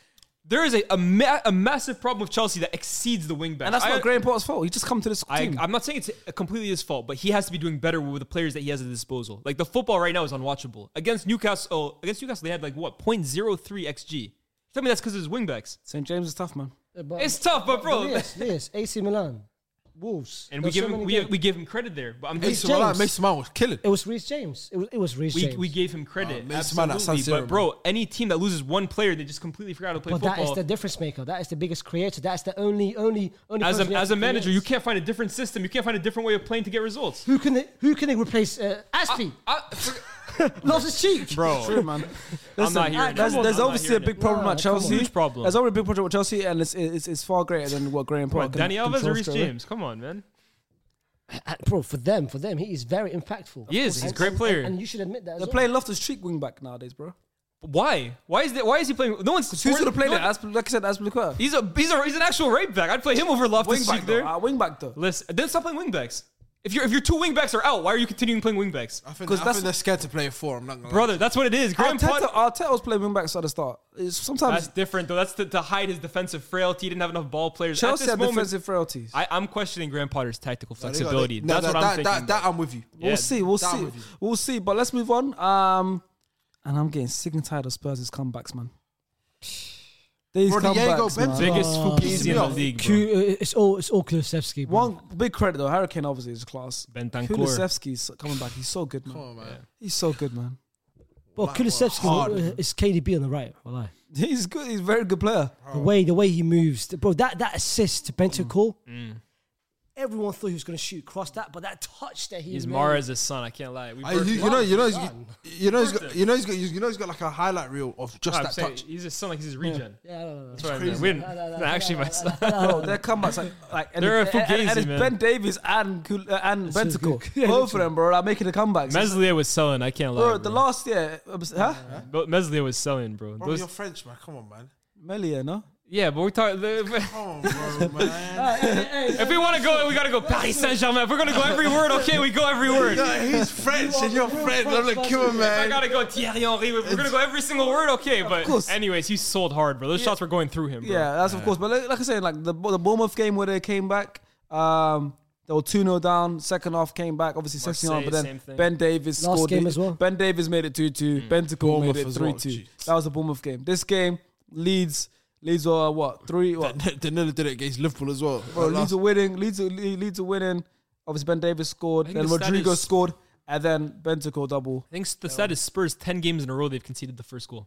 D: There is a a, ma- a massive problem with Chelsea that exceeds the wing back.
B: And that's
D: I,
B: not Graham Potter's fault. He just come to this
D: I,
B: team.
D: I'm not saying it's completely his fault, but he has to be doing better with the players that he has at his disposal. Like the football right now is unwatchable. Against Newcastle, against Newcastle, they had like what 0.03 xg. Tell me that's because of his wingbacks.
B: St. James is tough, man.
E: Yeah, but-
D: It's tough, but bro.
E: Yes, yes. AC Milan, Wolves,
D: And
E: There
D: we
E: were
D: give
E: so
D: him
E: many
D: we,
E: games.
D: we give him credit there, but I'm
C: Mason
D: just,
E: James.
C: Mount, Mason Mount was killing.
E: it was Reece James. It was it was Reece
D: we,
E: James.
D: we gave him credit.
C: Uh, Mason Mount at San
D: absolutely,
C: Siro,
D: but bro, any team that loses one player, they just completely forgot how to play
E: but that
D: football.
E: is the difference maker. That is the biggest creator. That is the only only only.
D: as
E: person
D: a,
E: that
D: as a
E: creates.
D: manager, you can't find a different system. You can't find a different way of playing to get results.
E: Who can they, who can they replace? Uh, Aspi
D: I, for-
E: lost his cheek.
D: bro,
B: man.
D: Oh. I'm not hearing it.
B: There's,
D: Come on,
B: there's
D: I'm not
B: obviously a
D: hearing
B: big
D: it.
B: problem
E: No,
B: at
E: come on.
B: Chelsea.
D: Huge problem.
B: There's already a big problem with Chelsea, and it's, it's, it's far greater than what Graham Potter.
D: bro Danny
B: can
D: Alves or
B: control
D: Reece
B: straight away.
D: James? Come on, man.
E: Uh, bro, for them, for them, he is very impactful.
D: He is, he's a
E: And-
D: great
E: and-
D: player.
E: and, you should admit that. As
B: They're
E: well.
B: playing Loftus Cheek wing back nowadays, bro.
D: Why? Why is that? Why is he playing? No one's
B: Who's gonna
D: scoring-
B: play
D: no
B: that?
D: one-
B: As, like I said, Aspilicueta.
D: He's a he's a he's an actual right back. I'd play him over
B: Wing
D: Loftus
B: back
D: Cheek
B: though.
D: there.
B: Uh, wing back though.
D: Listen, then stop playing wing backs. If your if your two wing backs are out, why are you continuing playing wing backs,
C: I think,
B: 'Cause
C: I
B: that's-
C: think they're scared to play a four. I'm not gonna.
D: brother? That's what it is. Graham
B: Oh, Arteta,
D: Potter.
B: Arteta was playing wing backs at the start. It's
D: That's
B: sometimes
D: different though. That's to, to hide his defensive frailty. He didn't have enough ball players.
B: Chelsea
D: At this
B: had
D: moment,
B: defensive frailties.
D: I, I'm questioning Graham Potter's tactical
C: lie.
D: flexibility.
C: No,
D: That's
C: that,
D: what I'm
C: that,
D: thinking.
C: That, that
D: about.
C: I'm with you.
D: Yeah,
B: we'll see. We'll
C: down
B: see.
C: with you.
B: We'll see. But let's move on. Um, and I'm getting sick and tired of Spurs' comebacks, man. These
C: Bro, Diego
B: comebacks, man.
C: Benzema.
D: biggest
C: easy
D: foopy in the
C: enough.
D: league. bro.
E: Q, uh, it's all it's all Kulusevski. bro.
B: One big credit though, Hurricane obviously is class.
D: Bentancur.
B: Kulusevski's coming back. He's so good, man.
C: Come on, man.
B: He's so good, man.
E: well,
C: Like,
E: Kulusevski
C: hard.
E: uh, is KDB on the right. Well,
B: He's good. He's a very good player.
E: the way the way he moves, th- bro. That that assist to
D: Mm.
E: Bentancur. Everyone thought he was going to shoot cross that, but that touch that he
D: He's
E: made-
D: Mara's son. I can't lie. We
C: I-
D: burnt
C: you,
D: him.
C: you know, you know, he's,
E: Wow.
C: you know, he's got,
D: Perfect.
C: you know, he's got, you know, he's got like a highlight reel of just
D: I'm
C: that
D: saying,
C: touch.
D: He's his son. Like he's his regen.
E: Yeah, I don't know.
D: That's what I meant. We didn't- no, Actually, my son.
B: Bro, their comebacks like like and,
D: They're a
B: and, and,
D: fugazi,
B: it's
D: man.
B: Ben Davies and Kul- uh, and
E: so
B: Bentancur.
E: good. Yeah,
B: Both of them, bro, are making the comebacks.
D: Meslier was selling. I can't lie.
B: bro, the
D: bro.
B: last year, uh, was- huh?
D: But Meslier was selling, bro.
C: Bro,
D: Those-
C: you're French, man. Come on, man.
B: Melia, no.
D: yeah, but we're talking.
C: Come on, bro, man.
D: If we want to go, we gotta go Paris Saint Germain. If we're gonna go every word, okay, we go every word. If
C: No, he's French and you're French. I'm like, come on,
D: I
C: man.
D: gotta go Thierry Henry. We're gonna go every single word, okay? But
B: course.
D: anyways, he sold hard, bro. Those shots were going through him. Bro.
B: Yeah, that's of course. But like, like I said, like the the Bournemouth game where they came back, um, they were two 0 down. Second half came back, obviously sixteen on, but
D: Marseille, same
B: then
D: thing.
B: Ben Davies
E: Last
B: scored
E: game
B: it.
E: as well.
B: Ben Davies made it two two. Bentancur
C: Bournemouth
B: made it
C: as
B: three
C: well,
B: two.
C: jeez.
B: That was the Bournemouth game. This game, Leeds, Leeds were what three? What
C: Danilo did it against Liverpool as well.
B: Bro,
C: That
B: Leeds
C: last-
B: are winning. Leeds are, Le- Leeds are winning. Obviously, Ben Davis scored.
D: think
B: Then
D: the stat
B: Rodrigo
D: is-
B: scored. And then Bentancur double.
D: I think the stat is Spurs ten games in a row they've conceded the first goal.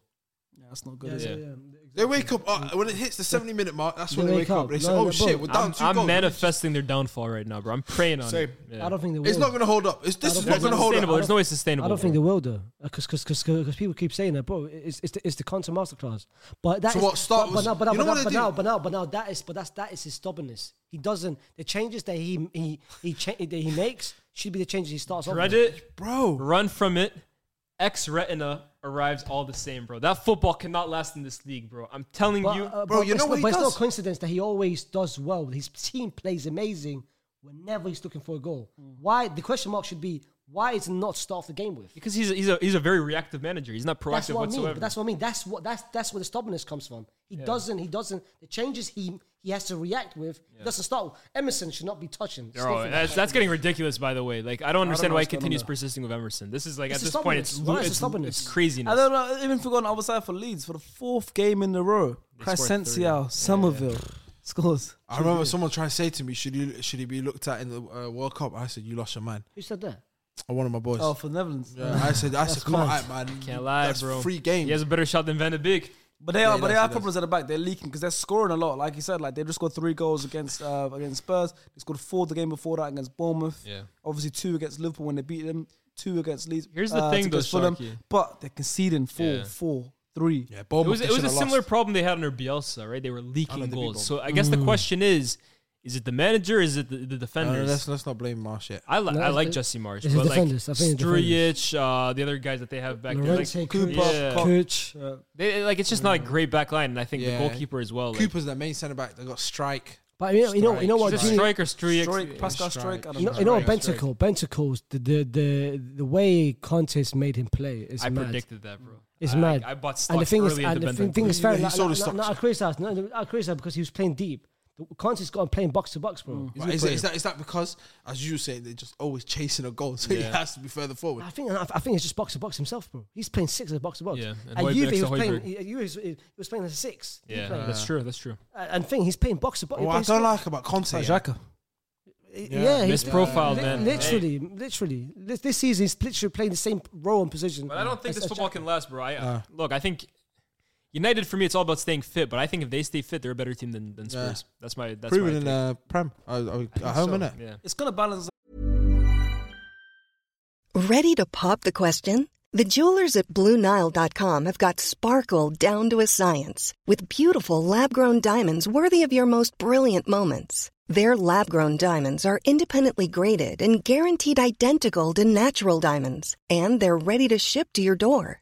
B: Yeah, that's not good.
E: Yeah,
B: is it?
E: yeah, yeah.
C: They wake up uh, when it hits the 70 minute mark. That's when they wake up. They say,
E: No,
C: "Oh
E: no,
C: shit,
E: bro.
C: we're down
D: I'm,
C: two
D: I'm
C: goals."
D: manifesting their downfall right now, bro. I'm praying on
C: Same.
D: it. Yeah.
E: I don't think they will.
C: It's not going to hold up. It's, this
E: I
C: is
E: don't
C: not
E: think
C: going to
E: it's
C: hold
D: sustainable.
C: up.
D: There's no way it's sustainable.
E: I don't think
D: bro.
E: they will though, because because people keep saying that, bro. It's it's the, it's the content masterclass. But that's
C: So what, start
E: But,
C: with-
E: now, but, now,
C: you know
E: but,
C: what
E: now,
C: they
E: but
C: do?
E: now, but now, but now, that is, but that's that is his stubbornness. He doesn't the changes that he he he cha- that he makes should be the changes he starts off.
D: Dread
E: with.
D: it,
C: Bro,
D: run from it. X retina arrives all the same, bro. That football cannot last in this league, bro. I'm telling
E: But,
D: you.
E: uh,
C: Bro,
E: but
C: you know
E: it's,
C: what he
E: but it's
C: does?
E: not a coincidence that he always does well. His team plays amazing whenever he's looking for a goal.
D: Mm.
E: Why the question mark should be why is he not start off the game with?
D: because he's a, he's a he's a very reactive manager. He's not proactive
E: That's what I
D: whatsoever.
E: mean. But that's what I mean. That's what that's that's where the stubbornness comes from. He doesn't. He doesn't. The changes he he has to react with. He doesn't start. with. Emerson should not be touching.
D: Bro,
E: sniffing
D: that's,
E: that.
D: that's getting ridiculous, by the way. Like, I don't understand
B: know
D: why
B: what's
D: it
B: going on
D: continues
B: there.
D: persisting with Emerson. This is like,
E: It's
D: at
E: a
D: this point, it's,
E: stubbornness. Why is it
D: it's,
E: stubbornness?
D: it's craziness.
B: I don't know. I even forgot I was out for Leeds for the fourth game in a row.
D: scored three.
B: Crescencio, Somerville scores.
C: I remember someone trying to say to me, "Should he should he be looked at in the uh, World Cup?" I said, "You lost your mind."
E: Who said that?
C: One of my boys.
B: Oh, for the Netherlands.
C: Yeah, I said, I said, come on,
E: mad.
C: man.
D: Can't lie,
C: That's
D: bro.
C: Free game.
D: He has a better shot than Van de Beek.
B: But they are,
C: he
B: but they
C: does,
B: are
C: he
B: problems at the back. They're leaking because they're scoring a lot. Like you said, like they just scored three goals against uh, against Spurs. They scored four the game before that against Bournemouth.
D: Yeah.
B: Obviously, two against Liverpool when they beat them. Two against Leeds.
D: Here's the
B: uh,
D: thing,
B: against
D: though,
B: Fulham.
D: Sharky.
B: But they're conceding four,
D: Yeah.
B: four, three.
C: Yeah,
D: It was,
C: Bournemouth.
D: it was a similar problem they had under Bielsa, right? They were leaking
C: Under the
D: goals.
C: people.
D: So I guess
E: Mm.
D: the question is: Is it the manager? Is it the,
C: Uh,
D: the defenders?
C: let's let's not blame Marsh yet.
D: I, li-
E: No,
D: I
E: it's
D: like
E: the-
D: Jesse Marsh,
E: it's
D: but
E: the
D: like
E: defenders. I think it's
D: Strujic, uh, the other guys that they have back there, like,
E: Llorente,
C: Cooper,
D: Yeah.
C: Cox.
B: Coach, uh,
D: they, like it's just not a great back line, and I think
C: Yeah.
D: the goalkeeper as well. Oh, Like,
C: Cooper's their main centre back. They got strike.
E: But you know, you know, you know what?
D: is it
E: Gini-
D: striker Strujic?
B: Stroik, Pascal Stroik. I don't
E: You know,
B: know.
E: you know
C: Right,
E: what
C: right.
E: Bentacle, Bentacle's the the the the way Conte's made him play is
D: I
E: mad.
D: predicted that, bro.
E: It's
D: I,
E: mad.
D: I bought stocks
E: and the thing is,
D: early
E: and
D: into
E: the
D: Ben
E: thing, thing is fair.
C: He
E: No,
C: sold
E: no,
C: his
E: no,
C: stocks.
E: no, I criticized. No, no, I criticized because he was playing deep. The- Conte's got him playing box to box,
D: Mm.
E: bro. He's a
C: But Is,
E: player.
C: it, is that is that because, as you say, they're just always chasing a goal, so he
D: Yeah. Ah,
C: has to be further forward.
E: I think I I think it's just box to box himself, bro. He's playing six as box to box.
D: Yeah, and
E: and
D: Hoiberg
E: Juve, he
D: next
E: was
D: to
E: playing.
D: Hoiberg.
E: He, he was he was playing as a six. He
D: Yeah,
E: played. uh,
D: that's true. That's true.
E: And thing, he's playing box to box. he
C: What I
E: plays-
C: don't like about Conte, yeah.
B: Xhaka.
E: Yeah, yeah he's uh,
D: Misprofiled, man.
E: Literally, literally, this, this season he's literally playing the same role and position.
D: But I don't think
E: as-
D: this
E: as
D: football
E: Jack-
D: can last, bro. I,
E: Uh.
D: look, I think United for me, it's all about staying fit. But I think if they stay fit, they're a better team than, than
C: Yeah.
D: Spurs. That's my that's
C: proven
D: my
C: in
D: take.
C: uh, Prem uh, uh, at home, innit?
D: Yeah.
B: It's gonna balance
F: Ready to pop the question? The jewelers at BlueNile.com have got sparkle down to a science with beautiful lab grown diamonds worthy of your most brilliant moments. Their lab grown diamonds are independently graded and guaranteed identical to natural diamonds, and they're ready to ship to your door.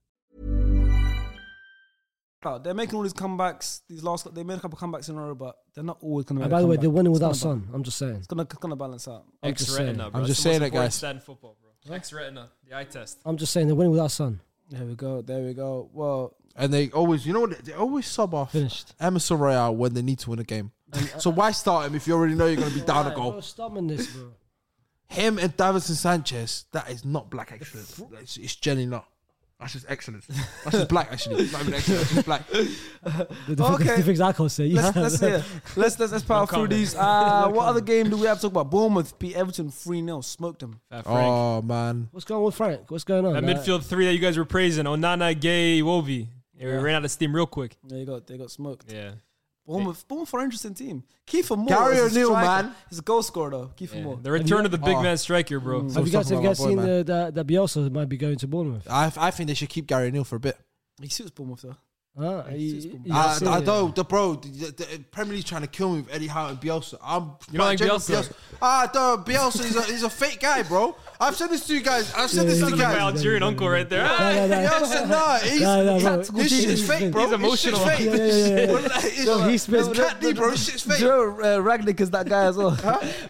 B: out. They're making all these comebacks. These last, they made a couple comebacks in a row, but they're not always gonna.
E: And
B: make
E: by
B: a
E: the way,
B: comeback.
E: they're winning
B: It's
E: without
B: gonna ba-
E: Son. I'm just saying.
B: It's gonna it's gonna balance out.
E: I'm just
D: X retina,
E: saying.
D: bro.
C: I'm
D: That's
C: just
D: the most
C: saying that,
D: important
C: guys.
D: stat in football, bro. X retina, the eye test.
E: I'm just saying they're winning without Son.
B: There we go. There we go. Well,
C: And they always, you know what? They always sub off
E: Finished.
C: Emerson Royale when they need to win a game. so why start him if you already know you're going to be down a
E: Bro,
C: goal?
E: stubbornness, bro.
C: Him and Davison Sanchez, that is not black excellence. It's, it's generally not. That's just excellence. That's just black, actually. It's not even excellence. It's just black.
E: The, the,
B: Okay.
E: okay. the things I can't say.
B: let's let's hear. Let's let's let's power through
D: comment.
B: these. Uh, what other game do we have to talk about? Bournemouth beat Everton three 0 Smoked them.
D: Fat Frank.
C: Oh man,
E: What's going on with Frank? What's going on? Uh,
D: that
E: Like,
D: midfield three that you guys were praising, Onana, Gay, Wovi. They ran out of steam real quick.
B: They got they got smoked.
D: Yeah.
B: Bournemouth, Bournemouth are an interesting team. Kiefer Moore,
C: Gary
B: is a
C: O'Neill,
B: striker.
C: man.
B: he's a goal scorer though. Kiefer Moore.
D: The return of the big man striker, bro.
E: Have you guys, have you guys
C: Talking
E: seen
C: about my
E: the, that, that Bielsa might be going to Bournemouth?
C: I, I think they should keep Gary Neal for a bit.
B: He suits Bournemouth though.
E: Ah, you-
B: he's just-
E: you
B: Yeah,
C: I,
E: guys seen
C: I
E: it?
C: don't, the bro, the, the Premier League trying to kill me with Eddie Howe and Bielsa. I'm
D: You don't like
C: General
D: Bielsa?
C: Ah, don't. Bielsa is a, he's a fake guy, bro. I've said this to you guys. I've said
E: Yeah,
C: this
E: yeah,
C: to you
E: yeah.
D: My
C: guys.
D: Algerian uncle right there. Ah!
E: No, no, no.
C: Bielsa, nah, he's
E: No, no, bro.
C: tactical. This shit is fake, bro.
D: He's emotional.
C: This shit's fake.
E: Yeah, yeah, yeah, yeah.
C: It's-
E: No, he's
C: it's
E: fake.
C: Cat D, bro. This shit's
B: Do you
C: fake.
B: know, uh, Ragnick is that guy as well.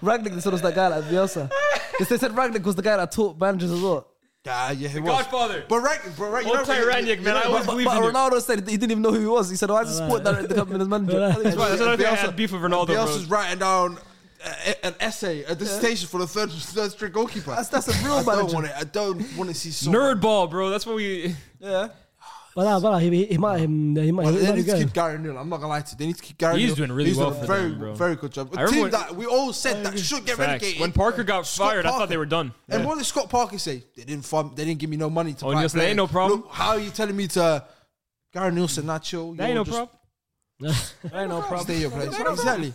B: Ragnick is sort of that guy like Bielsa. 'Cause they said Ragnick was the guy that taught managers as well.
C: Yeah, yeah, he was.
D: Godfather.
C: But right, but right, you
D: Old
C: know,
D: Ty Ranick, man, I
B: But,
D: always
B: but,
D: believe
B: but
D: in you.
B: Ronaldo said he didn't even know who he was. He said, "Oh, "Why is the sport director coming as manager?" I think it's
D: Right,
B: right.
D: that's another thing I had beef with Ronaldo, bro.
C: Bielsa's writing down uh, an essay, a dissertation for the third third string goalkeeper.
B: That's- that's a real
C: I don't
B: manager.
C: want it. I don't want to see so
D: Nerd ball, bro. That's what we.
B: Yeah.
E: But nah, but nah, he, he, he might, him, he might,
C: Well,
E: he
C: they
E: might be
C: need to
E: going.
C: keep Gary Neal. I'm not gonna lie to you. They need to keep Gary.
D: He's
C: Neal.
D: doing really
C: He's
D: well
C: done a
D: for
C: very,
D: them, bro.
C: very good job.
D: I
C: A
D: remember
C: team
D: when-
C: that we all said that should get
D: Facts.
C: relegated.
D: When Parker got
C: Scott
D: fired, I thought they were done.
C: And
D: Yeah.
C: what did Scott Parker say? They didn't fund. They didn't give me no money to
D: Oh,
C: buy
D: yes, there ain't
C: players.
D: no problem.
C: Look, how are you telling me to? Gary Neal said, "Not chill.
D: That ain't no
C: just
D: problem.
B: I know,
C: Stay
B: probably.
C: your place." exactly.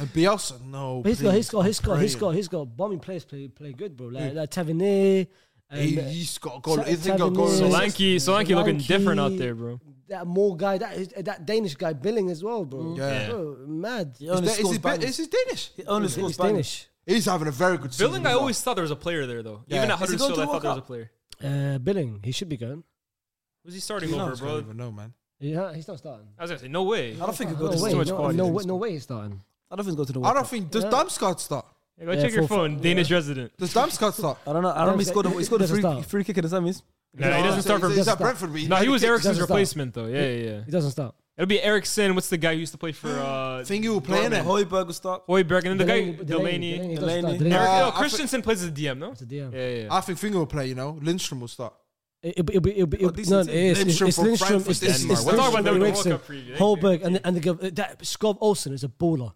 C: And Bielsa, no.
E: But he's got,
C: please,
E: he's got, he's got, he's
C: praying.
E: got, he's got bombing players play, play good, bro. Like, like Tavernier. and,
C: He,
E: uh,
C: he's got a goal.
E: Ta-
C: He's got a goal.
E: Tavernier.
D: Solanke, Solanke looking
E: Solanke.
D: different out there, bro.
E: that more guy, that is- that Danish guy Billing as well, bro.
C: Yeah.
E: Bro, mad.
B: only
C: Is, that, is,
B: scores
C: he,
B: bangers.
C: is he Danish?
B: He only
E: He's
B: scores bangers.
E: Danish.
C: He's having a very good season.
D: Billing, I
C: as well.
D: always thought there was a player there, though.
C: Yeah.
D: Even at
B: Is he going to
D: Huddersfield, I
B: the
D: thought there
B: World
D: was a player.
E: Uh, Billing, he should be going.
D: Was he starting
C: No, I
D: over,
C: don't
D: bro?
C: even know, man.
E: Yeah, he's not starting.
D: I was gonna say, no way.
B: I don't think he
E: No
B: goes to
D: too
E: way,
B: the
D: much
E: no,
D: quality
E: no,
D: in
E: way,
D: this
E: no way he's starting.
B: I don't think he goes to the
C: I
B: World
C: don't
B: Cup.
C: think does
E: Yeah.
C: Damsgaard start?
D: Go
B: Yeah,
D: check your
B: full-
D: phone. Danish resident.
C: Does Damsgaard start?
B: I don't know. I don't know. He
E: Yeah,
B: scored. A, he scored a
E: doesn't
B: free,
E: start.
B: free kick in the semis.
D: No, he doesn't start for.
C: He's at
E: start.
C: Brentford. but he
D: No,
C: had
D: he
C: a
D: was
C: kick.
D: Ericsson's
E: start.
D: replacement though. Yeah, yeah, yeah.
E: He doesn't start.
D: It'll be Ericsson. What's the guy who used to play for uh,
C: Think he will play in
B: Plan
C: it.
B: Hoiberg will start.
D: Hoiberg, and then the guy
E: Delaney- Delaney-
D: Delaney.
E: Delaney doesn't
B: Delaney.
E: start. Delaney-
D: Eric,
C: Uh,
D: no,
C: I think-
D: Christensen plays as DM, no?
E: It's a DM.
D: Yeah, yeah. yeah.
C: I think Finger will play. You know, Lindstrom will start.
E: It- It'll be, it'll be, it'll be, it'll be,
B: decent
E: no,
B: team.
E: it is. It's,
C: Lindstrom
E: it's
C: from
E: Lindstrom.
C: Frankfurt,
E: It's, it's,
D: Denmark.
E: it's
D: We're talking about
E: Lindstrom,
D: them in the
E: Eriksen,
D: World Cup preview.
E: Holberg, and, and the, guy- uh, that, Skov Olsen is a baller.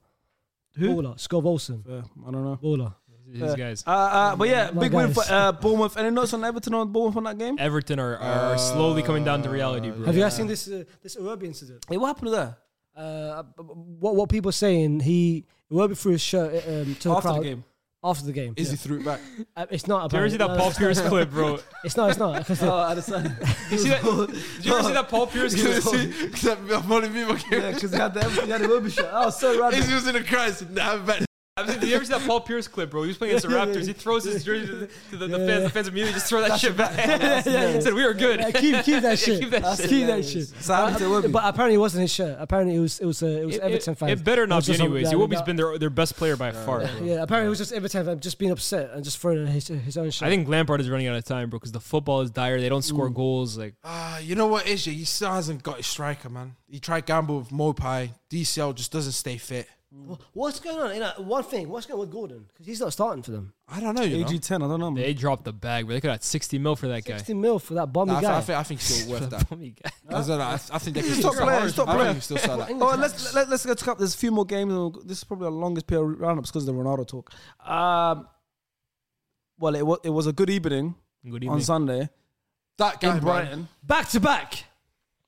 E: Baller. Skov Olsen.
B: Yeah, I don't know.
E: Baller.
D: These guys.
B: Uh, uh, but yeah,
E: My
B: big win for
E: guys.
B: uh, Bournemouth. Any notes on Everton on Bournemouth on that game?
D: Everton are,
C: uh,
D: are slowly coming down to reality, bro.
E: Have you guys seen this uh, this Iwobi incident?
B: Hey, what happened there?
E: Uh, what what people are saying? He Iwobi threw his shirt uh, um, to the
B: After the
E: crowd
B: game.
E: after the game.
C: Is he threw it back?
E: Uh, it's not.
D: Did you ever see
E: apparently.
D: that
E: No,
D: Paul
E: it's not-
D: Pierce clip, bro?
E: It's not. It's not. 'cause
B: Oh, I understand.
D: Did you see that? Did you ever see that Paul Pierce
C: Because
D: clip?
C: I'm only me.
B: yeah, because he had the he had the rubbish shot. Oh, so
C: He's
B: random.
C: just in a crisis. Nah, man.
D: I mean, Did you ever see that Paul Pierce clip, bro? He was playing against the
E: Yeah, yeah,
D: Raptors. He throws his jersey to the, to the, the
E: Yeah,
D: fans.
E: yeah.
D: The fans immediately just throw that shit back. He said, "We are good."
E: Yeah, keep keep that shit.
D: keep that shit.
E: Keep that
B: hilarious.
E: shit.
B: So happened to Iwobi.
E: But apparently it wasn't his shirt. Apparently it was it was uh, it was
D: It-
E: Everton
D: it,
E: fans.
D: it better
E: It
D: not
E: was
D: be,
E: just some-
D: anyways.
E: yeah,
D: Iwobi's
E: no.
D: been their their best player by far. bro.
E: Yeah, apparently it was just Everton fans just being upset and just throwing his his own shirt.
D: I think Lampard is running out of time, bro, because the football is dire. They don't
E: Mm.
D: score goals. Like
C: Ah, you know what, Isha? He still hasn't got his striker, man. He tried gamble with Mopai. DCL just doesn't stay fit.
E: what's going on? You know, one thing. What's going on with Gordon? Because he's not starting for them.
C: I don't know, you know.
B: AG ten. I don't know. Man.
D: they dropped the bag, bro. They could have had sixty mil for that guy.
E: Sixty mil for that bummy
C: Nah, I,
E: guy.
C: thi- I think, I think he's still worth that.
D: Bummy guy.
C: I, don't know, I, I think they can
B: He's
C: still
B: top player, he's top
C: I
B: player.
C: think he still sell that.
B: Oh, let's let, let's go to cup. There's a few more games. and we'll- This is probably our longest period of roundups because of the Ronaldo talk. Um, well, it was it was a good evening
D: Good
B: on
D: evening.
B: Sunday
C: That guy,
B: in Brighton.
E: back to back.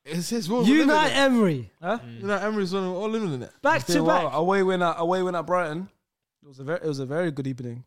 C: It's his world. we're living in
E: Unite
C: it.
E: Emery.
C: Unite Emery's one. We're all living in it.
E: Back
B: Did
E: to
B: well.
E: back.
B: Away win at away win at Brighton. It was a very it was a very good evening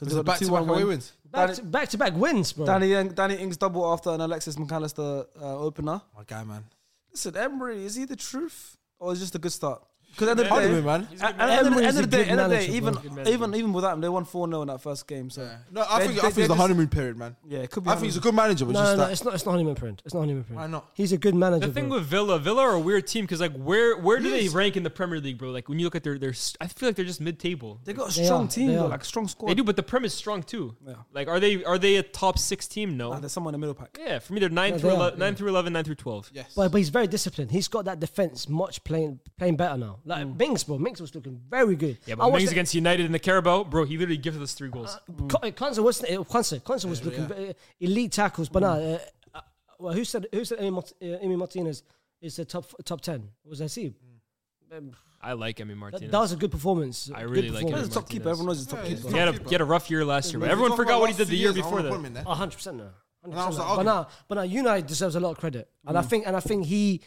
C: It's
B: it
C: a
B: was
C: back to back away wins.
E: Back to, back to back wins, bro.
B: Danny Ing- Danny Ings double after an Alexis McAllister uh, opener.
C: My guy, man.
B: Listen, Emery, is he the truth or is just a good start? Because end of the
C: Pardon
B: day,
C: me, man.
B: At, at, end of the-
E: Emery's
B: end of
E: a
B: the day,
E: good
B: end of the day,
E: manager,
B: even
E: bro.
B: even even without him, they won four 0 in that first game. So
C: No, I
B: They-
C: think
B: they-
C: I think
B: they
C: it's the
B: just-
C: honeymoon period, man.
B: yeah, it could be.
C: I think he's a
B: honest.
C: good manager, but
E: no,
C: just
E: no, no,
C: that.
E: it's not. It's not honeymoon print. It's not honeymoon print.
C: Why not?
E: He's a good manager.
D: The thing
E: bro.
D: with Villa, Villa are a weird team because like where where do they
C: Yes.
D: rank in the Premier League, bro? Like when you look at their their, s- I feel like they're just mid table.
B: They got a
E: They
B: strong
E: are,
B: team,
E: they
B: though,
E: are.
B: like a strong squad.
D: They do, but the premise is strong too.
B: Yeah.
D: Like are they are they a top six team? No.
B: Nah, there's someone in the middle pack.
D: yeah, for me they're nine
E: Yeah,
D: through
E: they are,
D: 11, nine
E: yeah.
D: through eleven, nine through twelve.
C: Yes.
E: But, but he's very disciplined. He's got that defense much playing playing better now. Like Minks, bro. Minks was looking very good.
D: Yeah,
E: I
D: but
E: watched
D: Mings
E: it- Uh,
D: against United in the Carabao, bro, he literally gives us three
B: Uh,
D: goals.
B: mm.
E: Con- Konza wasn't it? Konza, Konza uh, was looking ve- uh, elite tackles, but nah,
B: Mm.
E: uh, uh, well, who said who said Amy, Mart- uh, Amy Martinez is the top top ten? Was I see?
D: I like Emi Martinez.
E: That, that was a good performance.
D: I
E: Good
D: really like him.
E: performance.
B: He's a top keeper.
D: Martinez.
B: Everyone knows he's a top
C: Yeah,
B: keeper.
C: he's
D: he, had a,
C: Keeper.
D: he had a rough year last year, but
C: We
D: everyone
C: talked about
D: forgot what he
C: last
D: did the
C: few
D: year
C: years, I wanna put
D: before that. Ah,
C: him in there.
E: A hundred percent now.
C: And I was like,
E: But
C: okay.
E: now, but now, United deserves a lot of credit, and
B: Mm.
E: I think, and I think he,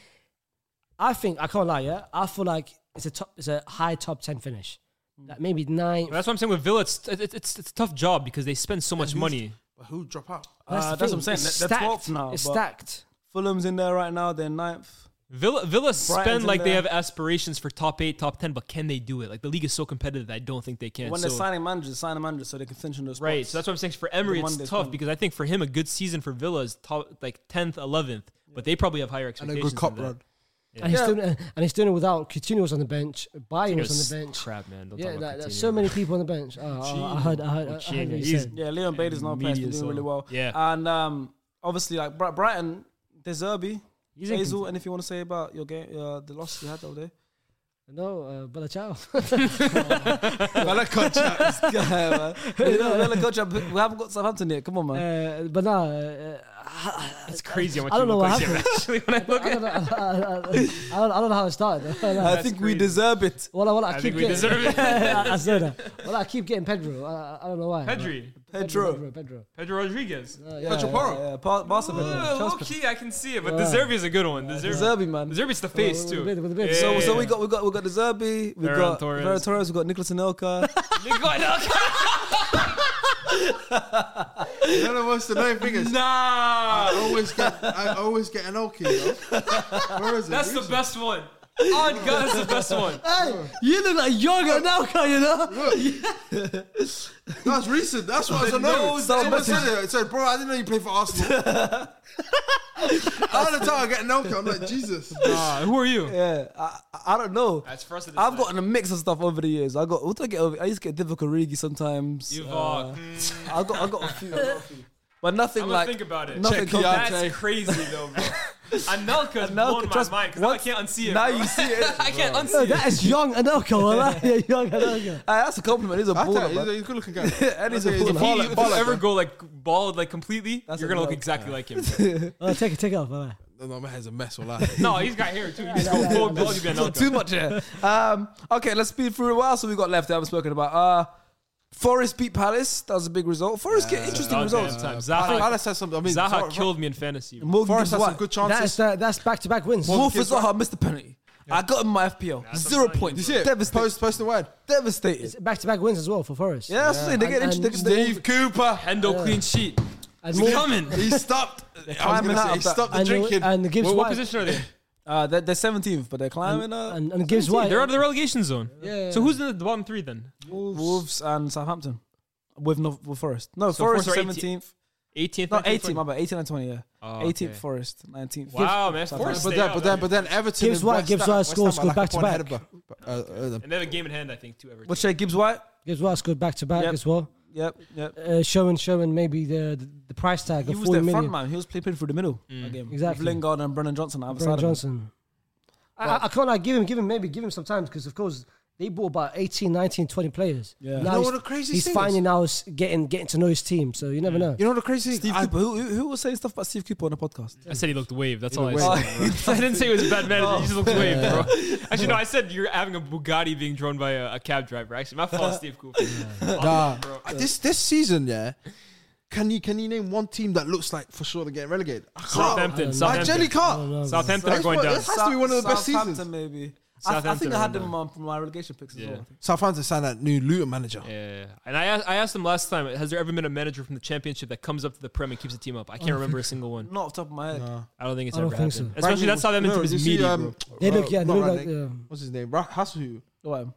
E: I think I can't lie, yeah, I feel like it's a top, it's a high top ten finish,
B: Mm.
E: like maybe nine.
B: Uh,
D: That's what I'm saying with Villa. It's it's, it's, it's a tough job because they spend so much money.
C: But who drop out?
B: Uh,
E: the
B: that's
E: thing,
B: what I'm saying.
E: It's
B: They're- they're 12th
E: stacked.
B: now,
E: It's
B: but-
E: stacked.
B: Fulham's in there right now. They're ninth.
D: Villa Villa spend
B: in
D: like they
B: there.
D: have aspirations for top eight, top ten, but can they do it? Like the league is so competitive, that I don't think they can.
B: when
D: so,
B: they're signing managers, sign a manager so they can finish in those
D: right,
B: spots.
D: so that's what I'm saying. For Emery,
B: The
D: it's
B: Monday
D: tough
B: spend.
D: because I think for him, a good season for Villa is top like tenth, eleventh, but they probably have higher
C: And
D: expectations.
C: a good
D: than
C: cup
D: that.
C: run.
E: And he's, doing it, and he's doing it without Coutinho was on the bench, Bayern
D: Coutinho's
E: was on the bench.
D: crap, man. Don't
E: yeah,
D: talk about
E: like, there's
D: Coutinho,
E: so
D: man.
E: many people on the bench. Oh, I I heard, I heard, I heard,
D: Coutinho,
E: what you
D: he's-
E: said.
B: Yeah, Leon Bader's not playing. He's
D: media,
B: doing really
D: so-
B: well.
D: Yeah.
B: and um, obviously like Bri- Brighton, Deserby,
D: He's in
B: Hazel. Anything you want to say about your game, uh, the loss you had the other day?
E: No, uh, but ciao.
C: Bella
B: This guy, man. You know, Villa coach, we haven't got Southampton yet. Come on, man.
E: uh, but nah, uh,
D: It's crazy how much
E: I don't
D: you
E: know
D: look
E: what
D: like him,
E: happened.
D: Actually, when I look
E: I
D: at
E: don't know, I, don't, I don't know how it started.
B: I
E: Like,
B: think we
D: crazy.
B: deserve it.
E: well, I, well, I,
D: I
E: keep
D: think we
E: getting,
D: deserve it.
E: I, I said that. Well, I keep getting Pedro. I- I, I don't know why.
D: Pedri,
B: Pedro.
E: Pedro. Pedro.
D: Pedro Rodriguez.
E: Uh, yeah,
C: Pedro
E: yeah,
C: Porro.
B: Yeah, Pa- Barca Pedro.
D: Oh,
B: Chelsea Pedro.
D: okay, I can see it, but
E: Yeah.
D: the Zerbi is a good one. The Zerbi,
B: Deserby, man.
D: Zerbi's the face
E: with
D: too.
E: the bit- with the bit.
B: So,
D: Yeah.
B: so we got we got we got Deserbi, we
D: Ferran
B: got
D: Torres.
B: Ferran Torres, we got Nicolas Anelka.
D: Nick Van Elk-
C: You know the most annoying thing is
D: nah,
C: I always get I always get an okay. You know? Where is it?
D: that's
C: Where
D: the
C: is it?
D: best one. Oh, God, that's the best one.
E: You look like yoga now, can you know?
C: That's recent. That's what I don't know.
B: nose
C: Someone
B: message.
C: said it. It said, bro, I didn't know you played for Arsenal. All the time I get an outcome. I'm like, Jesus.
D: Uh, who are you?
B: Yeah, I, I- I don't know.
D: That's first of the
B: I've
D: set.
B: gotten a mix of stuff over the years. I got what did I get? Over, I used to get Divock Origi sometimes.
D: You've,
B: Uh,
D: uh,
B: I got I got a few, I got a few. but nothing
D: I'm
B: like
D: gonna think about it.
B: Nothing
C: Check
B: compared-
C: Keanu.
D: That's crazy though, bro. Anelka's
B: Anelka,
D: blown my
B: trust-
D: mind because I
B: once-
D: can't unsee it.
B: now
D: bro.
B: you see it.
D: I can't unsee
E: No,
D: it.
E: that is young Anelka, wallah. Yeah, young Anelka.
B: Aye, that's a compliment. He's a
C: I tell
B: baller.
C: you, he's a-
B: man.
C: he's a good looking guy.
B: And he's a
C: He's a
B: baller.
D: If he-
C: baller.
D: if you
C: baller,
D: ever
C: bro.
D: go like bald like completely,
B: That's
D: you're
B: a
D: gonna look
B: love.
D: exactly like him.
E: Oh, take it, take it off. Bye-bye.
C: No, no, my hair's a mess. Well,
D: no, he's got hair too. You just go full bald, you be Anelka.
B: Too much here. Um, okay, let's speed through what else have we got left. I haven't spoken about. Uh, Forest beat Palace. That was a big result. Forest get interesting
D: Oh,
B: results.
D: damn time.
C: Palace
D: Zaha,
C: Palace has something. I mean,
D: Zaha
C: Forest-
D: killed me in fantasy. bro.
B: Morgan
C: Forest
B: did
C: has some
B: what?
C: good
E: That's
C: chances.
E: uh, that's back-to-ck wins.
B: Wolf
C: Wolf
B: is
C: is
B: Zaha missed the penalty. I got him my FPL. Zero
D: something.
B: points.
D: You
C: You see it?
B: Devastated.
C: Post, post the word.
B: Devastated.
E: Back-to-back wins as well for Forest.
B: Yeah, that's the thing. They get
E: And-
B: interesting.
E: and
B: they-
C: Steve Cooper.
D: Hendo clean sheet.
E: And
D: He's
E: Wolf-
D: coming.
C: He stopped. I
B: climbing
C: was
B: out
C: gonna say,
B: of
C: he
B: that.
C: stopped the
E: and,
C: drinking.
E: and gives
D: What, what
E: White-
D: position are they?
B: Uh, they're, they're 17th, but they're climbing up.
E: and, and gives White.
D: They're out of the relegation zone.
E: Yeah.
D: So who's in the bottom three then?
B: Wolves and Southampton with no with Forest. No,
D: So
B: Forest
D: Forest are
B: 17th.
D: 18th.
B: No,
D: 19th,
B: 18. My bad. 18 and 20. Yeah,
D: Oh,
B: 18th
D: okay.
B: Forest, 19th.
D: Wow, man. Forest
C: But
D: stay
C: then,
D: up,
C: but then,
D: man.
C: but then, Everton
E: Gibbs
C: and
E: White,
C: West
E: Gibbs
C: Ham-
E: White
C: West
E: scores,
C: Ham are
E: goes
C: like a
E: back-to-back.
C: point ahead of- uh, uh, them.
D: And they have a game in hand, I think, too. Everton.
B: What's that? Gibbs White.
E: Gibbs White's good back-to-back
B: Yep.
E: as well.
B: Yep, yep.
E: Uh, showing, showing maybe the the, the price tag
B: He
E: of
B: was
E: 40
B: their front
E: million.
B: man. He was play- playing through the middle. that game.
E: Exactly.
B: With Lingard and Brennan Johnson on the other
E: Brian
B: side. Johnson.
E: Johnson. I, I- I can't like give him, give him maybe give him some time because of course they bought about 18, 19, 20 players.
B: Yeah. You
E: Now
C: know
E: he's-
C: what the craziest
E: He's
C: thing
E: finding now is getting getting to know his team, so you never know.
C: You know the crazy thing?
B: Steve
C: I-
B: Cooper. Who, who, who was saying stuff about Steve Cooper on the podcast?
D: I said he looked waved. That's all I
B: waved.
D: said. I didn't say he was a bad manager. He just looked waved, bro. Actually, no, I said you're having a Bugatti being drawn by a, a cab driver. Actually, my fault, Steve Cooper.
C: Nah. Uh, This this season, yeah. Can you can you name one team that looks like for sure they're getting relegated? I can't.
D: Southampton.
C: I
D: Southampton.
C: generally can't.
E: know.
D: Southampton are going down.
C: This has to be one of the best
B: Southampton,
C: seasons.
B: maybe. I, I
D: Southampton
B: think I
D: are
B: had
D: going
B: them on from my relegation picks as
D: Yeah.
B: well. I think.
C: Southampton signed that new Luton manager.
D: Yeah, and I asked, I asked him last time. Has there ever been a manager from the championship that comes up to the prem and keeps the team up? I can't remember a single one.
B: Not off the top of my head.
D: I don't think it's
E: Oh. I don't
D: ever happened.
E: think so.
D: Especially that's how that
C: No,
D: team
C: you
D: is
C: see,
D: meaty,
C: um,
D: bro.
E: They
C: bro,
E: look- yeah, they
C: not
E: look
C: Rangnick.
E: like, um, yeah.
C: What's his name? Ra- Hasu.
B: What?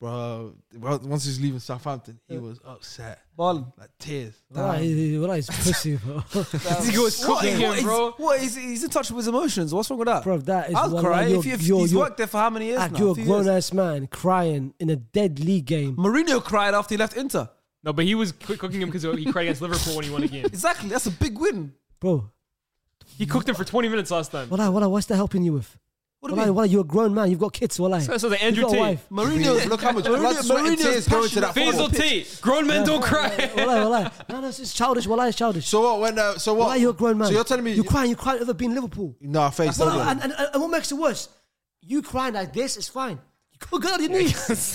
C: Bro, well, once he's leaving Southampton, he was upset,
B: Ballin.
C: like tears.
E: Well, he- well, he's pussy, bro.
D: He goes cooking him,
B: what is-
D: bro.
B: What is, he's in touch with his emotions. What's wrong with that?
E: Bro, that is
B: I'll
E: one-
B: cry.
E: you're-
B: If, you- if
E: you're-
B: he's
E: you're-
B: worked there for how many years
E: Like,
B: now?
E: you're a
B: Few
E: grown
B: years.
E: ass man crying in a dead league game.
B: Mourinho cried after he left Inter.
D: No, but he was cook- cooking him because he cried against Liverpool when he won a game.
B: Exactly. That's a big win.
E: Bro,
D: He cooked him for 20 minutes last time.
E: what I, what I, what's that helping you with?
B: What do you
E: Well, I,
B: mean?
E: well, you're a grown man. You've got kids. Well, I.
D: So- so the
E: You've
D: Andrew
E: got a
D: Tate.
E: wife.
B: Mourinho,
C: Look how much
B: Mourinho-
C: blood, sweat, and
B: Mourinho's
C: tears go into that
B: passionate.
D: Basil
C: football pitch.
D: Tate. Grown men don't
E: Well,
D: cry.
E: I, well, I. No, no, it's it's childish. Well, I, it's childish.
C: So what? When uh, so what?
E: well, I, you're a grown man.
C: So you're telling me
E: you're crying. You're crying over being Liverpool.
C: No, face.
E: Well,
C: don't do it.
E: and, and, and what makes it worse? You crying like this is fine. You go on your knees.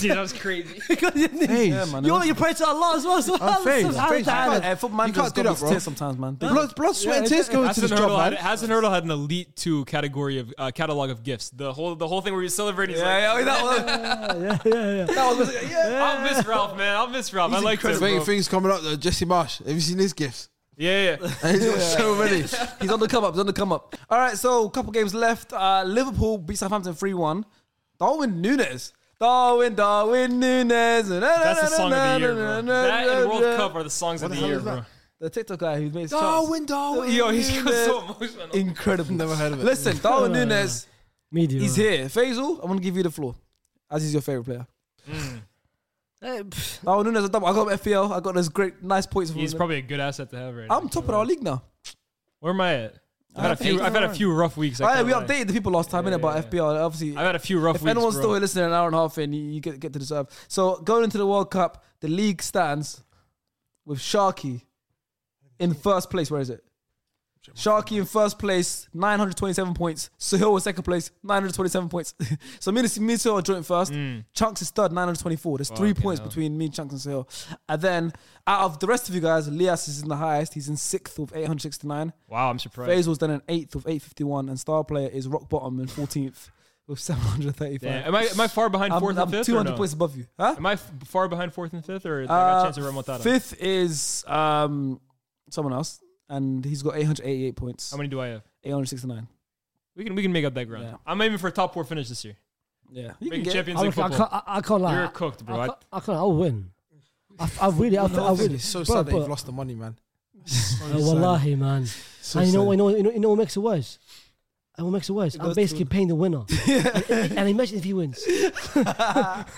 D: Dude, that was crazy.
E: you go on your knees.
B: Yeah, man.
E: You want you pray to Allah as well. So
C: I'm faced,
E: Subhanahu wa
C: faced.
E: ta'ala.
C: Faced.
B: Eh, football
C: You can't do that,
B: managers
C: bro.
B: tears sometimes, man. They-
C: blood, blood, sweat, and
E: it-
C: tears go into
D: Hassan
C: this
D: Hurdle,
C: job,
D: had,
C: man.
D: Hassan Hurdle had an elite two category of uh, catalog of gifts. The whole the whole thing where he was celebrating. he's
B: Yeah, yeah,
D: like,
B: that one. That was- yeah.
D: I'll miss Ralph, man. I'll miss Ralph. I like him.
C: There's many
D: bro.
C: things coming up though. Jesse Marsh. Have you seen his gifts?
D: Yeah, yeah.
C: He's got so many.
B: He's on the come up. He's on the come up. All right, so a couple games left. Uh, Liverpool beat Southampton 3 1. Darwin Nunes. Darwin, Darwin Nunes.
D: That's the song of the year, bro. That and World Cup are the songs of the,
C: the hell
D: year,
C: is
D: bro.
C: that?
B: The TikTok guy who made
C: Darwin, Darwin.
B: Yo, he's so
D: emotional.
B: incredible.
C: Never heard of it.
B: Listen, Darwin Nunes,
E: Media.
B: he's here. Faisal, I'm going to give you the floor as he's your favorite player.
E: Eh, pff,
B: Darwin Nunes, a double. I got FPL. I got those great, nice points. from
D: He's
B: him.
D: probably a good asset to have right now.
B: I'm top of our league now.
D: Where am I at? I've had a few.
B: think-
D: I've had a few rough weeks. I
B: Right,
D: can't
B: we
D: lie.
B: updated the people last time innit, about FPL. Obviously,
D: I've had a few rough
B: if
D: weeks.
B: anyone's
D: bro.
B: still listening an hour and a half in, you, you get, get to deserve. So going into the World Cup, the league stands with Sharky in first place. Where is it? Sharky in first place, 927 points. Sahil in second place, 927 points. so me and, me and Sahil are joint first. Chunks is third, 924. There's three
D: Hmm. Fucking
B: points
D: hell.
B: between me, Chunks, and Sahil. And then out of the rest of you guys, Lias is in the highest. He's in sixth with 869.
D: wow, I'm surprised.
B: Fazel's then in eighth with 851. And Star Player is rock bottom in 14th with 735.
D: Damn. Am I am I far behind
B: I'm,
D: fourth
B: I'm
D: and fifth?
B: 200
D: or no?
B: points above you. Huh?
D: Am I f- far behind fourth and fifth, or I got a
B: Uh,
D: chance to remontada?
B: fifth is um, someone else, and he's got 888 points.
D: How many do I have?
B: 869.
D: We can we can make up that ground.
B: Yeah.
D: I'm aiming for a top four finish this year.
B: Yeah, you
D: Making
B: can get.
D: Champions
E: I,
D: League
E: don't- I,
D: football.
E: can't, I, I can't lie.
D: You're cooked, bro.
E: I
D: I-
E: can't, I can't. I'll win. I, I really. I, I
C: I think
E: really.
C: it's so
E: bro,
C: sad that
E: bro.
C: you've lost the money, man.
E: Uh, wallahi, man.
C: So
E: and you know, what-
C: sad.
E: you know, you know, you know what makes it worse. And what makes it worse? I'm
B: goes
E: basically
B: through.
E: paying the winner. and, and imagine if he wins.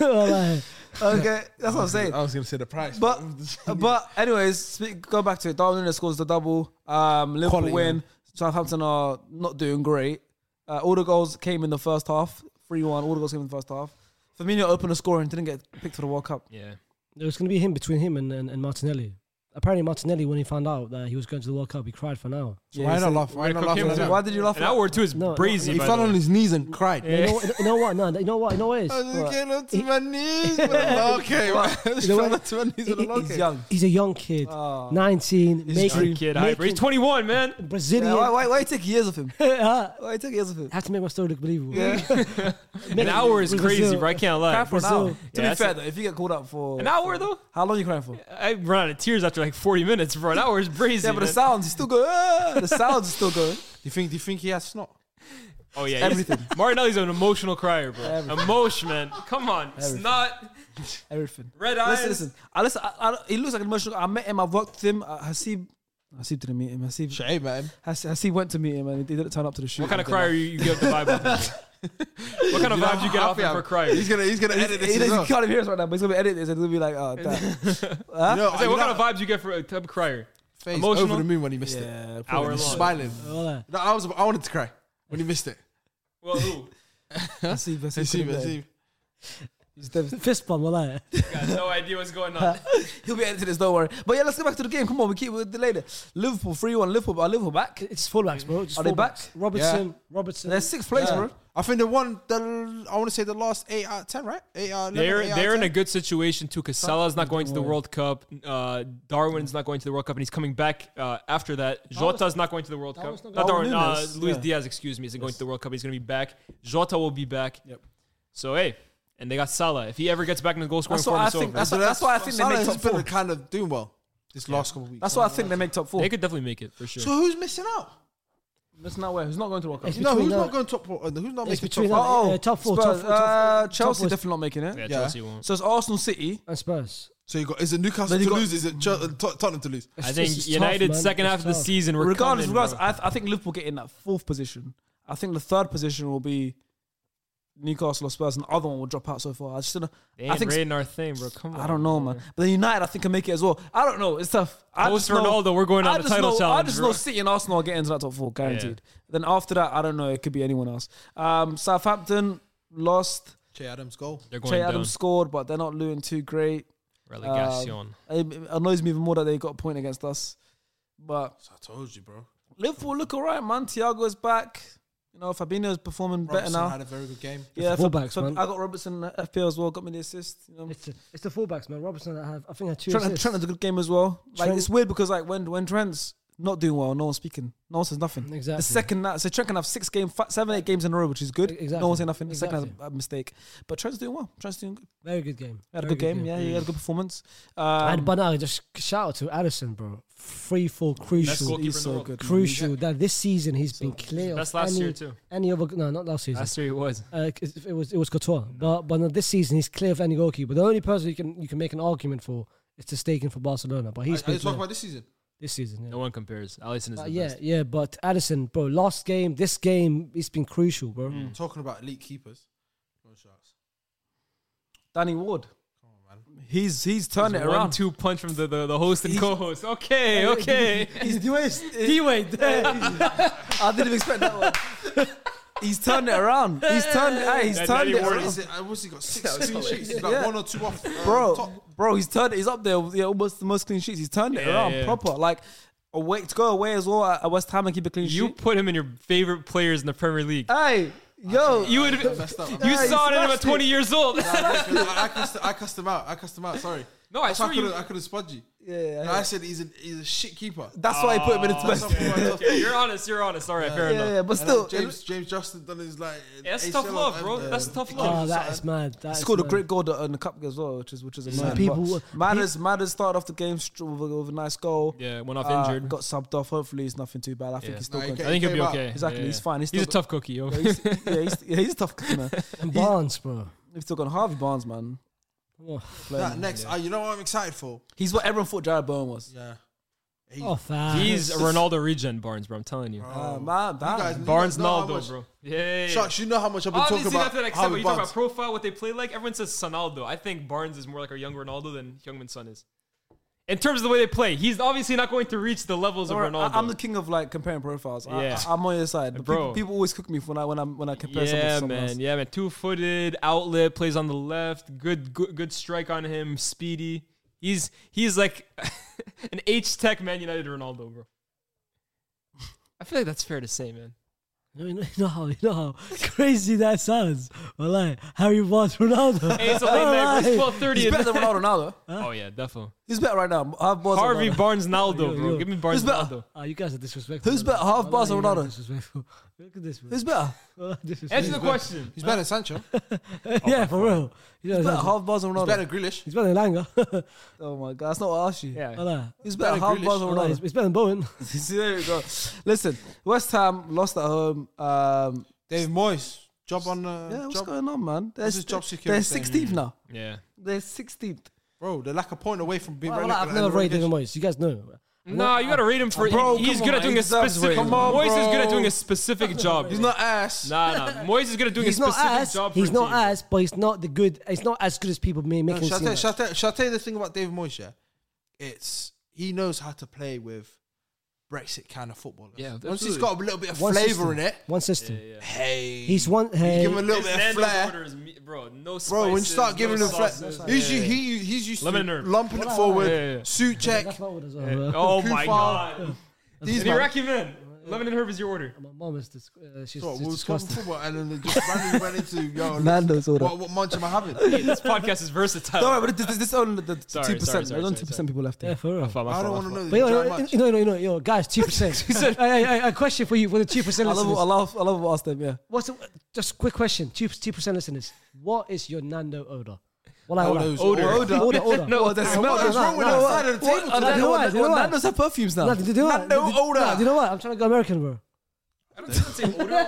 E: Wallahi.
B: Okay, that's what I'm saying.
C: I was gonna say the price,
B: But but anyways, speak, go back to it. Darwin Nunes scores the double. Um, Liverpool
C: Quality,
B: win.
C: man.
B: Southampton are not doing great. Uh, all the goals came in the first half. Three one. All the goals came in the first half. Firmino opened the score and didn't get picked for the World Cup.
D: Yeah.
E: There was going to be him between him and, and, and Martinelli. Apparently, Martinelli, when he found out that he was going to the World Cup, he cried for an hour.
C: So why not laugh? Why
D: Rick
C: not laugh?
D: Hakim
C: like
D: too.
C: that?
B: Why did you laugh?
D: And that
B: at-
D: word too is
E: No, no,
D: brazy.
C: He
D: by
C: fell
D: the way.
C: on his knees and cried.
E: You know, what- you know what? No, you know what? You know what it is?
C: I was
B: What?
C: getting onto my knees, but I'm okay. man. I just
E: You know
C: fell
E: what?
C: onto my knees, but I'm
B: He's
C: okay.
B: young.
E: He's a young kid,
B: Oh.
E: 19, making,
D: Young kid, hyper. He's
E: making
D: 21, man.
E: Brazilian.
B: Yeah, why, why, why you take years of him?
E: I
B: Why you take years of him?
E: had to make my story look believable.
D: An hour is
E: Brazil.
D: crazy, bro. I can't lie.
B: Cry for an
E: Brazil.
B: hour. To
D: Yeah,
B: be
D: that's
B: fair
D: it.
B: though, if you get called up for
D: An hour though.
B: how long you crying for?
D: I run out of tears after like 40 minutes, bro. An hour is brazy.
B: Yeah, but the
D: man.
B: sounds is still going. Ah, the sounds is still going.
C: Do you think? Do you think he has snot?
D: Oh yeah, he's-
B: Everything.
D: Martinelli's an emotional crier, bro. Emotion, man. Come on, it's not
B: Everything.
D: red
B: Listen,
D: eyes.
B: listen. I, listen I, I, he looks like an emotional. I met him. I worked with him. Uh, Hasib, Hasib didn't meet him. Hasib,
C: Shame, man.
B: Has, Hasib went to meet him and he didn't turn up to the shoot.
D: What kind of crier you, you give the vibe off? what kind of
C: know
D: vibe
C: how
D: you get off
C: happy
D: of
C: I'm-
D: for crier?
C: He's gonna, he's gonna
B: He,
C: edit
B: he,
C: this.
B: he
C: as well.
B: can't even hear us right now, but he's gonna be editing this and he'll be like, "Oh, damn."
C: You know,
D: I say,
C: you
D: what
C: know
D: kind of vibes you get for a type of crier?
C: face
D: emotional?
C: over the moon when he missed it.
B: yeah,
D: Hour
B: probably.
D: long.
C: Smiling.
E: Wallahi.
C: No, I was. I wanted to cry when he missed it.
D: Well, who?
B: Hasib, Hasib,
C: Nasib,
B: couldn't be
C: Nasib.
B: there. He's dev-
E: Fist bump, wallahi.
D: Got no idea what's going on.
B: He'll be editing this. Don't worry. But yeah, let's go back to the game. Come on, we keep with the later. Liverpool three one. Liverpool, are Liverpool back.
E: It's fullbacks, bro. Just
B: Are they
E: fullbacks.
B: back?
E: Robertson, Robertson.
B: They're sixth place,
E: Yeah.
B: bro.
C: I think they won. The I want to say the last eight out of ten, right? Eight out. Of 11,
D: They're
C: eight out
D: they're
C: of
D: in a
C: 10.
D: good situation too because Salah's not going to the World Cup. Uh, Darwin's not going to the World Cup, and he's coming back uh, after that. Jota's not going to the World
E: Darwin's
D: Cup.
E: not
D: Not
B: going-
D: Darwin,
B: Darwin
D: uh,
B: Nunes,
D: Luis
B: yeah.
D: Diaz, excuse me, isn't going to the World Cup. He's going to be back. Jota will be back.
B: Yep.
D: So hey, and they got Salah. If he ever gets back in the goal scoring
B: That's what
D: form,
B: I
D: it's
B: think.
D: over.
B: That's, what- that's why I think they
C: Salah
B: make
C: has
B: top
C: been
B: four.
C: kind of doing well this last couple of weeks.
B: That's why I think they make top four.
D: They could definitely make it for sure.
C: So who's missing out?
B: That's not where. Who's not going to World Cup?
E: It's
C: No,
E: between
C: who's
E: the-
C: not going top four? uh, Who's not
E: It's
C: making
E: between
C: top
E: the-
C: four?
B: Oh,
E: Uh, top four, top
B: Spurs,
E: four, top four,
B: uh,
E: top
B: Chelsea
E: four.
B: definitely not making it.
D: yeah,
C: Yeah.
D: Chelsea won't.
B: So it's Arsenal, City.
E: and Spurs.
C: So you got is it Newcastle
B: Then you
C: to
B: got-
C: lose? Is it Ch- uh, Tot- Tottenham to lose?
E: It's
D: I
E: just-
D: think
E: it's tough,
D: United
E: man.
D: second
E: It's
D: half of the
E: tough.
D: season. We're
B: regardless,
D: coming,
B: regardless,
D: bro.
B: I, th- I think Liverpool get in that fourth position. I think the third position will be Newcastle or Spurs, and the other one will drop out so far. I just don't know.
D: They
B: I
D: ain't
B: think
D: rating our thing, bro. Come on.
B: I don't know, man. But then United, I think can make it as well. I don't know. It's tough. I
D: Post
B: just know-
D: Ronaldo, we're going on
B: I
D: the
B: just
D: title
B: know,
D: challenge,
B: I just
D: bro.
B: know City and Arsenal are getting into that top four, guaranteed. Then after that, I don't know. It could be anyone else. Um, Southampton lost.
C: Che Adams goal.
D: They're going
B: Trey
D: down.
B: Adams uh, scored, but they're not doing too great.
D: Relegation.
B: It it annoys me even more that they got a point against us. But
C: I told you, bro.
B: Liverpool look all right, man. Thiago's back. You know, Fabinho's performing
C: Robertson
B: better now.
C: had a very good game.
B: Yeah,
E: the fullbacks, man.
B: I got Robertson at FPL as well. Got me the assist. You know.
E: It's, it's the fullbacks, man. Robertson, I, have, I think I had two
B: Trent,
E: assists.
B: Trent had a good game as well. Like
E: Trent-
B: it's weird because like when when Trent's not doing well, no one's speaking. No one says nothing.
E: Exactly.
B: The second that so Trent can have six game, fi- seven, eight games in a row, which is good.
E: E- exactly.
B: No one's saying nothing. The second
E: Exactly.
B: has a, a mistake, but Trent's doing well. Trent's doing good.
E: Very good game.
B: He had a
E: Very
B: good game. Yeah, he had a good performance. Um,
E: and but now just shout out to Addison, bro. Free fall
D: Best
E: crucial.
D: goalkeeper
B: he's
D: in the
B: so
D: world.
B: good. man.
E: Crucial that this season he's been clear.
D: That's
E: of
D: last
E: any,
D: year too.
E: Any other no, not last season.
D: Last year he was.
E: Uh, 'cause it was it was Couture, but but no, this season he's clear of any goalkeeper. The only person you can you can make an argument for is to stake for Barcelona, but
C: I, I
E: he's been
C: talk
E: clear
C: about this season.
E: this season. Yeah.
D: No one compares. Allison is
E: Uh,
D: the
E: yeah,
D: best.
E: yeah, but Addison, bro, last game, this game, it's been crucial, bro.
D: Mm.
C: Talking about elite keepers. No shots.
B: Danny Ward,
C: Come on, man.
B: he's he's turned it
D: One
B: around.
D: two punch from the, the, the host and
B: He's-
D: co-host. Okay, okay.
B: He's doing.
E: D-Wade.
B: I didn't expect that one. He's turned it around. He's turned. Hey, he's
D: That
B: turned
D: Danny
B: it
C: What
D: Ward
B: around.
C: is it? I was he got six clean sheets. He's
B: Yeah.
C: Like one or two off. uh, top.
B: bro, bro, he's turned. He's up there. with, Yeah, almost the most clean sheets. He's turned it
D: Yeah,
B: around
D: yeah.
B: proper. Like away to go away as well at at West Ham and keep a clean
D: You
B: sheet.
D: put him in your favorite players in the Premier League.
B: Hey, yo,
D: You would.
C: messed up.
D: You
B: Yeah, he
D: saw it in him at
B: smashed it.
D: 20 years old.
C: I, I, cussed, I cussed him out. I cussed him out. Sorry.
D: No, I
C: That's why
D: swear
C: I could
D: you.
C: have I could have spudged you.
B: Yeah,
C: And
B: yeah.
C: I said he's a he's a shit keeper.
B: That's why I put him in his
C: That's
B: best.
C: why I put him in his
D: Okay, you're honest. You're honest. All right, fair
B: Yeah,
D: enough.
B: yeah, but
C: And
B: still,
C: then James James Justin done his like
D: That's
C: ACL
D: tough
C: of
D: love, bro.
C: everything.
D: That's tough
E: Oh,
D: love.
E: that is mad. That
B: He
E: is
B: scored a
E: mad.
B: great goal in the cup as well, which is which is a man.
E: people-
B: People, Manners Manners started off the game str- with, a- with a nice goal.
D: Yeah, went off
B: Uh,
D: injured.
B: Got subbed off. Hopefully, it's nothing too bad. I think
D: Yeah.
B: he's still
C: No, he
B: going.
D: I
C: came-
D: think he'll be
C: came out.
D: okay.
B: Exactly,
D: yeah,
B: he's
D: yeah.
B: fine. He's
D: He's a
B: still-
D: tough cookie. yo.
B: he's, yeah, he's, yeah, he's tough. Man.
E: And Barnes, bro.
B: We've still got Harvey Barnes, man.
E: Oh,
B: Playing.
C: Nah, next, uh, you know what I'm excited for?
B: He's what everyone thought Jared Bowen was.
C: Yeah.
E: oh, fat.
D: He's a Ronaldo regen Barnes, bro. I'm telling you.
B: Uh, man,
C: You guys-
B: man.
C: you
D: Barnes
C: guys know how
D: Naldo,
C: much-
D: bro. Yeah.
C: Sharks, you know how much I've been
D: Obviously,
C: talking
D: not
C: about.
D: to that extent,
C: Harvey
D: but you talk
C: Barnes.
D: about profile, what they play like. Everyone says Sonaldo. I think Barnes is more like our young Ronaldo than Youngman Son is. In terms of the way they play, he's obviously not going to reach the levels of
B: Don't worry,
D: Ronaldo.
B: I, am the king of like comparing profiles.
D: Yeah.
B: I, I, am on your side. But
D: Bro.
B: People, people always cook me for when I when I when I compare someone to
D: yeah,
B: someone
D: man.
B: else.
D: Yeah, man. Two footed, outlet, plays on the left. Good, good, good strike on him. Speedy. He's he's like an H Tech Man United Ronaldo, bro. I feel like that's fair to say, man.
E: You know, you know how you know how crazy that sounds. Well, like Harry Barnes Ronaldo.
D: Hey, it's a late night. bro. It's twelve
B: He's
D: thirty.
B: better than Ronaldo now, though.
D: Oh yeah, definitely.
B: He's better right now. Half bars
D: Harvey
B: Ronaldo.
D: Barnes Naldo, bro.
E: yo.
D: Give me Barnes
B: Who's better?
D: Naldo.
E: Ah, you guys are disrespectful.
B: Who's
E: man.
B: better, half
E: Wallah,
B: Barnes or
E: you guys are
B: Ronaldo?
E: Disrespectful. Look at this. Man.
B: Who's better?
E: Wallah, disrespectful.
D: Answer the question.
C: He's better than Sancho. He's
E: yeah, for real. You
B: He's
E: know, he's,
B: better
E: better,
B: half bars Ronaldo.
C: better than Grealish.
E: he's better than Langer.
B: Oh my god, that's not what I asked you.
D: Yeah.
E: Wallah.
B: He's better
C: better
B: half
C: Grealish.
B: bars
E: Wallah,
B: Ronaldo.
E: it's, it's better than Bowen.
B: See, there you go. Listen, West Ham lost at home. Um,
C: David Moyes. Job on uh,
B: yeah, what's
C: job.
B: going on, man? They're,
C: This is job
B: they're
C: security
B: 16th
C: thing.
B: now.
D: Yeah.
B: They're 16th.
C: Bro, they're like a point away from being
E: Wallah,
C: relegated.
E: I've never
C: and
E: rated
C: relegation.
E: David Moyes. You guys know.
D: No, you gotta rate him for.
B: Bro,
D: he's
B: come on,
D: good at doing
B: he
D: a
B: deserves
D: specific.
B: rating.
D: Come
B: Come on,
D: Moyes is good at
B: bro.
D: doing a specific job.
C: He's not ass.
D: Nah, nah. Moyes is good at doing
E: He's
D: a
E: not
D: specific
E: ass.
D: job.
E: He's
D: for a
E: not
D: team.
E: ass, but he's not the good. He's not as good as people may make
C: No,
E: him
C: shall, I
E: seem.
C: tell, you-
E: like.
C: shall, I tell, shall I tell you the thing about David Moyes? Yeah, it's he knows how to play with Brexit kind of football.
D: Yeah,
C: once he's
D: absolutely.
C: got a little bit of
E: One
C: flavour
E: system.
C: in it,
E: One system.
C: hey,
E: He's one.
C: you
E: Hey,
C: give him a little bit of
D: Nando's
C: flair.
D: order is me- bro, no spices,
C: Bro, when you start
D: no
C: giving him flair,
D: sauces.
C: he's,
D: Yeah.
C: u- he, he's used
D: Lemon
C: to
D: herb.
C: lumping it forward,
D: Yeah, yeah.
C: suit check.
E: that's my order as well, bro.
D: Oh my
C: Kufal.
D: god.
C: These
D: An
C: man,
D: Iraqi man. Lemon and herb is your order.
E: My mom is dis- uh, she's,
C: So what, we
E: she's
C: were talking
E: disgusting.
C: football and then they just randomly ran into yo.
B: Nando's order.
C: What, what munch am I having?
D: This podcast is versatile.
B: Don't worry, but this, this, this only the
D: Sorry,
B: two
D: sorry,
B: percent.
D: sorry,
B: There's only
D: sorry,
B: two percent people left.
E: Yeah,
B: Here.
E: for real.
C: I don't want to know.
E: But
C: the
E: yo,
C: dry
E: yo,
C: match.
E: you know, you know, you know, yo, guys, two percent. I, I, I, a question for you for the two percent
B: I love,
E: listeners.
B: I love, I love ask them. Yeah,
E: What's the, just quick question? Two percent listeners. What is your Nando odor? Well, I
C: Nando's
E: odor.
C: odor.
E: Order, order.
B: No,
E: Order.
B: the
C: Hey,
B: smell
C: what
B: is
C: is wrong with
B: no,
C: that
B: what-
C: side of the
B: what-
C: table
B: uh,
C: today?
E: You know what,
B: Nando's-
E: you know
B: well,
E: what?
B: Nando's have perfumes now.
E: No, do you know what?
C: Nando
E: Do you-
C: odor.
E: no, do you know what? I'm trying to go American, bro.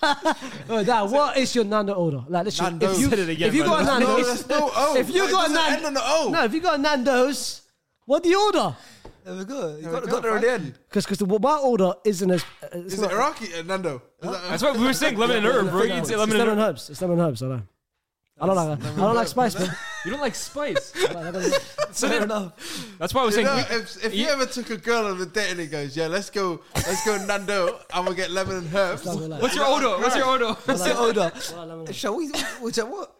E: Uh, that, what is your Nando odor? Like, let's
C: Nando's.
E: if you,
D: Said it again,
E: if you
D: bro.
E: got a
C: No,
E: Nando's,
C: there's no O.
E: if you
C: It
E: got a
C: doesn't end on the O.
E: Nando's, no, if you got a Nando's, what do you order?
B: There we go. You
C: There
B: got,
C: we
B: got
C: go,
B: there in the
C: thank
B: end.
E: Because because the my order isn't as uh, it's
C: Is
E: not-
C: it Iraqi, uh, Nando? Is that-
D: That's what we were saying. Lemon and herb, bro. You can
E: it's
D: say lemon and
E: lemon
D: herb.
E: herbs. It's lemon herbs. I know. I don't like. I don't like spice, man.
D: You don't like spice. So
B: Fair
D: then-
B: enough.
D: That's why I was
C: You
D: saying.
C: know,
D: we-
C: if, if
D: you-
C: you ever took a girl on a date and it goes, yeah, let's go, let's go Nando, and we'll get lemon and herbs.
D: What's your odor? What's your odor?
B: What's the
E: Well, lemon
B: order?
E: herb.
B: Shall we? Which what?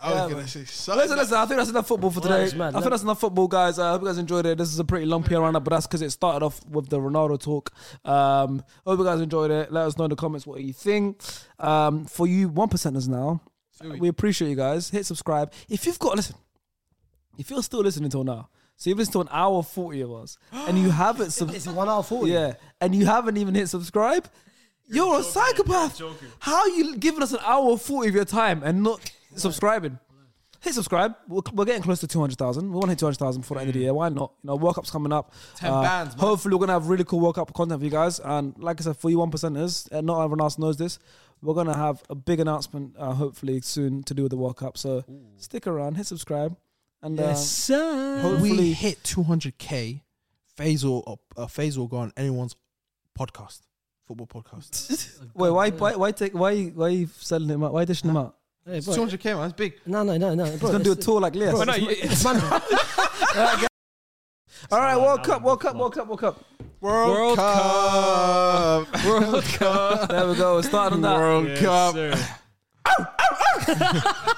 C: I was gonna say something.
B: Listen, listen. I think that's enough football for today.
E: it's mad.
B: I think that's enough football, guys. I hope you guys enjoyed it. This is a pretty lumpy roundup, but that's because it started off with the Ronaldo talk. Um, hope you guys enjoyed it. Let us know in the comments what you think. Um, for you one percenters now, we appreciate you guys. Hit subscribe if you've got. Listen, if you're still listening till now, so you've listened to an hour forty of us, and you haven't. Sub-
E: It's a one hour forty.
B: Yeah, and you haven't even hit subscribe. You're, a psychopath. How are you giving us an hour and forty of your time and not subscribing? Hit subscribe. We're, we're getting close to two hundred thousand. We want to hit two hundred thousand before the end of the year. Why not? You know, World Cup's coming up. Uh,
C: Ten bands, man.
B: Hopefully, we're gonna have really cool World Cup content for you guys. And like I said, for you one percenters, and not everyone else knows this, we're gonna have a big announcement uh, hopefully soon to do with the World Cup. So stick around, hit subscribe, and uh,
E: Yes, sir.
B: hopefully-
C: hit 200k, Faisal, or uh, Faisal go on anyone's podcast, football podcast.
B: wait, why, why, why take, why, why are you selling him out? Why dishing him out?
E: Hey, bro.
C: 200k, man, it's big.
E: No, no, no, no. Bro,
B: He's gonna do a
E: it's-
B: tour like this.
D: Why not?
E: It's Monday.
B: All right, World
D: that
B: Cup,
D: would
B: World
D: be
B: Cup,
D: flop.
B: World Cup, World Cup.
C: World,
D: World
C: Cup,
D: World Cup.
B: There we go. We're starting on that.
C: World
D: Yes,
C: Cup.
D: sir.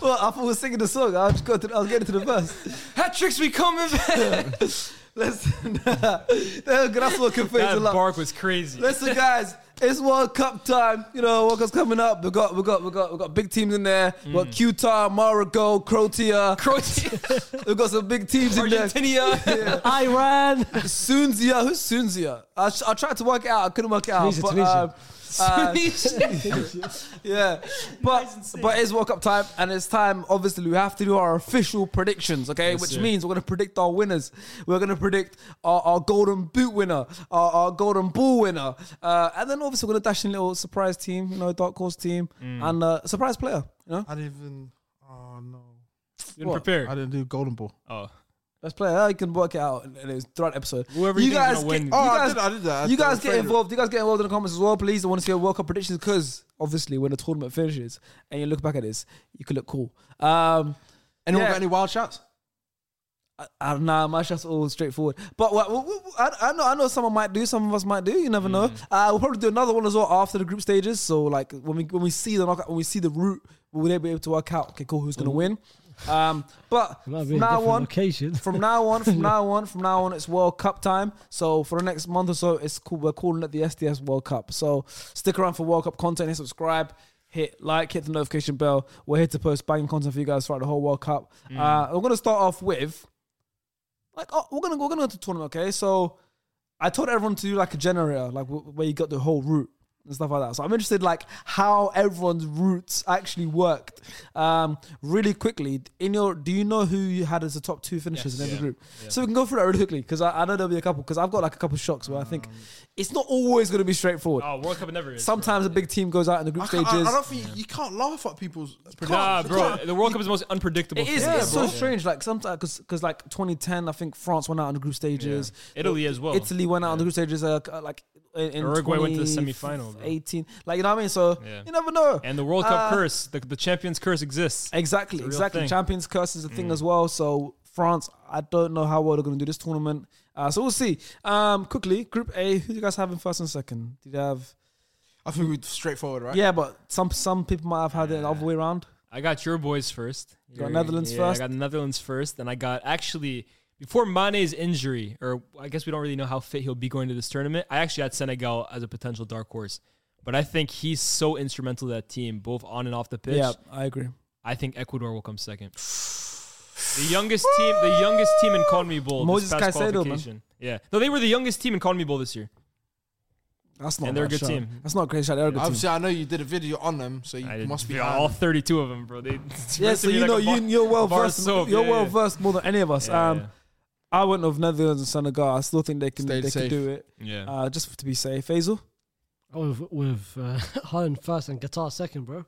B: Well, I thought we were singing the song. I just got to, I was getting to the verse.
D: Hat tricks, we coming back.
B: Listen, there we go. that's what confused a
D: That
B: lot.
D: bark was crazy.
B: Listen, guys, It's World Cup time. You know, World Cup's coming up. We got, we got, we got, we got big teams in there. We
E: Mm.
B: got Qatar, Morocco, Croatia.
D: Croatia,
B: We got some big teams in there.
D: Argentina.
E: Iran.
B: Sunzia, who's Sunzia? I, sh- I tried to work it out. I couldn't work it out.
E: Tunisia,
B: but,
E: Tunisia.
B: um, uh, yeah, but but it's World Cup time, and it's time. Obviously, we have to do our official predictions, okay? Which
D: sir.
B: means we're gonna predict our winners. We're gonna predict our, our golden boot winner, our, our golden ball winner, uh, and then obviously we're gonna dash in a little surprise team, you know, dark horse team, and uh, surprise player. You know,
C: I didn't even. Oh no,
D: You didn't prepare.
C: I didn't do golden ball.
D: Oh,
B: best player. Uh, You can work it out, and, and it's throughout the episode.
D: Whoever
B: you
D: you think's
B: guys,
D: gonna
B: get-
D: win.
B: you
C: Oh, I
B: guys-
C: did- I did that. I
B: you guys
C: did-
B: get involved. You guys get involved in the comments as well, please. I want to see your World Cup predictions because obviously when the tournament finishes and you look back at this, you could look cool. Um,
C: Anyone
B: Yeah.
C: got any wild shots?
B: I, I don't know. Ah, My shot's all straightforward. But what, what- what- I, I know, I know someone might do. Some of us might do. You never know.
E: Mm.
B: Uh, we'll probably do another one as well after the group stages. So like when we when we see the knockout, when we see the route, we'll then be able to work out. Okay, cool. Who's gonna win? Um, but
E: Mm. Might
B: from
E: be a
B: now
E: different
B: on,
E: location.
B: from now on, from now on, from now on, it's World Cup time. So for the next month or so, it's cool. We're calling it the SDS World Cup. So stick around for World Cup content. Hit subscribe, hit like, hit the notification bell. We're here to post banging content for you guys throughout the whole World Cup.
E: Mm.
B: Uh, we're gonna start off with like oh, we're gonna we're gonna go to tournament. Okay, so I told everyone to do like a generator, like w- where you got the whole route and stuff like that. So I'm interested like how everyone's routes actually worked. Um, really quickly, in your do you know who you had as the top two finishers in every group? So we can go through that really quickly because I, I know there'll be a couple because I've got like a couple shocks where I think
C: Mm.
B: it's not always gonna be straightforward.
D: oh, World Cup never is.
B: Sometimes a big team goes out in the group
C: I, can't-
B: stages.
C: I, I don't think you can't laugh at people's.
D: Nah,
C: can't-
D: bro.
C: can't.
D: The World Cup is the most unpredictable.
B: It is.
D: thing.
B: it's so strange. Like sometimes, because because like 2010, I think France went out in the group stages.
D: Yeah. Italy as well.
B: Italy went out in the group stages. Uh, uh, like in, in
D: Uruguay went to the
B: 20
D: semifinal, bro.
B: 18. Like you know what I mean. So
D: Yeah.
B: you never know.
D: And the World Cup
B: Uh,
D: curse, the, the champions curse exists.
B: Exactly,
D: It's a real
B: exactly.
D: thing. Mm.
B: Champions curse is a thing as well. So France, I don't know how well they're going to do this tournament. Uh, so we'll see. Um, quickly, Group A. Who do you guys have in first and second? Did you have?
C: I think we're straightforward, right?
B: Yeah, but some some people might have had it the other way around.
D: I got your boys first. You
B: got Netherlands first?
D: I got Netherlands first, and I got actually before Mane's injury, or I guess we don't really know how fit he'll be going to this tournament. I actually had Senegal as a potential dark horse, but I think he's so instrumental to that team, both on and off the pitch.
B: Yeah, I agree.
D: I think Ecuador will come second. The youngest team, the youngest team in CONMEBOL Bowl
B: Moses
D: this past
B: Caicedo, man.
D: qualification. Yeah, no, they were the youngest team in CONMEBOL Bowl this year.
B: That's not.
D: And they're a
B: bad
D: good
B: shout.
D: team.
B: That's not a great shot. They're a good team.
C: Obviously, I know you did a video on them, so you
D: I did-
C: must be.
D: yeah,
C: on
D: all
C: them.
D: thirty-two of them, bro. They
B: Yeah, so you know you, you're well versed. You're well versed more than any of us.
D: Yeah,
B: um,
D: yeah.
B: I went with Netherlands and Senegal. I still think they can
C: Stayed
B: they can
C: safe.
B: do it.
D: Yeah.
B: Uh, just to be safe, Hazel.
E: Oh, with, with uh, Holland first and Qatar second, bro.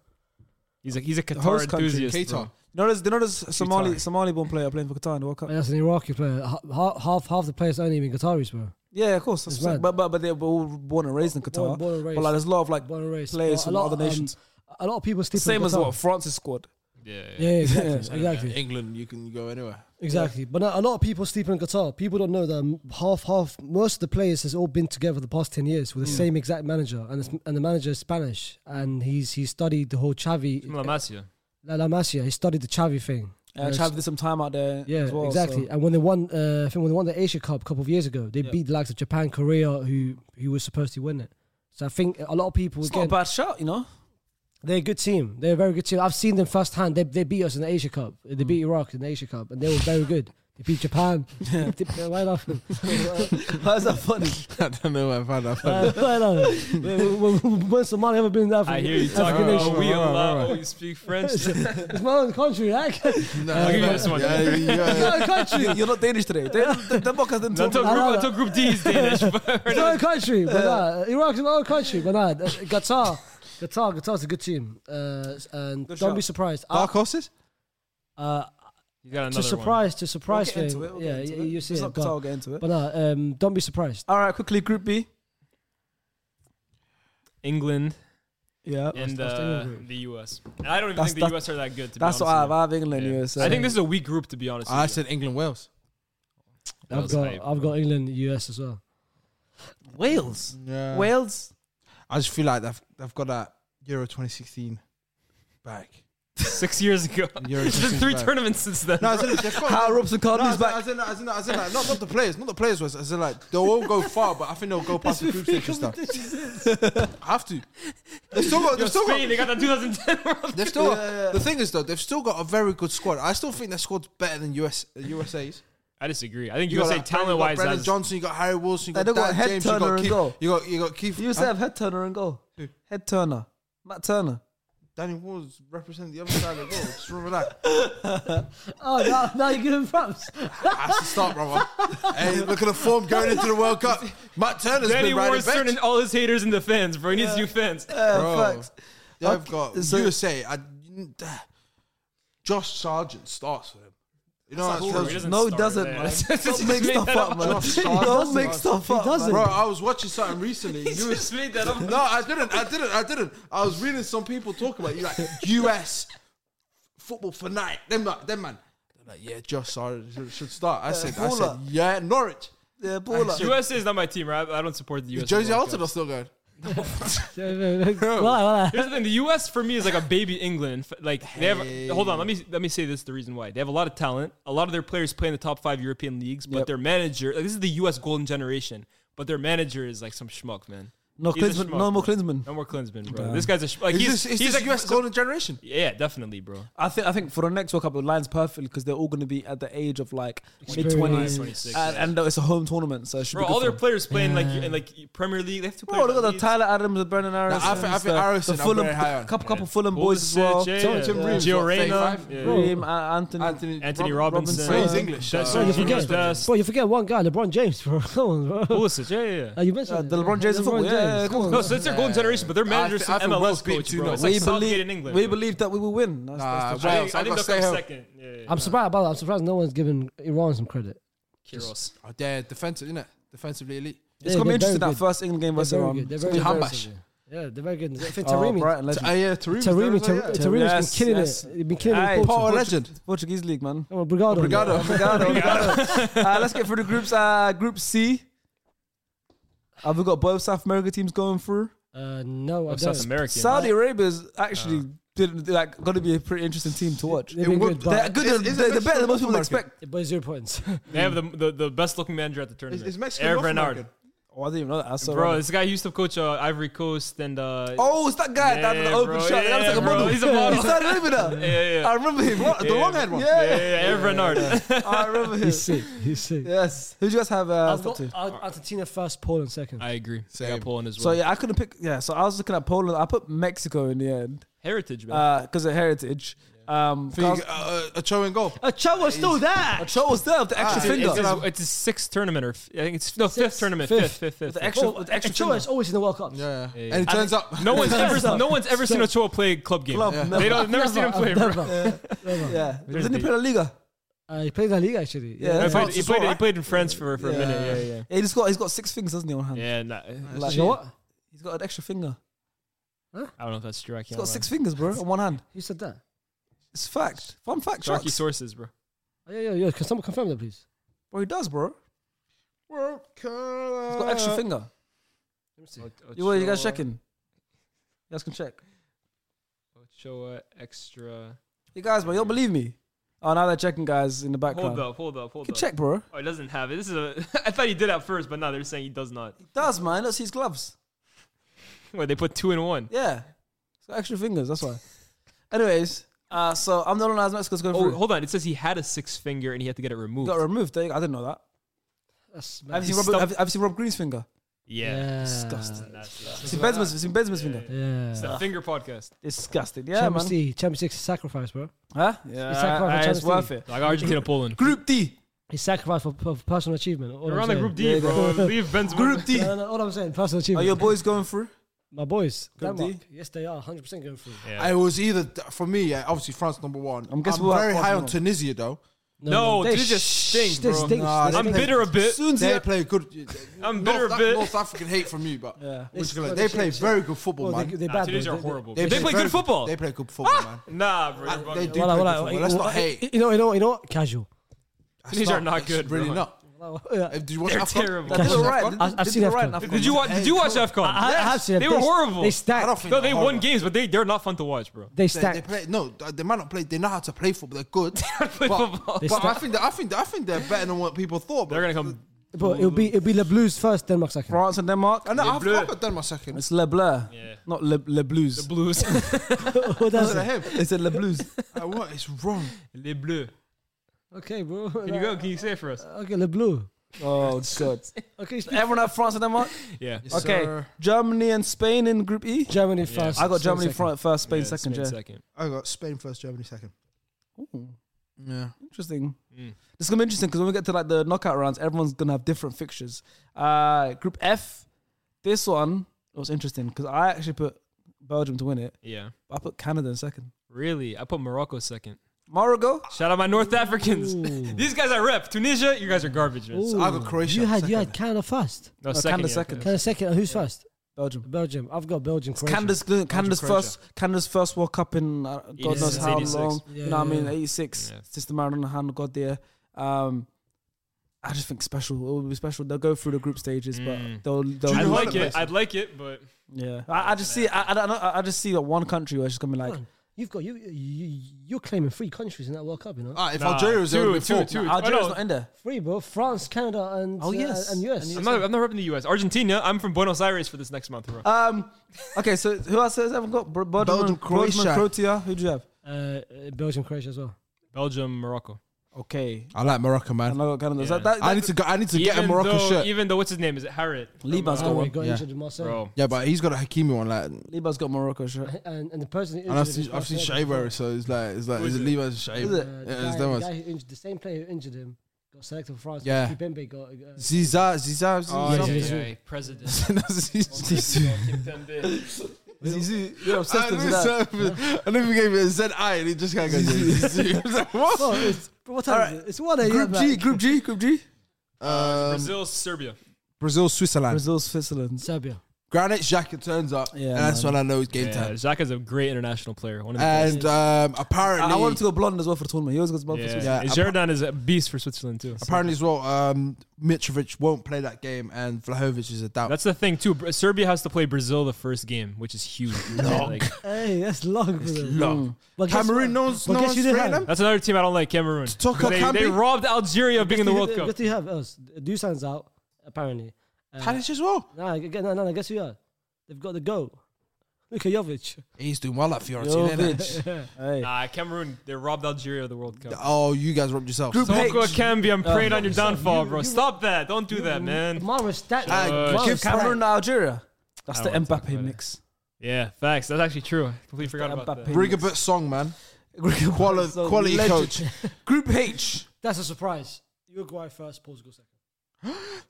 D: He's a he's a Qatar
B: host country,
D: enthusiast.
C: Qatar.
D: bro.
B: You know, there's, you know, there's a Somali
D: Qatar.
B: Somali-born player playing for Qatar in the World Cup.
E: Oh, that's an Iraqi player. Half half, half the players aren't even Qataris, bro.
B: Yeah, of course. That's
E: It's
B: what I'm saying. but
E: mad.
B: but but they were all born and raised in Qatar.
E: Born- born and
B: But
E: raised.
B: like, there's a lot of like
E: Born and raised.
B: players
E: Well, a
B: from
E: lot,
B: other
E: um,
B: nations.
E: A lot of people sleep.
B: Same
E: on
B: as
E: Qatar.
B: what France's squad.
E: Yeah, exactly, exactly,
C: England, you can go anywhere.
E: exactly. But no, a lot of people sleep on Qatar. People don't know that um, half, half, most of the players has all been together the past ten years with the same exact manager, and it's, and the manager is Spanish, and he's he studied the whole Chavi,
D: La Masia.
E: La, La Masia. He studied the Chavi thing.
B: Uh,
E: it's-
B: Chavi did some time out there.
E: Yeah,
B: as well,
E: exactly.
B: so-
E: And when they won, uh, I think when they won the Asia Cup a couple of years ago, they beat the likes of Japan, Korea, who who was supposed to win it. So I think a lot of people
B: It's not
E: again,
B: a bad shot, you know.
E: they're a good team. They're a very good team. I've seen them firsthand. They they beat us in the Asia Cup. They beat Iraq in the Asia Cup, and they were very good. They beat Japan. They- why not?
B: How's that funny?
C: I don't know where I found that.
E: Why not? When- when- When Somalia ever been in Africa?
D: I hear you
E: African
D: talking.
E: nation.
D: Oh, we
C: Alright,
D: allow.
C: alright.
D: Oh, you speak French.
E: It's my own country, right? It's
C: No,
D: I'll give you this one.
C: Yeah, yeah.
E: my own country.
B: You're not Danish today. Dan- Dan- Denmark has them
D: Not until
B: talking.
E: I
D: group,
E: love
D: until group D is Danish. but we're
E: It's our own
D: not-
E: country, but nah, Iraq's our own country, but nah, uh, Qatar, Qatar, Qatar's a good team, uh, and
B: Good
E: don't
B: shout.
E: be surprised.
C: Dark horses.
E: uh,
D: You got another
E: to surprise, to
B: We'll
E: surprise,
B: get into
E: thing,
B: it. We'll
E: yeah,
B: get into
E: you,
B: it.
E: you see
B: It's
E: it,
B: not
E: but,
B: Qatar. We'll get into it.
E: but nah, um, don't be surprised.
B: All right, quickly, Group B.
D: one. England
B: Yeah,
D: and
E: that's the
D: uh,
E: England group.
D: the US. And I don't even
B: That's-
D: think the
B: that's-
D: US are that good. To
B: that's
D: be
B: what I
D: honest
B: have. I have England,
D: with you. Yeah.
B: USA.
D: I think this is a weak group to be honest.
C: I
D: with you.
C: said England, Wales.
D: That
E: I've
D: was
E: got,
D: hype,
E: I've
D: bro.
E: got England, US as well.
B: Wales.
C: Yeah.
B: Wales.
C: I just feel like they've they've got that Euro 2016 back.
D: six years ago.
C: You're
D: It's been
C: just
D: three
C: bad.
D: tournaments since then.
C: No, as in, they've got-
B: How Robson
C: no,
B: Cardinals
C: as in,
B: back.
C: as in, as in, as in, like, not, not the players, not the players. Was as in like they won't go far, but I think they'll go past the group stage and stuff. I have to. They've still got. They've still
D: Spain, they
C: got.
D: got the 2010 World
C: They've still. got- The thing is though, they've still got a very good squad. I still think their squad's better than US uh, USA's.
D: I disagree. I think
C: You
D: USA
C: like, Brendan-
D: talent wise,
C: you got Brendan
D: has-
C: Johnson, you got Harry Wilson, you
B: They
C: got,
B: don't got
C: Dan
B: head
C: James, you
B: turner
C: got
B: and
C: Keith,
B: goal.
C: you got you got Keith. uh,
B: You used to have head turner and goal. Head turner. Matt Turner.
C: Danny Wars represent the other side of the world. Just remember that.
E: Oh, now, now you're giving props.
C: That's the start, brother. hey, look at the form going into the World Cup. Matt Turner's
D: Danny
C: been riding
D: Wars
C: bench.
D: turning all his haters into fans, bro. He needs new fans.
B: Uh,
C: Bro.
B: facts.
C: They've
B: Okay,
C: got
B: so-
C: USA. I, Josh Sargent starts for them. You know
D: That's
C: what
D: not
C: I'm
D: true. He
C: saying?
D: doesn't
B: No, he
D: start
B: doesn't,
D: there.
B: man.
D: Just
B: Don't make
D: made
B: stuff
D: that
B: up, man.
C: Josh
B: Don't
C: Sargent.
B: make stuff up, man.
E: doesn't.
C: Bro, I was watching something recently.
D: You
C: US
D: just made that up.
C: no, I didn't. I didn't. I didn't. I was reading some people talking about you like US football fanatic. Them, like, them man. They're like, yeah, Josh Sargent should- should start. I said, I said,
B: baller.
C: yeah, Norwich.
B: Yeah, baller.
D: USA is not my team, right? I don't support the US.
C: Josie
D: World Cup.
C: Altidore still going.
E: Well,
B: Uh,
E: well,
D: Here's the thing: the U.S. for me is like a baby England. F- Like they have. Hold on, let me let me say this: the reason why they have a lot of talent. A lot of their players play in the top five European leagues, but their manager, like this is the U.S. golden generation, but their manager is like some schmuck, man.
B: No
D: He's a
B: Klinsmann-
D: schmuck,
B: no more
D: bro.
B: Klinsmann.
D: No more Klinsman, bro. This guy's a schmuck. Like,
C: Is
D: he's
C: this, is
D: he's
C: this
D: like,
C: US golden generation?
D: Yeah, definitely, bro.
B: I think I think for the next World Cup, it lines perfectly because they're all going to be at the age of like mid
D: 25,
B: twenties,
D: 26,
B: and,
D: yeah.
B: and it's a home tournament, so it should
D: Bro,
B: be good
D: all
B: for
D: their
B: them.
D: players playing like in like Premier League. They have to play.
B: Bro,
D: for
B: look at the
D: leagues.
B: Tyler Adams, the Brendan Harris.
C: I think- I think Harrison, I'm
B: Fulham,
C: very high on.
B: couple couple Fulham boys as
D: Pulisic,
B: well.
D: yeah,
C: Tim- Tim
D: yeah.
C: Reams,
D: Gio
C: what,
D: Reyna,
C: 35?
D: yeah.
B: Ream, uh, Anthony,
C: Anthony,
D: Anthony
C: Rob-
D: Robinson.
B: Robinson.
C: He's English.
D: That's
C: so-
E: well. You
D: Sergio
E: forget,
D: Dest.
E: bro, you forget one guy, LeBron James, bro. Come on, bro.
D: Pulisic, yeah, yeah, yeah.
E: Uh, you mentioned
B: Uh, the LeBron James of football, yeah, yeah, come on.
D: No, so that's their golden generation, but their manager's
C: thi-
D: some
C: I think Wales
D: MLS
C: beat
D: coach,
C: two
D: bro.
C: nil.
D: It's
B: we
D: like Southgate
B: believe
D: in England.
B: we
D: bro.
B: believe that we will win. That's, that's
C: Nah,
B: the-
D: I
C: Wales,
D: think, I
C: I've
D: think
C: got
D: they'll
C: to stay
D: come
C: home.
D: second. Yeah, yeah, yeah.
E: I'm surprised about that. I'm surprised no one's giving Iran some credit.
D: Kiros.
C: Oh, they're defensive, innit? Defensively elite.
B: it's gonna be interesting that first England game versus Iran.
E: They're
B: It's
E: very
B: gonna be
C: good.
E: impressive. Yeah, they're very good. If it's
B: um, Oh,
E: Taremi,
B: Brighton legend.
C: Uh, yeah, Taremi.
E: Taremi, Tar-
B: yeah.
E: Taremi's
B: Yes,
E: been killing
B: yes.
E: it. He's been killing
B: Aye.
E: it.
C: Power
E: Portugal.
C: legend.
B: Portuguese league, man.
E: Come on, Brigado.
C: Obrigado.
B: Obrigado, obrigado. uh, let's get through the groups. Uh, group C. Have we got both South America teams going through?
E: Uh, no, I
D: Oh, South
E: don't.
D: American.
B: Saudi Arabia's actually
D: Uh.
B: did, like going to be a pretty interesting team to watch.
E: They've been
C: It would-
E: good,
B: They're
E: but,
B: good.
C: Is-
B: they're
C: is it
B: they're
C: Mexico
B: better than
C: or
B: most people
C: American?
B: expect.
E: but zero points.
D: They have the, the, the best looking manager at the
C: Is,
D: tournament.
C: is Mexico
D: Eric
C: North
D: Renard.
C: American?
B: Oh, I didn't even know that. I saw
D: Bro,
B: that.
D: this guy used to coach uh, Ivory Coast and. Uh,
B: Oh, it's that guy that had
D: Yeah,
B: the open
D: bro.
B: shot. that looks
D: Yeah,
B: like a
D: bro.
B: model.
D: He's a model.
B: He's Saudi Arabia. now.
D: yeah, yeah.
B: I remember him.
C: What? The
D: Yeah.
C: long-haired one?
B: Yeah,
D: yeah, yeah, yeah, Eric Renard.
B: I remember him.
E: He's sick. He's sick.
B: Yes. Who do you guys have? Uh,
E: I've
B: top
E: got
B: two?
E: Ar- Argentina first, Poland second.
D: I agree. I
C: Same.
D: got Poland as well.
B: So yeah, I couldn't pick. Yeah, so I was looking at Poland. I put Mexico in the end
D: Heritage, man.
B: because of heritage. Um,
C: Think, uh, uh, a Cho and goal.
E: Ochoa's still there.
B: Show was there with the extra
C: Ah,
B: finger.
D: it's, his, it's his sixth tournament, or f- I think it's no fifth tournament,
E: fifth.
D: fifth, fifth, fifth.
B: With the
D: fifth.
B: extra, with the extra
E: Ochoa
B: finger.
E: is always in the World Cup.
C: Yeah. And it
D: I
C: turns
D: think-
C: up.
D: No one's ever,
E: Stop.
D: no one's ever seen
E: Stop.
D: Ochoa play club game.
B: Club, never.
D: They don't, never seen him play, bro.
B: Yeah,
D: There's
B: didn't he
D: the-
B: play La Liga?
E: Uh, he played in La Liga actually.
B: Yeah,
D: He
B: that's
D: played,
B: France
D: he,
B: as
D: played,
B: well,
D: he
B: right?
D: played in France for, for a minute. Yeah, yeah.
B: Yeah, He's got he's got six fingers, doesn't he, on hand?
D: Yeah, nah,
B: Like,
E: You know what?
B: He's got an extra finger.
D: I don't know if that's true. I can't
B: He's got
D: lie.
B: six fingers, bro, on one hand.
E: Who said that?
B: It's fact. Fun fact.
D: Sharky
B: Sharks.
D: sources, bro.
E: Oh, yeah, yeah, yeah. Can someone confirm that, please?
B: Bro, he does, bro. He's got extra finger.
E: Let me see.
B: You, what, you guys checking? You guys can check.
D: Ochoa extra.
B: You guys, bro, you don't believe me? Oh, now they're checking, guys, in the background.
D: Hold up, hold up,
B: You
D: hold
B: can
D: up.
B: check, bro.
D: Oh, he doesn't have it. This is a. I thought he did at first, but now they're saying he does not.
B: He does, man. Let's see his gloves.
D: Well, they put two in one.
B: Yeah. He's got extra fingers, that's why. Anyways, uh, so I'm the only one as Mexico's going
D: Oh,
B: through.
D: hold on. It says he had a six finger and he had to get it removed.
B: got removed. There you go. I didn't know that.
E: That's
B: Have you,
E: mad.
B: seen Rob,
D: stumped-
B: have, you- have you seen Rob Green's finger?
D: yeah.
B: Disgusting.
D: That's,
B: Have you seen Benzema's, have you seen Benzema's finger?
D: it's
E: Yeah.
D: the finger podcast.
B: Disgusting. Yeah,
E: Champions
B: man.
E: League, Champions League sacrifice, bro.
B: Huh?
E: It's like
B: Yeah,
E: Rafa
B: aye, it's
E: Champions
B: worth
E: League.
B: it.
D: Like Argentina, Poland.
B: Group D.
E: He sacrificed for, for personal achievement. all
D: We're
E: I'm
D: on the
E: saying.
D: group D, bro. Leave Benzema.
B: Group D.
E: No, no, all I'm saying, personal
B: Are
E: achievement.
B: your boys going through?
E: My boys,
B: Group
E: Denmark.
B: D?
E: Yes, they are 100% going through.
D: Yeah.
C: I was either for me. Yeah, obviously France number one.
B: I'm
C: I'm,
B: guessing
C: guessing
B: we'll have
C: very
B: France
C: high on
B: number one.
C: Tunisia though.
D: No,
E: they
D: Tunisia stink,
E: they
D: bro.
E: stink.
C: Nah,
E: They
C: they
D: I'm
E: stink.
D: bitter a bit.
B: Soon as
C: They
B: he-
C: play good. uh,
D: I'm
C: North,
D: bitter a
C: that-
D: bit.
C: North African hate from you, but
B: Yeah.
C: What you
E: They-
C: gonna- they play very good football,
E: Well,
C: man.
E: they, they
D: Nah,
E: bad,
D: Tunisia
E: bro.
D: are
E: They-
D: horrible.
E: they-
D: They play
C: very
D: good football. Ah!
C: They play good football, man.
D: Nah, bro. you're bugging.
C: They do.
E: Well,
C: play
E: well,
C: good football.
E: well,
C: Let's
E: well,
C: not hate.
E: You know, you know, you know, what, Kaju.
C: That's
D: Tunisia are not
C: it's
D: good,
C: Really
D: bro.
C: not.
E: Well, Oh, yeah.
C: Uh, Did you watch
D: They're
C: Afghan?
D: terrible.
B: They
C: Did
B: did
C: you
B: all
C: watch
B: right.
C: Afghan?
E: I've- I've
B: They
E: seen
B: did all right.
E: Afghan.
B: in
D: Did you watch?
C: Hey,
D: Did you watch
C: come on.
D: Afcon?
E: I, I have seen it.
D: They were
E: s-
D: horrible.
E: They
C: I don't
E: stacked.
C: think
D: No, they
C: they're
D: won
C: horrible.
D: games, but they they're not fun to watch, bro.
E: They
C: They, they
E: stacked.
C: play no. They might not play. They know how to play football. They're good.
D: play
C: but
D: football.
E: They
C: but I
E: stacked.
C: think that, I think that, I think they're better than what people thought.
D: They're
C: bro.
D: gonna come.
E: But it'll be it'll be Le Blues first, Denmark second.
B: France and Denmark.
C: And I've,
D: blew
C: I've
D: it.
C: got Denmark second.
B: It's Le Bleu,
D: Yeah.
B: not Le, Le Blues.
D: The Blues.
E: What does
C: Look
E: it?
C: at him.
B: It's a Le Blues.
C: Like, what is wrong?
D: Les Bleus.
E: Okay, bro.
D: Can you go? Can you say it for us?
E: Okay, Le Bleu.
B: oh god.
E: Okay, speak-
B: Everyone have France and Denmark.
D: Yeah.
C: uh,
B: okay,
C: sir.
B: Germany and Spain in Group E.
E: Germany first.
B: I got
E: Spain
B: Germany
E: second.
B: front first, Spain
D: Yeah,
B: second.
D: Spain
B: yeah,
D: second.
C: I got Spain first, Germany second. Yeah.
B: interesting.
D: Mm.
B: This is gonna be interesting because when we get to like the knockout rounds, everyone's gonna have different fixtures. Uh, group F. This one was interesting because I actually put Belgium to win it.
D: Yeah.
B: I put Canada in second.
D: Really, I put Morocco second.
B: Morocco.
D: Shout out my North Africans. These guys I rep. Tunisia, you guys are garbage. Man.
C: So I got Croatia
E: You had you had
C: second.
E: Canada first.
D: No,
B: No,
D: second.
B: Canada
D: yeah.
B: second.
E: Canada second. Who's first?
B: Belgium.
E: Belgium. I've got Belgium. Croatia.
B: Canada's Canada's
C: Croatia.
B: first Canada's first World Cup in uh, God
D: Yes,
B: knows
D: it's
B: how
D: 86.
B: long.
E: Yeah,
B: you know what I mean?
E: yeah.
B: Eighty six.
D: Yeah.
B: Sister Maradona hand got there. Um, I just think special. It will be special. They'll go through the group stages,
D: Mm.
B: but they'll they'll.
C: Junior
D: I'd
C: You
D: like
C: had
D: it.
C: it,
D: I'd like it, but
B: yeah, I, I just see. I, I don't know. I I just see that one country where it's just gonna be like.
E: Come on. You've got you, you you're claiming three countries in that World Cup, you know.
C: Ah, if
D: Nah,
C: Algeria was there,
D: two,
C: it would
D: two,
C: have
D: two.
C: been
D: Oh,
C: four.
B: Algeria's
D: no.
B: not in there.
E: Three, bro. France, Canada, and
B: Oh,
E: uh,
B: yes.
E: and US.
D: I'm not. I'm not repping the U.S. Argentina. I'm from Buenos Aires for this next month, bro.
B: Um, okay, so who else has ever got Bel- Belgium,
C: Belgium,
B: and- Belgium and
C: Croatia.
B: Croatia? Who do you have?
E: Uh, uh, Belgium, Croatia as well.
D: Belgium, Morocco.
B: Okay,
C: I like Morocco,
B: and
C: man.
B: I got Canada. Is
D: Yeah.
B: That, that,
C: I need to go, I need to get a
D: Even
C: Morocco
D: though,
C: shirt.
D: Even though what's his name is it Harrit?
B: Liba's got
E: Oh, we
B: one.
E: got
C: Yeah.
E: injured in Marseille.
D: Bro,
C: Yeah, but he's got a Hakimi one, like, and
B: Liba's got Morocco shirt.
E: And, and the person who
C: I've
E: injured
C: seen
E: him
C: I've
E: was
C: seen
E: Marseille
C: Shea wear
E: before.
C: it, so it's like it's like
D: Who is
C: it's a
D: it?
C: Levi's
B: Is
C: Shea.
B: it?
E: Uh, the
C: Yeah, it's
E: guy, the,
C: Denmark.
E: guy who injured, the same player who injured him got selected for France.
C: Yeah.
E: Kipembe got. Uh,
C: Ziza, Ziza,
D: Oh,
E: yeah, yeah,
C: Ziza.
E: yeah.
D: President.
C: No, Zizou.
B: Zizou, You're obsessed
C: I
B: with
C: know
B: that.
C: so- I never gave it a Z I and he just kind of goes, yeah, Zizou. I was like, what?
E: oh, it's, bro, what time is it? It's one a.m.
B: Group G,
E: like-
B: Group G, Group G.
C: Um,
D: Uh, Brazil, Serbia.
C: Brazil, Switzerland.
B: Brazil, Switzerland.
E: Serbia.
C: Granite Xhaka turns up,
B: Yeah,
C: and that's
B: man.
C: when I know it's game
D: Yeah,
C: time.
D: Zaka's a great international player. One of the best.
C: And um, apparently,
B: I, I wanted to go blonde as well for the tournament. He always goes blonde for
D: Yeah.
B: Switzerland.
C: Yeah,
D: And Zerdan is a beast for Switzerland too.
C: apparently as well, um, Mitrovic won't play that game, and Vlahovic is a doubt.
D: That's the thing too. Br- Serbia has to play Brazil the first game, which is huge. Like,
E: Hey, that's long, bro.
C: long.
E: But guess
C: Hmm. Cameroon,
E: what?
C: no one's,
E: But
C: no
E: guess
C: one's
E: you didn't
C: threatening
E: have-
C: them.
D: that's another team I don't like, Cameroon.
C: Tucker
D: They,
C: can
D: they
C: be-
D: robbed Algeria of being in the
E: Who-
D: World
E: who-
D: Cup.
E: What do you have else? Dusan's out apparently. Uh,
C: Tadic as well.
E: Nah, I gu- no, no, no, guess who are? They've got the goat. Luka Jovic.
C: He's doing well at Fiorentina.
B: Jovic.
C: innit?
B: Hey.
D: Nah, Cameroon. They robbed Algeria of the World Cup.
C: Oh, you guys robbed yourselves.
B: Group H.
D: Toko Kambi, I'm
B: Oh,
D: praying on your downfall,
E: you-
D: bro.
E: you-
D: Stop that. Don't do that, man.
E: Mara's stat.
C: Uh,
E: Mara's
C: give
E: stat-
B: Cameroon, Algeria. That's
D: I
B: the
D: don't wanna talk
B: Mbappe
D: about it.
B: mix.
D: Yeah, facts. That's actually true. I completely forgot
B: Mbappe
D: about that.
B: mix.
C: Rigobert Song, man.
B: Quali-
C: Quality, quality coach.
B: Group H.
E: That's a surprise. Uruguay first, Portugal second.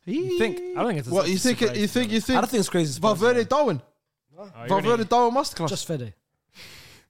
C: You
B: think-
D: I don't think it's a
C: What you think?
D: surprise,
C: You think? You
B: I
C: think?
B: don't think it's crazy.
C: Valverde Darwin.
D: Oh, you're
C: Valverde
D: gonna-
C: Darwin masterclass.
E: Just Fede.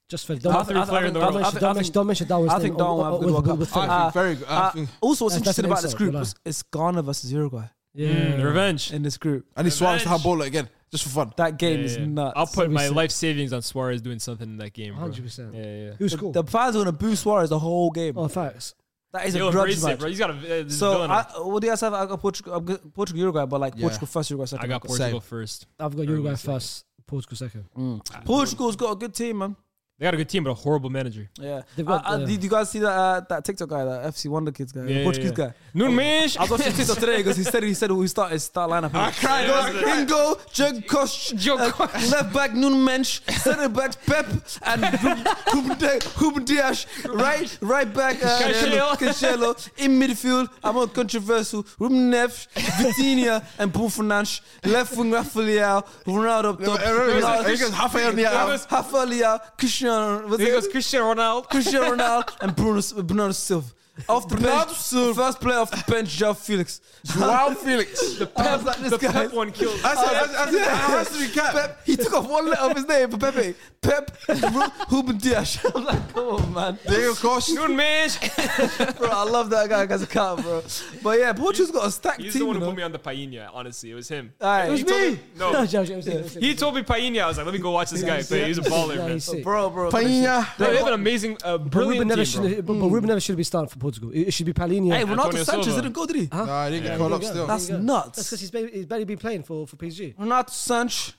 E: Just Fede.
D: Top
E: Don't,
D: three player in the world.
E: don't, mention- don't mention- don't mention Darwin's
B: I think
E: name.
B: Darwin
E: Oh,
B: will have a
E: oh,
B: good World
E: with-
B: Cup.
C: I
E: with Fede.
B: Uh,
C: think very good. I
B: Uh,
C: think,
B: also, what's
E: That's- that's
B: interesting
E: an
B: about this
E: insult,
B: group
E: you're
B: is it's Ghana versus Uruguay
E: yeah.
D: Mm, revenge.
B: in this group.
C: I need Suarez to
D: Revenge.
C: handball it again, just for fun.
B: That game is
D: Yeah, yeah.
B: nuts.
D: I'll put
E: So
D: my
E: sick.
D: life savings on Suarez doing something in that game, bro.
E: 100%.
D: Yeah, yeah.
E: Who's
B: the,
E: cool?
B: the fans are going to boo Suarez the whole game.
E: oh, facts.
B: that is a
D: He'll
B: grudge
D: embrace it,
B: match.
D: bro. He's got a uh,
B: so,
D: villain.
B: I, what do you guys have? I got Portugal, I've got Portugal Uruguay, but like
C: Yeah.
B: Portugal first, Uruguay second.
D: I got
B: Portugal.
D: Portugal first.
E: I've got
D: Uruguay
E: Uruguay
D: second.
E: first, Portugal second.
B: Portugal's got a good team, man.
D: They got a good team, but a horrible manager.
B: Yeah.
E: They've got,
B: Uh, uh,
E: uh,
B: did you guys see that uh, that TikTok guy, that FC Wonder Kids guy,
D: Yeah,
B: the Portuguese
D: yeah, yeah.
B: guy? Oh,
D: Nunez.
B: I was watching TikTok today because he said he said we start his start lineup. I
D: cried, I cried.
B: Ringo, Jogkosh, uh,
D: Jogkosh.
B: left back Nunmensch, center back Pep, and Ruben Dias. Right, right back uh,
D: Cancelo.
B: Cancelo in midfield. I'm not controversial. Ruben Neves, Vitinha, and Bruno Fernandes. Left wing Rafael, Ronaldo up top. Ronaldo-
C: Because Rafael Leao.
B: Rafael Leao, Cristiano. what's
D: There
B: it?
D: goes Cristiano Ronaldo.
B: Cristiano Ronaldo and Bruno, Bruno Silva. Off the bench, first player off the bench, Joe Felix.
C: Wow, Felix.
B: The Pep, like, this
D: The
B: guy.
D: Pep one killed.
C: I said, I said, I said, that has to be capped.
B: Pep, he took off one letter of his name for Pepe. Pep, Ru- Ruben Dias. I'm like, come on, man.
C: Diego Costa.
D: Nunez.
B: Bro, I love that guy as a cat, bro. But yeah, Portugal's got a stacked
D: He's
B: team.
D: the one
B: you
D: who
B: know?
D: put me on the Paella. Honestly, it was him.
B: Aye. It was
D: He told
B: me.
D: No.
E: No, Josh, I'm saying- I'm saying-
D: He told me Paella. I was like, let me go watch this guy play. He's a baller,
E: Yeah,
D: man.
E: he's sick.
B: Bro, bro.
C: Painha.
D: They have an amazing, uh,
E: But Ruben
D: brilliant
E: never
D: team, bro.
E: should. But Ruben never should be starting for Portugal. It, it should be Paulinho.
B: Hey, Ronaldo
D: Antonio
B: Sanchez
D: Silva.
B: didn't go, did he?
E: Huh?
C: Nah, I didn't
E: Yeah,
C: get called
E: there
C: up
E: you go.
C: still.
E: There
B: That's
E: you go.
B: nuts.
E: That's because he's, barely- he's barely been playing for, for PSG.
B: Renato Sanchez.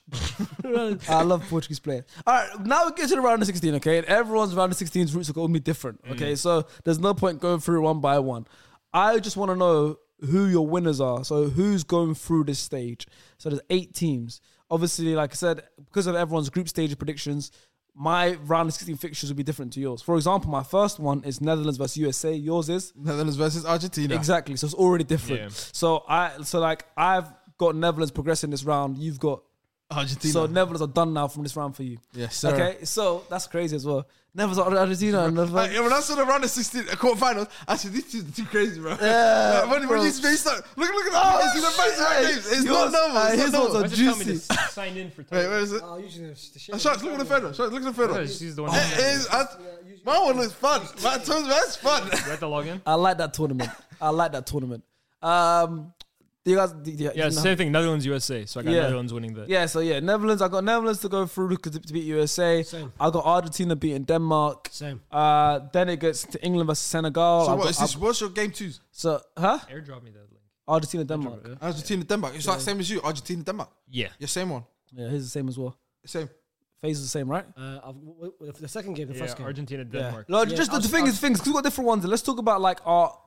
B: I love Portuguese players. All right, now we get to the round of 16, okay? And everyone's round of 16's roots are going to be different, okay? So there's no point going through one by one. I just want to know who your winners are. So who's going through this stage? So there's eight teams. Obviously, like I said, because of everyone's group stage predictions, my round of 16 fixtures will be different to yours. For example, my first one is Netherlands versus USA. Yours is?
C: Netherlands versus Argentina.
B: Exactly. So it's already different.
D: Yeah.
B: So I so like I've got Netherlands progressing this round. You've got
C: Argentina.
B: so Netherlands are done now from this round for you.
C: Yes, sir.
B: Okay, so that's crazy as well. Netherlands are Argentina and
C: Like,
B: Netherlands.
C: when I saw the round of 16 uh, quarterfinals, I said, this is too crazy, bro.
B: Yeah,
C: Like, when,
B: bro.
C: when you space out, look, look at that.
B: Oh,
C: it's the
B: shit.
C: first round games. It's
B: Yours-
C: not normal.
B: uh,
C: It's
B: his
C: not
B: ones are
C: normal.
D: Why does it tell me to
B: juicy.
D: s- sign in for
C: Wait,
D: time?
C: where is it?
E: Oh, usually it's the shit.
C: Uh, Sharks, look at the photo. Sharks, look at the photo.
D: Yeah,
C: It
D: she's the one. who said
C: is. I- My one looks fun. My terms, that's fun.
D: it. You have to log in?
B: I like that tournament. I like that tournament. Um, do you guys? do- do-
D: Yeah,
B: you know-
D: same thing. Netherlands, USA. So I got
B: Yeah.
D: Netherlands winning the.
B: Yeah, so yeah, Netherlands. I got Netherlands to go through to, to beat USA.
E: Same.
B: I got Argentina beating Denmark.
E: Same.
B: Uh, then it gets to England versus Senegal.
C: So
B: I've
C: what
B: got-
C: is this?
B: I've-
C: What's your game twos?
B: so huh?
D: Airdrop me that link.
B: Argentina Denmark.
C: Argentina, Denmark. It's like same as you. Argentina, Denmark.
D: Yeah.
C: Your same one.
B: Yeah, his is the same as well.
C: Same.
B: Phase is the same, right?
E: Uh, I've, w- w- the second game, the
D: Yeah,
E: first game.
D: Argentina, Denmark.
B: No,
E: Yeah,
B: just the,
E: I'll-
B: the thing
E: I'll-
B: is, things. Cause we've got different ones. Let's talk about like our. our-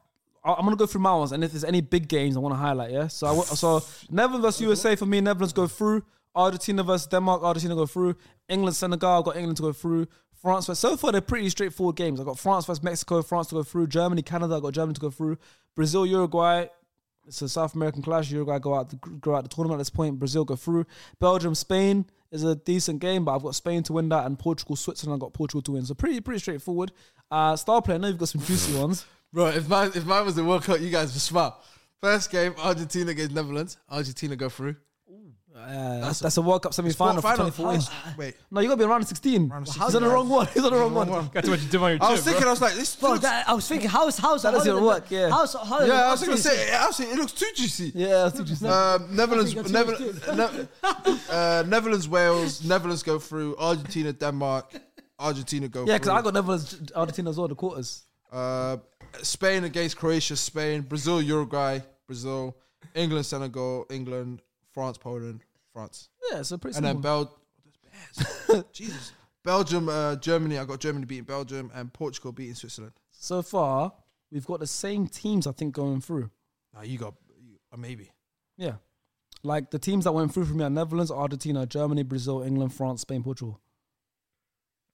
B: I'm gonna go through my ones, and if there's any big games I want to highlight, yeah. So I w- so Netherlands versus USA for me. Netherlands go through. Argentina versus Denmark. Argentina go through. England Senegal. I've got England to go through. France versus. So far, they're pretty straightforward games. I got France versus Mexico. France to go through. Germany Canada. I got Germany to go through. Brazil Uruguay. It's a South American clash. Uruguay go out the go out the tournament at this point. Brazil go through. Belgium, Spain is a decent game, but I've got Spain to win that, and Portugal, Switzerland. I got Portugal to win. So pretty pretty straightforward. Uh, star player, I know you've got some juicy ones.
C: Bro, if mine, if mine was the World Cup, you guys would smile. First game, Argentina against Netherlands. Argentina go through.
B: that's, that's a World Cup semi final for
C: Quarterfinal.
B: 2014.
C: How- Wait.
B: No, you got to be around 16.
C: Round of
B: He's on the
C: 16.
B: wrong one. He's on the wrong one.
D: Got too much dip on your
C: I
D: chin,
C: was
D: bro.
C: thinking, I was like, this
E: Bro,
C: looks-
E: that, I was thinking, how's how's
B: That doesn't
E: Holland-
B: work, yeah.
E: How's how
C: Yeah, I was gonna say, I was saying, it looks too juicy.
B: Yeah, that's too juicy.
C: Um, Netherlands,
E: got two
C: Netherlands, Ne- uh, Netherlands, Wales, Netherlands go through. Argentina, Denmark, Argentina go
B: yeah, because
C: through.
B: I got Netherlands, Argentina as well, the quarters.
C: uh, Spain against Croatia, Spain, Brazil, Uruguay, Brazil, England, Senegal, England, France, Poland, France,
B: Yeah, so pretty
C: and
B: simple.
C: then Bel. Jesus. Belgium, uh, Germany. I got Germany beating Belgium and Portugal beating Switzerland.
B: so far, we've got the same teams, I think, going through.
C: Now you got you, uh, maybe.
B: Yeah. Like the teams that went through for me are Netherlands, Argentina, Germany, Brazil, England, France, Spain, Portugal.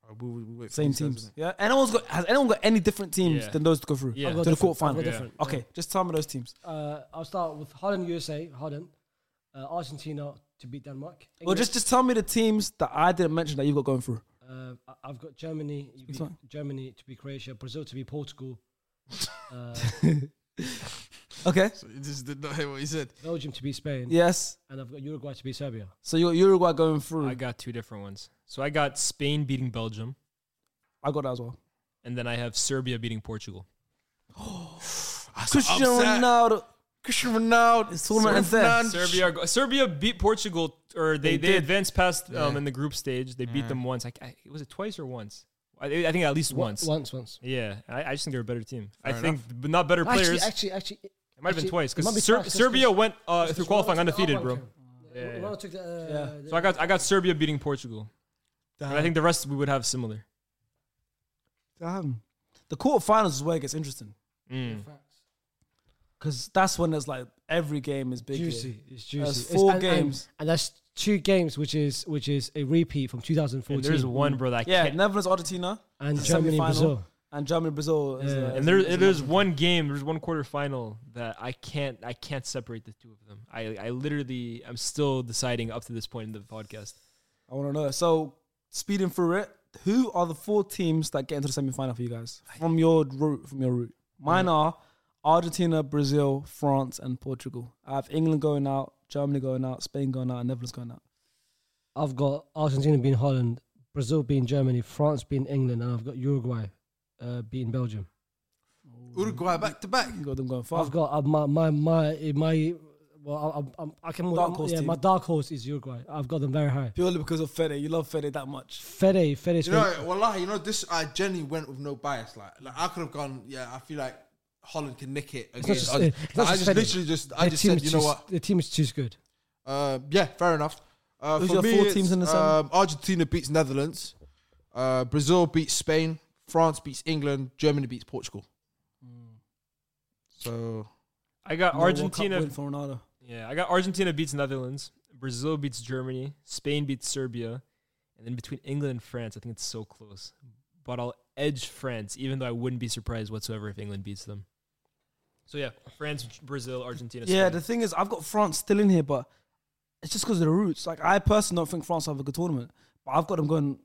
C: Uh, we- we- we wait for
B: Same
C: these guys,
B: teams.
C: isn't it?
B: Yeah. Anyone's got has anyone got any different teams
D: Yeah.
B: than those to go through?
D: Yeah. I've
B: To
D: got
B: the
E: different. I've
B: quarterfinal.
E: got different.
B: Okay, just tell me those teams.
E: Uh, I'll start with Holland, USA, Holland, uh, Argentina to beat Denmark.
B: Well,
E: England,
B: just just tell me the teams that I didn't mention that you've got going through.
E: uh, I- I've got Germany, you beat
B: fine.
E: Germany to beat Croatia, Brazil to beat Portugal, uh,
B: Okay.
C: So you just did not hear what he said.
E: Belgium to beat Spain,
B: Yes.
E: and I've got Uruguay to beat Serbia.
B: So you got Uruguay going through.
D: I got two different ones. So I got Spain beating Belgium,
B: I got that as well.
D: and then I have Serbia beating Portugal.
B: Cristiano
C: upset.
B: Ronaldo.
C: Cristiano Ronaldo.
B: It's tournament and
C: Fernandes.
D: Serbia go- Serbia beat Portugal, or they,
B: They
D: they,
B: did.
D: advanced past um, in the group stage. They beat them once. I, I, was it twice or once? I, I think at least once.
E: once, once.
D: Yeah, I, I just think they're a better team. I
C: Fair
D: think, but not better players.
E: Actually, actually, actually, it
D: it might have been
E: actually,
D: twice
E: it might be
D: because Ser-
E: twice, 'cause-
D: Serbia went uh,
E: 'cause
D: through
E: Ronaldo
D: qualifying
E: took the
D: undefeated,
E: R1
D: bro.
E: count.
D: Yeah, yeah,
E: Oh, Ronaldo took the, uh,
B: Yeah.
E: the-
D: So I got I got Serbia beating Portugal.
E: Uh-huh.
D: And I think the rest we would have similar.
B: Damn. The quarterfinals is where it gets interesting.
D: Mm.
E: Facts.
B: Because that's when there's like every game is big. here.
E: juicy. It's juicy.
B: That's
E: It's-
B: four
E: and- and-
B: games.
E: and, that's two games, which is which is a repeat from 2014.
D: And there's one bro that I
B: Yeah,
D: can't.
B: Netherlands, Argentina,
E: and
B: the
E: Germany,
B: semi-final.
E: Brazil.
B: and Germany, Brazil. Is,
E: Yeah.
B: uh,
D: And there, there's one game, there's one quarterfinal that I can't, I can't separate the two of them. I, I literally, I'm still deciding up to this point in the podcast.
B: I want to know. So, speeding through it, who are the four teams that get into the semi-final for you guys from your route? From your route, mine are Argentina, Brazil, France, and Portugal. I have England going out, Germany going out, Spain going out, and Netherlands going out.
E: I've got Argentina being Holland, Brazil being Germany, France being England, and I've got Uruguay uh, beating Belgium.
C: Uruguay back to back.
B: You got them going far.
E: I've got uh, my my my my. Well, I, I, I can.
B: Dark horse
E: yeah,
B: team.
E: my dark horse is Uruguay. I've got them very high.
B: Purely because of Fede, you love Fede that much.
E: Fede, Fede's
C: You know, wallahi, you know, this I genuinely went with no bias. Like, like I could have gone, yeah, I feel like Holland can nick it
E: It's not
C: against
E: just-
C: us.
E: it's not
C: I just
E: Federer.
C: literally just I
E: Their
C: just
E: team
C: said
E: is
C: you know
E: too-
C: what
E: The team is too good.
C: uh, yeah fair enough. Uh,
B: Who's
C: for
B: your
C: me,
B: four
C: it's,
B: teams in the semi?
C: um, Argentina beats Netherlands, uh, Brazil beats Spain, France beats England, Germany beats Portugal. So
D: I got
B: World Cup
D: Argentina.
B: win for Ronaldo.
D: Yeah, I got Argentina beats Netherlands, Brazil beats Germany, Spain beats Serbia, and then between England and France, I think it's so close. But I'll edge France, even though I wouldn't be surprised whatsoever if England beats them. So yeah, France, Brazil, Argentina.
B: Yeah, the
D: Spain.
B: thing is, I've got France still in here, but it's just because of the roots. Like, I personally don't think France have a good tournament, but I've got them going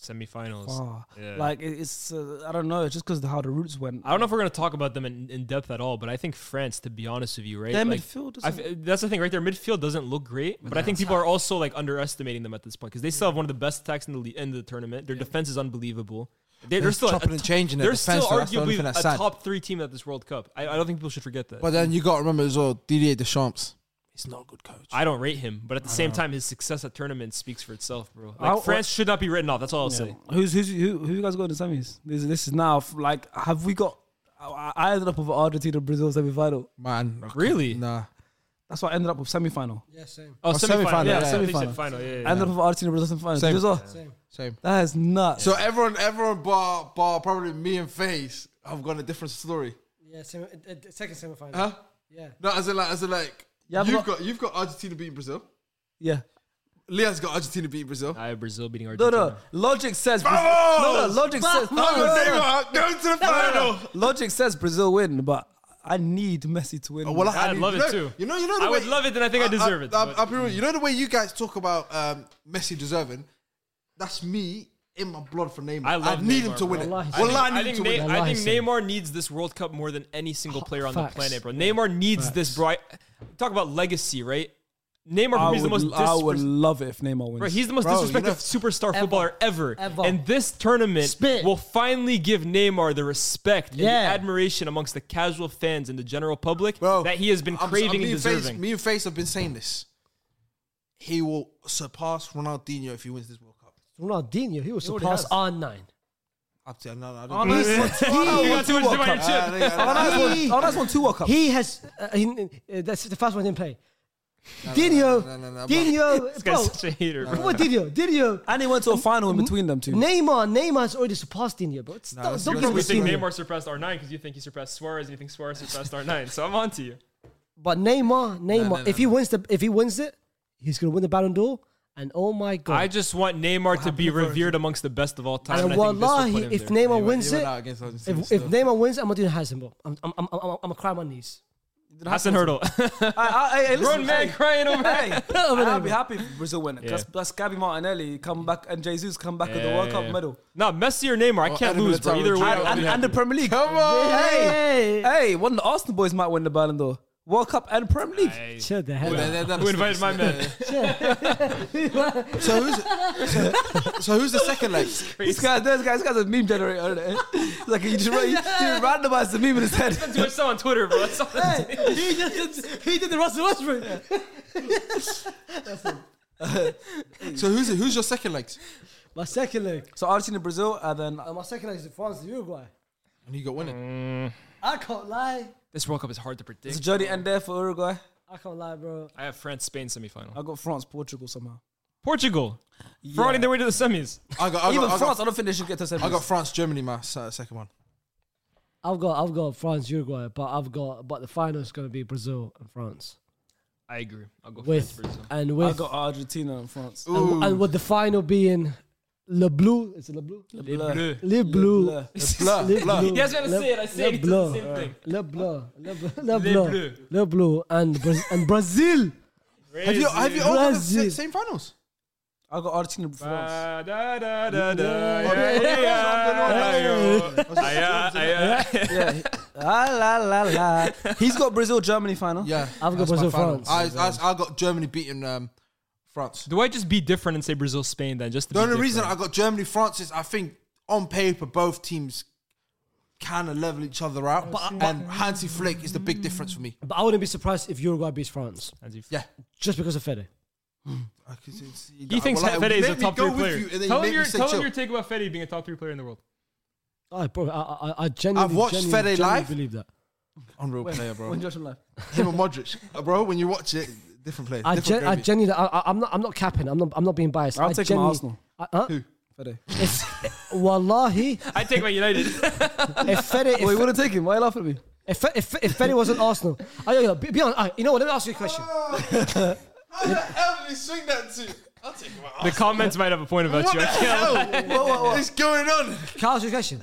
D: semifinals.
B: far.
D: Yeah.
B: Like, it- it's uh, I don't know. It's just because how the roots went.
D: I don't know if we're gonna talk about them in, in depth at all, but I think France, to be honest with you, right?
B: Their
D: like,
B: midfield
D: I
B: doesn't-
D: f- that's the thing, right? Their midfield doesn't look great, but I think people are also like underestimating them at this point because they still have one of the best attacks in the le- in the tournament. Their defense is unbelievable. They're, they're
C: They're
D: still a-
C: chopping
D: a
C: and
D: to-
C: changing their
D: They're still
C: defense, though. That's the only
D: arguably
C: thing that's
D: a
C: sad.
D: top three team at this World Cup. I, I don't think people should forget that.
C: But then you got to remember as well, Didier Deschamps. He's not a good coach.
D: I don't rate him, but at the same time, his success at tournaments speaks for itself, bro. Like,
B: I'll-
D: France should not be written off. That's all I'll say.
B: Who's who's who? Who you guys got in the semis? This this is now f- like have we got? I I ended up with Argentina Brazil semi final.
C: Man, okay,
D: Really?
C: Nah.
B: That's why I ended up with semi final.
E: Yeah, same.
D: Oh, semifinal.
C: semifinal,
D: Yeah,
C: yeah,
D: I thought you said
B: semifinal.
D: final. Yeah, yeah,
B: I ended up with Argentina Brazil semi
C: Same.
B: final.
E: Same.
C: Same.
B: That is nuts.
C: So everyone, everyone bar, bar probably me and Face have got a different story.
E: Yeah, same. Uh, uh, second semifinal.
C: Huh?
E: Yeah.
C: No, as in like, as in like,
B: Yeah, but-
C: you've got you've got Argentina beating Brazil.
B: yeah.
C: Leah's got Argentina beating Brazil.
D: I have Brazil beating
B: No,
D: Argentina.
B: no. Logic says. Brazil, no, no.
C: Vamos!
B: Logic says. No, no, no, no.
C: Neymar, go to the final.
B: Logic says Brazil win, but I need Messi to win.
C: Oh, well, I,
D: I'd
C: mean,
D: love
C: you
D: it
C: know,
D: too.
C: You know, you know. The
D: I
C: way,
D: would love it, and I think I deserve it,
C: I,
D: but-
C: will be real. You know the way you guys talk about um, Messi deserving. That's me in my blood for Neymar.
D: I love
C: need him
D: Neymar,
C: to win
D: bro.
C: it.
E: Wallahi.
C: Wallahi,
E: I think-
C: I
D: I
C: need him
D: think,
C: to win
D: Ne-
C: it.
E: it.
D: I think
E: Wallahi,
D: Neymar needs this World Cup more than any single player on
E: Facts.
D: the planet, bro. Neymar needs this, bro. I, talk about legacy, right? Neymar
B: I
D: for me
B: would,
D: is the most
B: I would
D: disres-
B: love it if Neymar wins.
D: bro, he's the most
C: Bro, you
D: disrespected
C: know-
D: superstar
E: Ever.
D: footballer ever.
E: Ever.
D: And this tournament
E: Spit.
D: will finally give Neymar the respect and
E: Yeah.
D: the admiration amongst the casual fans and the general public
C: Bro,
D: that he has been
C: I'm-
D: craving
C: I'm,
D: and
C: me
D: deserving.
C: Face, me and Face have been saying this. He will surpass Ronaldinho if he wins this World Cup.
E: Ronaldinho, he was surpassed R9.
C: I'll tell you, no, no, I
B: Oh,
C: don't
B: no,
C: think-
B: he's won two
D: You
B: World
D: got
B: Cups.
D: too much dip on your
B: He-
D: chin.
C: I think- I
B: Oh,
C: don't-
B: that's won- oh, that's won two World Cups.
E: He has. Uh, he, uh, that's the first one didn't play. Dinho,
C: no, no, no,
E: Dinho,
D: This guy's
E: bro.
D: such a hater, bro.
E: What Dinho? Dinho.
B: and he went to a final in between them two.
E: Neymar, Neymar's already surpassed Dinho, bro. It's-
C: Nah,
E: don't
C: that's
E: don't
C: your-
E: give
D: We
E: this
D: think
E: Dinho.
D: Neymar surpassed R9 because you think he surpassed Suarez and you think Suarez surpassed R9. So I'm on to you.
E: But Neymar, Neymar, if he wins the, if he wins it, he's gonna win the Ballon d'Or. And oh my god!
D: I just want Neymar to be revered amongst the best of all time.
E: and
D: And I think this will
E: wallahi,
D: put him
E: if
D: there.
E: Neymar
C: He went-
E: wins
C: he went
E: it,
C: out against Argentina
E: if, if
C: still.
E: Neymar wins, I'm not doing Hazem, bro. I'm I'm I'm I'm, I'm gonna cry on my knees.
D: Hassan Hurdle.
B: I, I, hey, listen,
D: Grown man
B: hey,
D: crying over
B: Hey,
E: Over
B: I'll
E: there,
B: be
E: bro.
B: happy if Brazil win it.
D: Yeah.
B: That's, that's Gabby Martinelli come back and Jesus come back with the World Cup medal.
D: No, Messi or Neymar, I
C: Oh,
D: can't
C: Adam
D: lose, bro.
C: Militao
D: Either
C: would
D: way,
C: try
D: I'll
C: it.
D: be
B: And,
D: happy.
B: and the Premier League.
C: Come on!
B: Hey, hey, one of the Arsenal boys might win the Ballon d'Or. World Cup and Premier League.
E: Chill the hell. out.
C: That- that-
D: Who invited my man?
C: So who's so, so who's the second leg?
B: This guy, this guy, this guy's a meme generator. isn't it? It's like he just ra- he, he randomized the meme in his head.
D: Do I saw on Twitter, bro. That's all I'm saying.
E: he, just, he did the Russell Westbrook.
C: So who's who's your second leg?
E: My second leg.
B: So Argentina, Brazil, and then
E: Uh, my second leg is France, Uruguay.
C: And he got winning.
E: I can't lie.
D: This World Cup is hard to
B: it's
D: predict.
B: Jody and there for Uruguay.
E: I can't lie, bro.
D: I have France Spain semifinal.
B: I got France, Portugal somehow.
D: Portugal. Frauding their way to the semis.
C: I got I
B: Even
C: got, I
B: France,
C: got,
B: I don't think they should get to semis.
C: I got France Germany my se- second one.
E: I've got I've got France, Uruguay, but I've got but the final is gonna be Brazil and France
D: I agree. I'll go
E: with
D: France Brazil.
E: and
B: I
E: with
B: got Argentina and France.
E: and, and with the final being Le Bleu. Is it Le Bleu?
B: Le Bleus.
D: Les Bleus.
E: Le
B: Bleu.
E: Bleu.
B: Le Bleu.
E: Le Bleu.
D: You guys gotta say it. I say it. It's the same thing.
E: Le Bleu. Le Bleu. Le
D: Bleu.
E: Bleu. Le Bleu. And, Bra- and Brazil.
C: Have you have you all got the
E: Brazil.
C: sa- same finals?
B: I got Argentina and France.
D: Da, da, da, da, da, yeah,
E: Yeah.
D: yeah, yeah. Aye, aye, aye.
B: yeah. Ah, la, la, la. He's got Brazil, Germany final.
C: Yeah,
E: I've got
C: that's my
E: Brazil,
C: final.
E: France.
C: I, I I got Germany beating um, France.
D: Do I just be different and say Brazil Spain then? Just to
C: The
D: be
C: only reason I
D: different?
C: got Germany France is I think on paper both teams kind of level each other out, and Hansi Flick is the big difference for me.
E: But I wouldn't be surprised if Uruguay beats France
D: As you-
C: Yeah.
E: just because of Fede.
C: I could see- see
D: He
C: that.
D: thinks
C: Uh, Well, like,
D: well, Fede is
C: let
D: a
C: me
D: top
C: go
D: three
C: with
D: player.
C: you, and then
D: tell
C: you
D: him
C: make me
D: your,
C: say
D: tell him
C: chill.
D: your take about Fede being a top three player in the world.
E: I, bro, I, I, I genuinely,
C: I've watched
E: genuinely,
C: Fede
E: genuinely
C: live.
E: believe that.
C: Unreal
B: When,
C: player, bro.
B: when Joshua left.
C: Him and Modric, Uh, bro. When you watch it, different player.
E: I,
C: different
E: gen- I
C: gravy.
E: genuinely, I, I, I'm not, I'm not capping. I'm not, I'm not being biased.
B: I'll
E: I
B: take him
E: genuinely,
B: Arsenal.
E: I, huh?
B: Fede.
E: It's, wallahi,
D: I take my United.
E: if Fede, if,
B: Well, you wouldn't take him. Why are you laughing at me?
E: if, if, if Fede wasn't Arsenal, I, I, be, be honest, I, you know what? Let me ask you a question.
C: Uh, How the hell did he swing that to? I'll take him out.
D: the comments might have a point about
C: What
D: you.
C: the
D: I can't
C: hell? What is going on?
E: Can I ask you a question?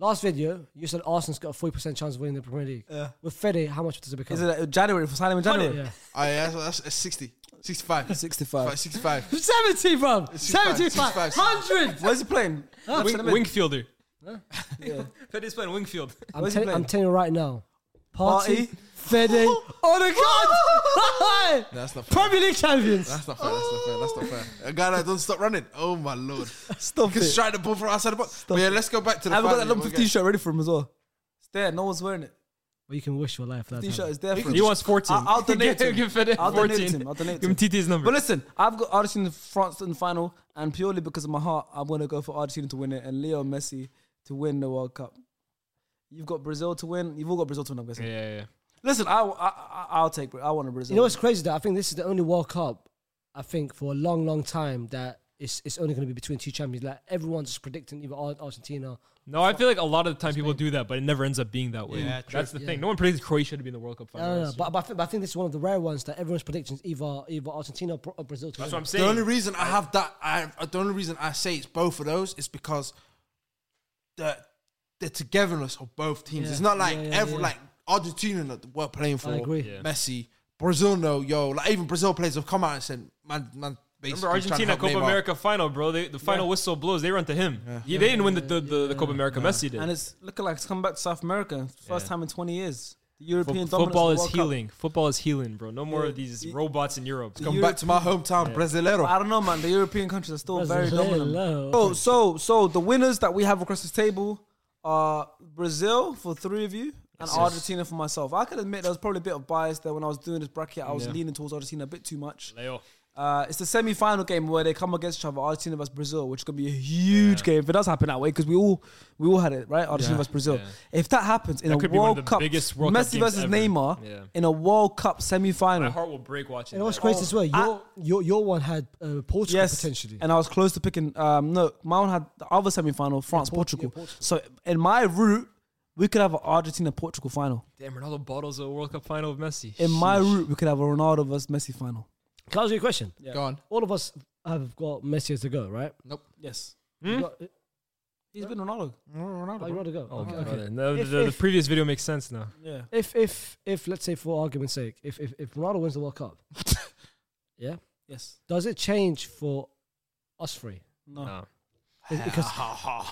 E: Last video, you said Arsenal's got a 40% chance of winning the Premier League. With Fede, how much does it become?
B: Is it uh, January for signing him in January?
E: yeah.
C: Oh, yeah, that's, that's 60. 65.
B: 65.
C: 65.
E: 70, bro.
C: 65,
E: 75.
C: 65.
E: 100.
B: Where's he playing?
D: Wing,
B: Centre mid.
D: wingfielder. Fede's playing wingfield.
E: I'm,
B: Where's he
E: telling I'm
B: playing?
E: telling you right now.
B: Party.
E: Party, Fede,
B: Oh,
E: Odegaard.
C: That's not fair.
E: Premier League champions.
C: That's not fair. That's not fair. That's not fair. A guy that doesn't stop running. Oh, my lord.
B: Stop
C: Can
B: it.
C: strike the ball from outside the box. but yeah, let's go back to
B: I
C: the
B: haven't got
C: final.
B: that number 15 shirt ready for him as well. It's there. No one's wearing it.
E: Well, you can wish your life that.
B: 15
E: time.
B: shirt is there for him.
D: He wants 14.
B: I- I'll donate
D: give,
B: him.
D: give Fede
B: I'll
D: 14.
B: donate him. I'll donate
D: give him
B: him.
D: TT's number.
B: But listen, I've got Argentina in France in the final, and purely because of my heart, I'm going to go for Argentina to win it and Leo Messi to win the World Cup. You've got Brazil to win. You've all got Brazil to win, I'm guessing.
D: yeah, yeah, yeah.
B: Listen, I, I, I- I'll take Bra- I want a Brazil.
E: You know what's crazy? That I think this is the only World Cup, I think, for a long, long time that it's, it's only going to be between two champions. Like everyone's just predicting either Ar- Argentina.
D: No, I feel like a lot of the time people do that, but it never ends up being that way.
C: Yeah, true.
D: That's the thing. No one predicts Croatia to be in the World Cup
E: I don't
D: final.
E: know, but, but, I think, but I think this is one of the rare ones that everyone's predictions either either Argentina or Bra- or Brazil. To
D: That's
E: win.
D: what I'm
C: The only
D: saying.
C: reason I have that, I uh, the only reason I say it's both of those is because the the togetherness of both teams.
E: Yeah.
C: It's not like
E: Yeah, yeah,
C: every
E: yeah.
C: like Argentina that we're playing for.
E: agree.
D: Yeah.
C: Messi, Brazil, no, yo, like even Brazil players have come out and said, man, man, basically trying
D: Remember
C: to
D: Argentina
C: help
D: Copa
C: Neymar.
D: America final, bro? They, the final whistle blows. They run to him. Yeah, they didn't win the, the, the, the Copa America. Messi did.
B: And it's looking like it's coming back to South America. It's the First
D: Yeah.
B: time in 20 years. The European
D: Fo- football
B: dominance
D: is
B: of the World Cup.
D: healing. Football is healing, bro. No more
B: Yeah.
D: of these
B: Y-
D: robots in Europe.
C: Come back to my hometown, Brasileiro.
B: I don't know, man. The European countries are still very dominant.
E: Brasileiro.
B: So, so, so the winners that we have across this table are Brazil for three of you and Argentina for myself. I can admit there was probably a bit of bias there when I was doing this bracket. I was
D: Yeah.
B: leaning towards Argentina a bit too much.
D: Leo.
B: Uh, it's the semi-final game where they come against each other, Argentina versus Brazil, which is gonna be a huge game if it does happen that way because we all we all had it right, Argentina versus Brazil. If that happens in
D: That
B: a
D: could be one of
B: World
D: the
B: Cup,
D: biggest World Cup
B: Messi
D: games
B: versus
D: ever.
B: Neymar
D: Yeah.
B: in a World Cup
D: My
B: semi-final,
D: heart will break watching
E: And what's
D: that.
E: crazy as well, your,
B: I-
E: your, your one had uh, Portugal potentially.
B: And I was close to picking. Um, no, my one had the other semi final, France
E: Port-
B: Portugal.
E: yeah, Portugal.
B: So in my route, we could have an Argentina Portugal final.
D: Oh, Damn, Ronaldo bottles a World Cup final with Messi.
B: In my route, we could have a Ronaldo versus Messi final.
E: Can I ask you a question?
C: Go on.
E: All of us have got Messi as the go, right?
B: Yes,
E: You got- uh,
B: he's been Ronaldo.
E: oh, you want to go?
D: Oh,
E: okay. okay.
D: brother. No, the,
E: If-
D: the, the
E: if-
D: previous video makes sense now.
B: Yeah,
E: If if if let's say for argument's sake, if if, if Ronaldo wins the World Cup, yeah,
B: yes.
E: does it change for us three?
B: No.
D: No.
E: Because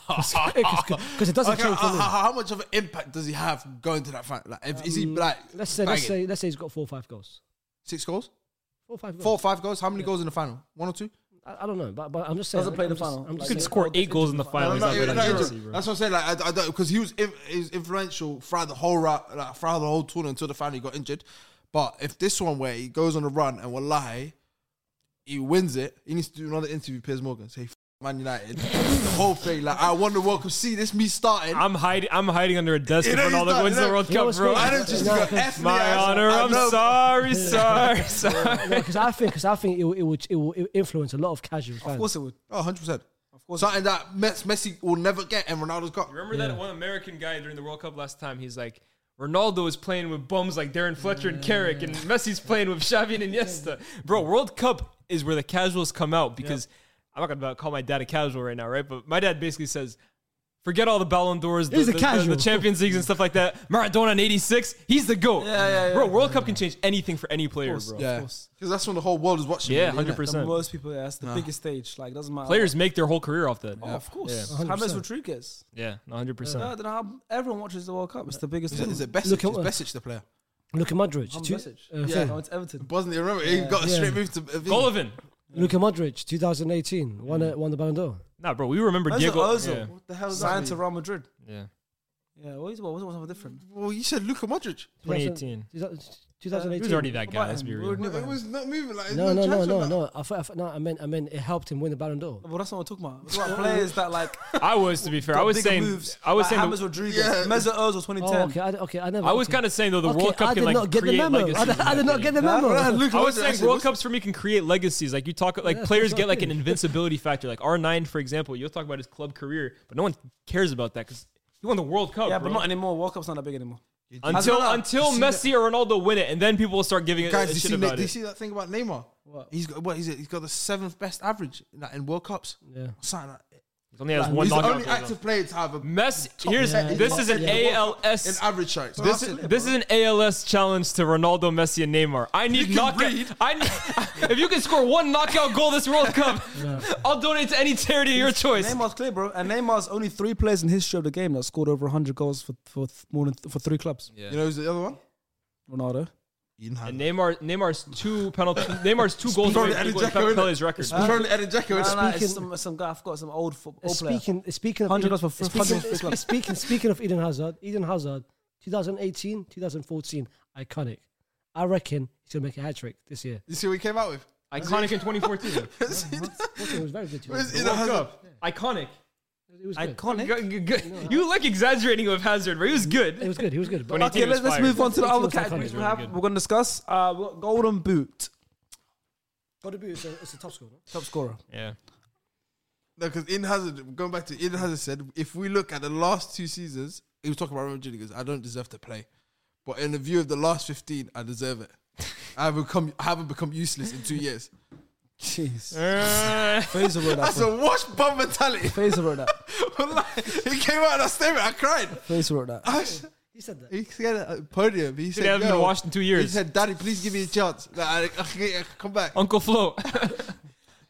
E: because it doesn't
C: Okay,
E: change for
C: how,
E: me.
C: how- how much of an impact does he have going to that final? Like, if, is he like
E: Um, Let's say let's
C: banging?
E: say let's say he's got four or five goals.
C: six goals,
E: Four or five goals.
C: four or five goals? How many goals in the final? One or two?
E: I, I don't know, but, but I'm just saying.
B: Doesn't play
E: I'm
B: the
E: just-
B: final.
E: I'm
B: Like,
E: just
D: You could
E: saying-
D: score eight goals in the
C: No,
D: final. He's
C: no,
D: not
C: no,
D: better
C: no,
D: than
C: no,
D: Messi, bro.
C: That's what I'm saying. Like, I, I don't because he was in, is influential throughout the whole route, like, throughout the whole tournament until the final he got injured. But if this one where he goes on a run and wallahi, he wins it, he needs to do another interview. with Piers Morgan say, F- "Man United, the whole thing. Like, I won the World Cup. See, this me starting.
D: I'm hiding. I'm hiding under a desk
C: You
D: if
C: know he's
D: Ronaldo
C: not-
D: wins
C: you
D: the
C: know-
D: World
E: you know
D: Cup,
E: what's
D: bro.
C: I
E: crazy?
C: don't just
E: No,
C: go
E: because-
C: F me,
D: My
C: I-
D: honor.
C: I
D: I'm
C: know-
D: sorry. Sorry. Sorry.
E: Because I think, because I think it, will- it would it will influence a lot of casual fans.
B: Of course it would.
C: Oh, 100 percent. Of course, something that Mes- Messi will never get, and Ronaldo's got.
D: Remember that one American guy during the World Cup last time? He's like, Ronaldo is playing with bums like Darren Fletcher and Carrick, and Messi's playing with Xavi and Iniesta. Bro, World Cup is where the casuals come out because I'm not gonna call my dad a casual right now, right? But my dad basically says. Forget all the Ballon d'Ors, the,
E: He's a
D: the- the-
E: casual."
D: the Champions Leagues and stuff like that. Maradona in '86, he's the goat. Bro, World Cup can change anything for any player, bro.
C: Yeah, because that's when the whole world is watching. really,
D: Yeah,
C: innit?
D: hundred
B: The
D: percent.
B: most people, yeah, that's the biggest stage. Like doesn't matter.
D: Players make their whole career off that.
B: Oh, of course.
E: Yeah.
B: James
E: 100%.
B: Rodriguez.
D: Yeah, hundred
B: Yeah, I
D: percent.
B: don't know how everyone watches the World Cup. It's the biggest.
C: Is it, is
B: tournament.
C: it Besic?
E: Look at
C: is
E: what-
C: Besic the player?
E: Luka Modric,
B: Ham
E: two,
B: Besic.
E: uh,
C: Yeah.
E: thing.
B: No, it's Everton.
C: Bosnia, remember? He got a
E: Yeah.
C: straight move to uh,
D: Golovin.
E: Luka Modric, 2018, won, a, won the Ballon d'Or.
D: Nah, bro, we remember
B: Mesut
D: Diego.
B: Ozil.
D: Yeah.
C: What the hell? Is that
B: Signed
C: mean?
B: to Real Madrid.
D: yeah.
B: Yeah, well, he's what was something different.
C: Well, you said Luka Modric.
D: 2018.
E: 2018.
D: He was already that
B: What
D: guy.
B: about
D: Let's be
B: him?
D: real.
B: We're-
C: Well, it was not moving like it's
E: No, no, no,
C: chance
E: no,
C: of that.
E: no. I, thought- I, thought- no. I meant, I meant it helped him win the Ballon d'Or.
B: But that's not what I'm talking about. It's about players that like.
D: I was, to be fair, I was
B: bigger
D: saying,
B: moves,
D: I was
B: like
D: saying, the-
B: James Rodriguez,
C: Yeah.
B: Mesut Ozil, 2010.
E: Oh, okay, I, okay. I never.
D: I was
E: okay.
D: kind of saying though the
E: Okay,
D: World Cup
E: I did
D: can like
E: not get the
D: create
E: memo. I,
D: legacies.
E: I
D: in
E: did
D: my
E: not get the
D: opinion.
E: memo.
C: Well, Luka
D: I was
C: Modric,
D: saying
C: actually,
D: World
C: what's-
D: Cups for me can create legacies. Like you talk, like
E: Yeah,
D: players
E: for
D: get like an
E: sure.
D: invincibility factor. Like R nine, for example, you'll talk about his club career, but no one cares about that because he won the World Cup.
B: yeah,
D: bro.
B: but not anymore. World Cup's not that big anymore.
D: until
B: No, no, no.
D: until
C: You see
D: Messi or Ronaldo win it, and then people will start giving it
C: Guys,
D: a
C: do you,
D: shit
C: see, Ne-
D: about
C: do you
D: it.
C: see that thing about Neymar?
B: What?
C: He's got what is it? He's got the seventh best average in, that- in World Cups.
E: Yeah.
C: Something like that.
D: He only has one
C: He's the
D: knockout.
C: only
D: goal, though.
C: active player to have a
D: Messi.
C: top
D: Here's
E: Yeah,
C: ten-
D: this
C: top
D: is an
C: ten in World Cup
D: Als.
C: in average shot. So
D: This
C: that's
D: is
C: it,
D: this
C: bro.
D: is an ALS challenge to Ronaldo, Messi, and Neymar. I need
C: can
D: knockout.
C: read.
D: I need, if you can score one knockout goal this World Cup, I'll donate to any charity of your choice.
B: Neymar's clear, bro. And Neymar's only three players in history of the game that scored over 100 goals for for th- more than th- for three clubs.
C: You know who's the other one?
B: Ronaldo.
C: You didn't have.
D: And Neymar, Neymar's two penalty, Neymar's two goals
C: Probably
D: away from
C: Edin
D: equaling
C: Dzeko,
D: Pep
C: innit?
D: Pellé's record.
C: It's probably Edin Dzeko,
B: Nah,
C: innit?
B: nah, it's
E: Speaking-
B: some, some guy. I've got some old football player.
E: Speaking, speaking of
B: 100
E: Eden,
B: goals for- for-
E: speaking,
B: for- for-
E: speaking, speaking of Eden Hazard, Eden Hazard, 2018, 2014, iconic. I reckon he's gonna make a hat trick this year.
C: You see what he came out with?
D: Iconic in 2014.
E: It was very good. To
C: Where's
E: it
C: Eden Hazard?
D: Iconic.
E: was good.
B: Iconic.
D: G- g- g- You like exaggerating with Hazard, but he was good.
E: It was good. He was good. But
D: When he-
B: Okay, let's, let's move on to the
E: Iconic.
B: other categories we
E: Really
B: have.
D: good.
B: We're going to discuss. Uh, we've got Golden Boot,
E: Got to be. It's a, it's a top scorer.
B: top scorer.
D: yeah.
C: No, because Eden Hazard, going back to Eden Hazard said, if we look at the last two seasons, he was talking about Real Madrid. He goes, I don't deserve to play, but in the view of the last fifteen, I deserve it. I haven't become, I haven't become useless in two years.
B: Jeez.
D: Uh,
B: Faisal wrote that.
C: That's
B: bro.
C: a wash bum mentality.
B: Faisal wrote that.
C: Wallahi, he came out of that statement. I cried.
B: Faisal wrote that.
C: I s-
E: He said that.
C: he said at the podium. He said,
D: they haven't
C: "Yo,"
D: been washed in two
C: He
D: years.
C: said, "Daddy, please give me a chance. Like, I, I, can- I can come back."
D: Uncle Flo.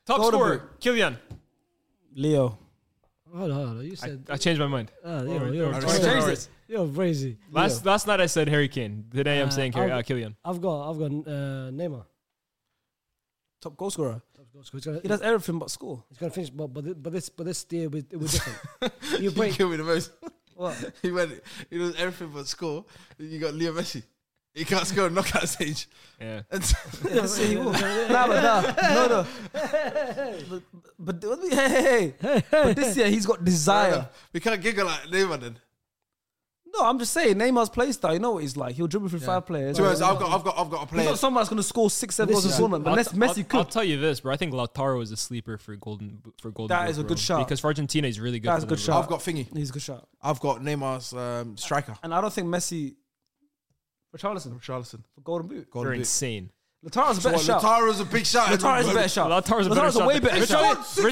D: Top
B: Golden
D: scorer, Kylian.
B: Leo.
E: Hold on, hold on. You
D: I,
E: said.
D: I changed my mind.
E: ah,
D: Or-
E: you're,
D: or-
E: you're,
D: or-
C: Alright.
E: you're-
D: or-
E: you're crazy.
D: Last
E: Yeah.
D: last night I said Harry Kane. Today I'm
E: Uh,
D: saying Harry,
E: I'll-
D: uh, Kylian.
E: I've got, I've got uh, Neymar.
B: Top goal scorer.
E: Top scorer. He's gonna,
B: He does everything but score.
E: he's gonna finish, but but thi- but this but this year was- it was different. you
C: He
E: break.
C: killed me the most.
B: What?
C: He went. He does everything but score. Then You got Leo Messi. He can't score a knockout stage.
D: Yeah.
B: Yes, he will. Nah, but nah. No, no. But, but, but hey, hey, hey. But this year he's got desire.
C: We can't giggle like Neymar then.
B: No, I'm just saying Neymar's play style. You know what he's like. He'll dribble through five players.
C: To be honest, I've got, I've got, I've got a
B: He's
C: player.
B: not someone that's going to score six, seven
E: This
B: goals in
E: year-
B: tournament. But
D: I'll
B: unless
D: t-
B: Messi
D: I'll-
B: could.
D: I'll tell you this, bro. I think Lautaro is a sleeper for golden for golden.
B: That
D: Boot,
B: is a
D: bro.
B: good shout.
D: because for Argentina he's really good.
B: That's
D: for
B: a good
D: them, bro.
B: shout.
C: I've got thingy.
B: he's a good shot.
C: I've got Neymar's um, striker.
B: And I don't think Messi. Richarlison
C: Richarlison.
B: for Golden Boot.
D: They're
C: Golden boot.
D: insane.
B: Lataro's a better shot.
C: Lataro's a big shot.
B: Lataro's a better shot.
D: Lautaro's a better
B: Lautaro's a
D: shot
B: way
D: than-
B: better
D: Richarlison-
B: shot.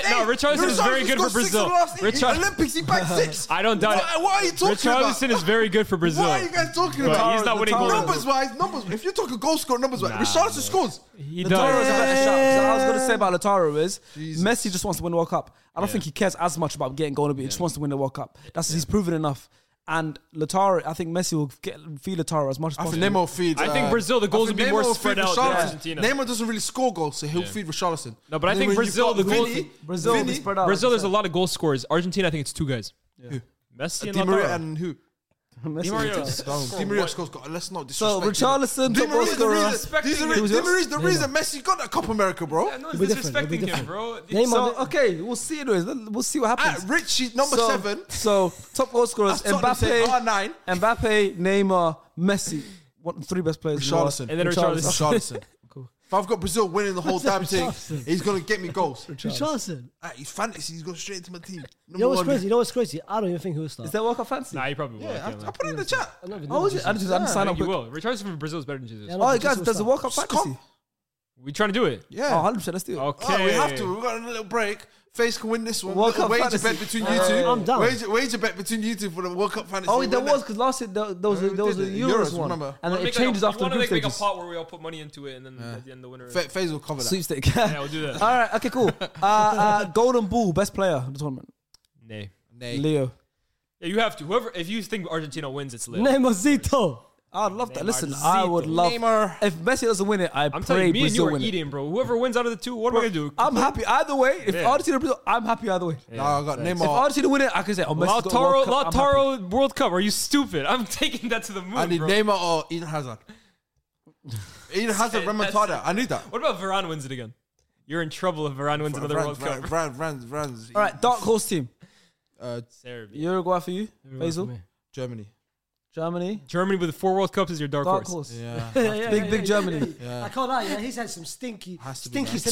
D: Richarlison- no, Richarlison is very good for Brazil. Richar-
C: Richard- Olympics, he bagged six.
D: I don't doubt
C: Why-
D: it.
C: What are you talking
D: Richarlison
C: about?
D: is very good for Brazil.
C: What are you guys talking
D: But
C: about?
D: he's not winning
B: Lautaro-
D: golden.
C: Numbers wise, numbers. If you're talking goal score numbers wise,
D: Nah,
C: Richarlison
D: bro.
C: scores.
D: He
B: Lautaro is a
D: does.
B: better shot. So what I was going to say about Lautaro is
C: Jesus.
B: Messi just wants to win the World Cup. I don't think he cares as much about getting golden boot. He just wants to win the World Cup. That's he's proven enough. And Lautaro, I think Messi will get feed Lautaro as much as
C: I
B: possible.
C: think Neymar feeds.
D: I think
C: uh,
D: Brazil, the
C: I
D: goals
C: think
D: would be more
C: Neymar will
D: spread
C: feed
D: out than
C: Richarlison.
D: Argentina.
C: Neymar doesn't really score goals, so he'll
D: Yeah.
C: feed Richarlison.
D: No, but I
C: Then when
D: think
C: you've
D: Brazil,
C: got
D: the goals-
C: Vinny-
B: Brazil
C: Vinny,
B: is spread out.
D: Brazil,
B: like
D: there's
B: you
D: a lot of goal scorers. Argentina, I think it's two guys.
C: Who?
E: Uh,
D: Messi and
C: Uh, Di Maria
D: Lautaro.
C: and who?
B: said. Messi
D: Di Maria.
B: is-
C: Di Maria scores. goal. Let's not
B: So
C: disrespect. Di Maria.
B: Richarlison,
C: Oh, Di
B: top goal
C: Maria's the
B: scorer.
C: reason. Di
B: Who was
C: Maria's- Di
B: yours?
C: Maria's the reason Messi got that Copa America, bro.
D: No
E: It'll be different, it'll be
D: disrespecting him,
E: different.
D: bro.
E: Neymar-
B: So okay, we'll see. Anyways, Let- we'll see what
C: At
B: happens.
C: Richie, number
B: so,
C: seven.
B: So top goal scorers:
C: That's Tottenham said "Ah,
B: Mbappe,
C: R9.
B: Mbappe, Neymar, Messi. What three best players? in the world.
C: Richarlison.
D: And then Richarlison.
C: Richarlison. If I've got Brazil winning the whole damn thing, he's gonna get me goals.
E: Richarlison.
C: Ah, he's fantasy. He's going straight into my team.
E: You know
C: Number
E: what's
C: one.
E: crazy? You know what's crazy? I don't even think he'll start.
B: Is there World Cup fancy?
D: Nah, he probably will.
C: Yeah,
D: I
C: I,
D: can't
C: I
D: lie.
C: put it in the chat.
E: I don't even
B: Oh,
E: know
B: is
E: if
B: it? I
E: he'll
B: just
E: start.
B: I'm
D: I
B: signing
D: think
B: up.
D: he
B: quick.
D: will. Richarlison from Brazil is better than Jesus.
E: Yeah, I don't
B: Oh,
E: think
B: guys,
E: he'll
B: there's a
E: start.
B: World Cup fantasy.
C: Come.
D: We trying to do it.
C: Yeah.
B: Oh, 100%. Let's do it.
D: Okay.
C: Ah, we have to. We've got a little break. Face can win this one.
B: World
C: Little
B: Cup
C: wager
B: fantasy.
C: bet between you
B: Yeah,
C: two.
B: yeah, yeah.
E: I'm down.
C: Wager, wager bet between you two for the World Cup fantasy.
B: Oh, there
C: Win
B: was
C: that.
B: because last year th- those
C: Yeah,
B: were
C: we
B: those were
C: did
B: the
C: it.
B: Euros
C: Euros,
B: one,
C: remember.
B: and
D: Wanna
B: it
D: make
B: changes
D: like a,
B: after the
D: want to
B: group
D: make like a
B: stages.
D: pot where we all put money into it, and then at the end the winner. is-
C: Fa- Faze will cover that.
B: Sweepstake.
D: yeah, we'll do that.
B: All right. Okay. Cool. Uh, uh, Golden Ball, best player of the tournament.
D: Nay.
C: Nay.
B: Leo.
D: Yeah, you have to. Whoever, if you think Argentina wins, it's lit.
E: Neymarcito.
B: I'd love that. Listen, I would love
C: Neymar.
B: if Messi doesn't win it. I
D: I'm telling
B: pray
D: you, me and you
B: Brazil
D: are
B: win it.
D: eating, bro. Whoever wins out of the two, what am I gonna do?
B: I'm happy either way. If
D: Yeah.
B: Argentina Brazil, I'm happy either way.
C: Nah, I got
B: If
C: Neymar.
B: Argentina win it, I can say, oh, Messi got
D: Lautaro,
B: World Cup, I'm happy.
D: Lautaro World Cup. Are you stupid? I'm taking that to the moon,
C: I need
D: bro.
C: Neymar or Eden Hazard. Eden Hazard, Remontada. I need that.
D: What about Varane wins it again? You're in trouble if Varane wins another
C: Varane,
D: World
C: Varane,
D: Cup.
C: Varane, Varane, Varane's-
B: All right, dark horse team.
C: Uh,
D: Serbia.
B: Uruguay for you, Basil.
C: Germany.
B: Germany.
D: Germany with four World Cups is your dark,
B: Dark
D: horse.
B: horse.
C: Yeah.
B: Big, big Germany.
E: I can't lie. Yeah, he's had some stinky,
C: Has to be
E: stinky
C: nice.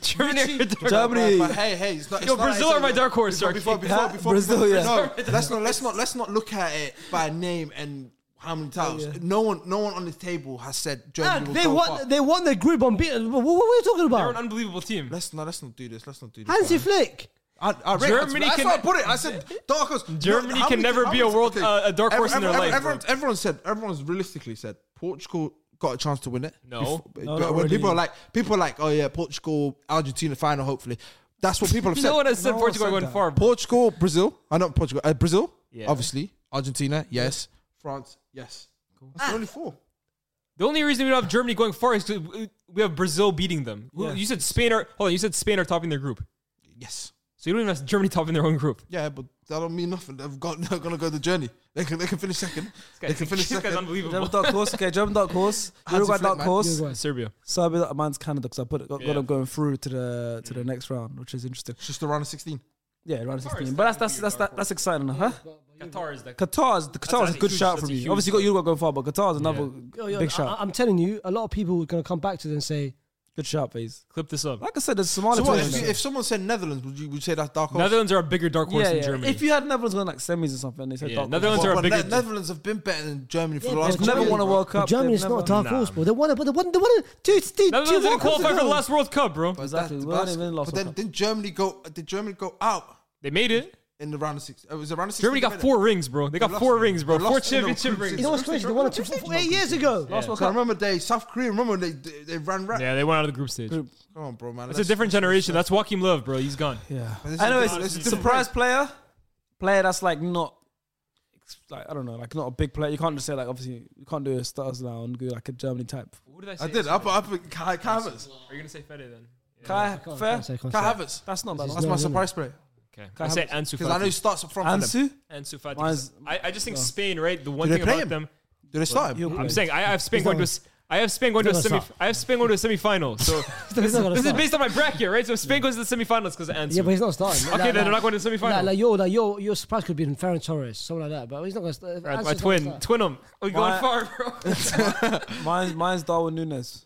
D: Germany are your
E: Richie-
D: dark
B: Germany.
C: But hey, hey, it's not. It's
D: Yo,
C: not
D: Brazil
C: like-
D: are my dark horse,
C: Before,
D: Sir.
C: before, before,
B: Huh?
C: before, before-
B: Brazil, yeah.
C: No, let's not. Let's not. Let's not look at it by name and how
B: Oh,
C: many times. No one, no one on this table has said Germany
E: Man,
C: will
E: Ah, they
C: go
E: won.
C: far.
E: They won the group on. Beat, what, what were you talking
D: They're an
E: about?
D: unbelievable team.
C: Let's not. Let's not do this. Let's not do this.
E: Hansi
C: man.
E: Flick.
C: I, I reckon-
D: Germany
C: that's
D: can-
C: how I put it. I said dark horse.
D: Germany
C: how
D: can
C: many-
D: never
C: how
D: be a
C: many-
D: world- uh, a dark
C: Every-
D: horse in
C: every-
D: their
C: every-
D: life,
C: Everyone, everyone said. Everyone's realistically said Portugal got a chance to win it.
D: No.
C: Before-
B: No,
C: when
B: not really.
C: people are like, people are like, oh yeah, Portugal, Argentina final. Hopefully, that's what people have said.
D: no one has said
B: No one
D: Portugal
B: said
D: are going
B: that.
D: far. bro.
C: Portugal, Brazil. I know Portugal. Uh, Brazil,
D: Yeah.
C: obviously. Argentina, yes. France, yes. That's the only four.
D: The only reason we don't have Germany going far is 'cause we have Brazil beating them. Who-
B: Yeah.
D: You said Spain are hold on. You said Spain are topping their group,
C: Yes.
D: so you don't even have Germany topping their own group.
C: Yeah, but that don't mean nothing. They've got they're gonna go the journey. They can they can finish second.
D: Guys,
C: They can finish
D: this guy's
C: second.
B: German
D: unbelievable.
B: dark horse. Okay, German dark horse.
C: Hansi
B: Uruguay
C: Flick,
B: dark
C: man.
B: horse.
D: Serbia.
B: Serbia, mine's Canada because I put it, got,
D: Yeah. Mm.
B: got them going through to the to the next round, which is interesting.
C: It's just the round of sixteen.
B: Yeah, round
D: Qatar
B: sixteen.
D: is
B: But that's that's
D: definitely
B: that's
D: a
B: that,
D: dark
B: that's exciting, huh?
D: Qatar is that.
B: Qatar's the Qatar's
D: a
B: a good
D: huge-
B: shout
D: that's
B: from
D: a
B: you.
D: huge
B: Obviously, you got Uruguay going far, but Qatar's another
E: Yo, yo,
B: big
E: I-
B: shout.
E: I, am telling you, a lot of people are going to come back to this and say,
B: good shout, please.
D: Clip this up.
B: Like I said, there's Somalia.
C: So what,
B: players
C: if,
B: there.
C: you, if someone said Netherlands, would you would you say that's dark horse?
D: Netherlands are a bigger dark horse
B: yeah,
D: than
B: yeah.
D: Germany.
B: If you had Netherlands going like semis or something, they said
D: Yeah,
B: dark horse.
D: Netherlands
C: But-
D: are a
C: but
D: bigger-
C: Ne- Netherlands have been better than Germany for the
B: They've
C: last. couple
B: never
C: years,
B: won a
C: bro.
B: World
E: well,
B: Cup.
E: Germany's
B: They've
E: not a
B: never-
E: dark horse, bro. They won it, but they won. They won it. Two, two, two
D: Netherlands didn't
E: World Cups
D: qualify for the
E: ago.
D: last World Cup, bro.
C: But
B: Exactly,
C: that-
B: we weren't even in last
C: But then
B: World
C: didn't Germany go? Did Germany go out
D: They made it.
C: in the round of six? It was the round of sixteen.
D: Germany got
C: innit?
D: four rings, bro. They got
C: lost
D: four
C: in-
D: rings, bro.
C: they
D: Four
C: lost in the
D: championship
C: group
D: rings.
E: You know what's crazy? They won it two, four, eight years ago.
B: Last World
C: So I
B: Cup.
C: remember they South Korea. Remember they they, they ran rap.
D: Yeah, they went out of the group stage.
B: Group.
C: Come on, bro, man.
D: That's a different generation. That's Joaquin Love, bro. He's gone.
B: Yeah.
C: But this is
B: Anyways,
C: different. This is
B: surprise player, player that's like not, like I don't know, like not a big player. You can't just say like obviously you can't do a stars now and do like a Germany type.
D: What did say?
C: I did. I put, I put Kai, Kai Havertz.
D: Are you gonna say Fede then?
B: Kai,
E: Can't-
B: fair.
E: can't say- can't
C: Kai
E: say.
C: Havertz.
B: That's not bad.
E: This
C: That's
E: is
C: my
E: not-
C: surprise player
D: Okay. I say Ansu
C: because I know he
D: Fati.
C: starts up front. for them.
B: Ansu.
D: Ansu Fati.
B: Mine's-
D: I, I just think Spain, right? The one
C: Do they
D: thing
C: play
D: about
C: him?
D: them,
C: Do they start him?
B: You-
D: I'm saying I have Spain going to. a s- I have Spain going to a
E: He's not
D: semi.
E: gonna
D: I have Spain going to a semifinal. So
E: He's
D: this,
E: not gonna
D: this is
E: start.
D: based on my bracket, right? So if Spain goes to the semifinals because of Ansu.
E: Yeah, but he's not starting.
D: Okay, then they're not going to the
E: Like,
D: semifinal.
E: like, yo, like, yo, your surprise could be in Ferran Torres, something like that, but he's not going to start.
D: Right,
E: Ansu's
D: my
E: not
D: twin,
E: gonna start.
D: twin him. We going
B: My-
D: far, bro. That's
B: Mine's mine's Darwin Nunes.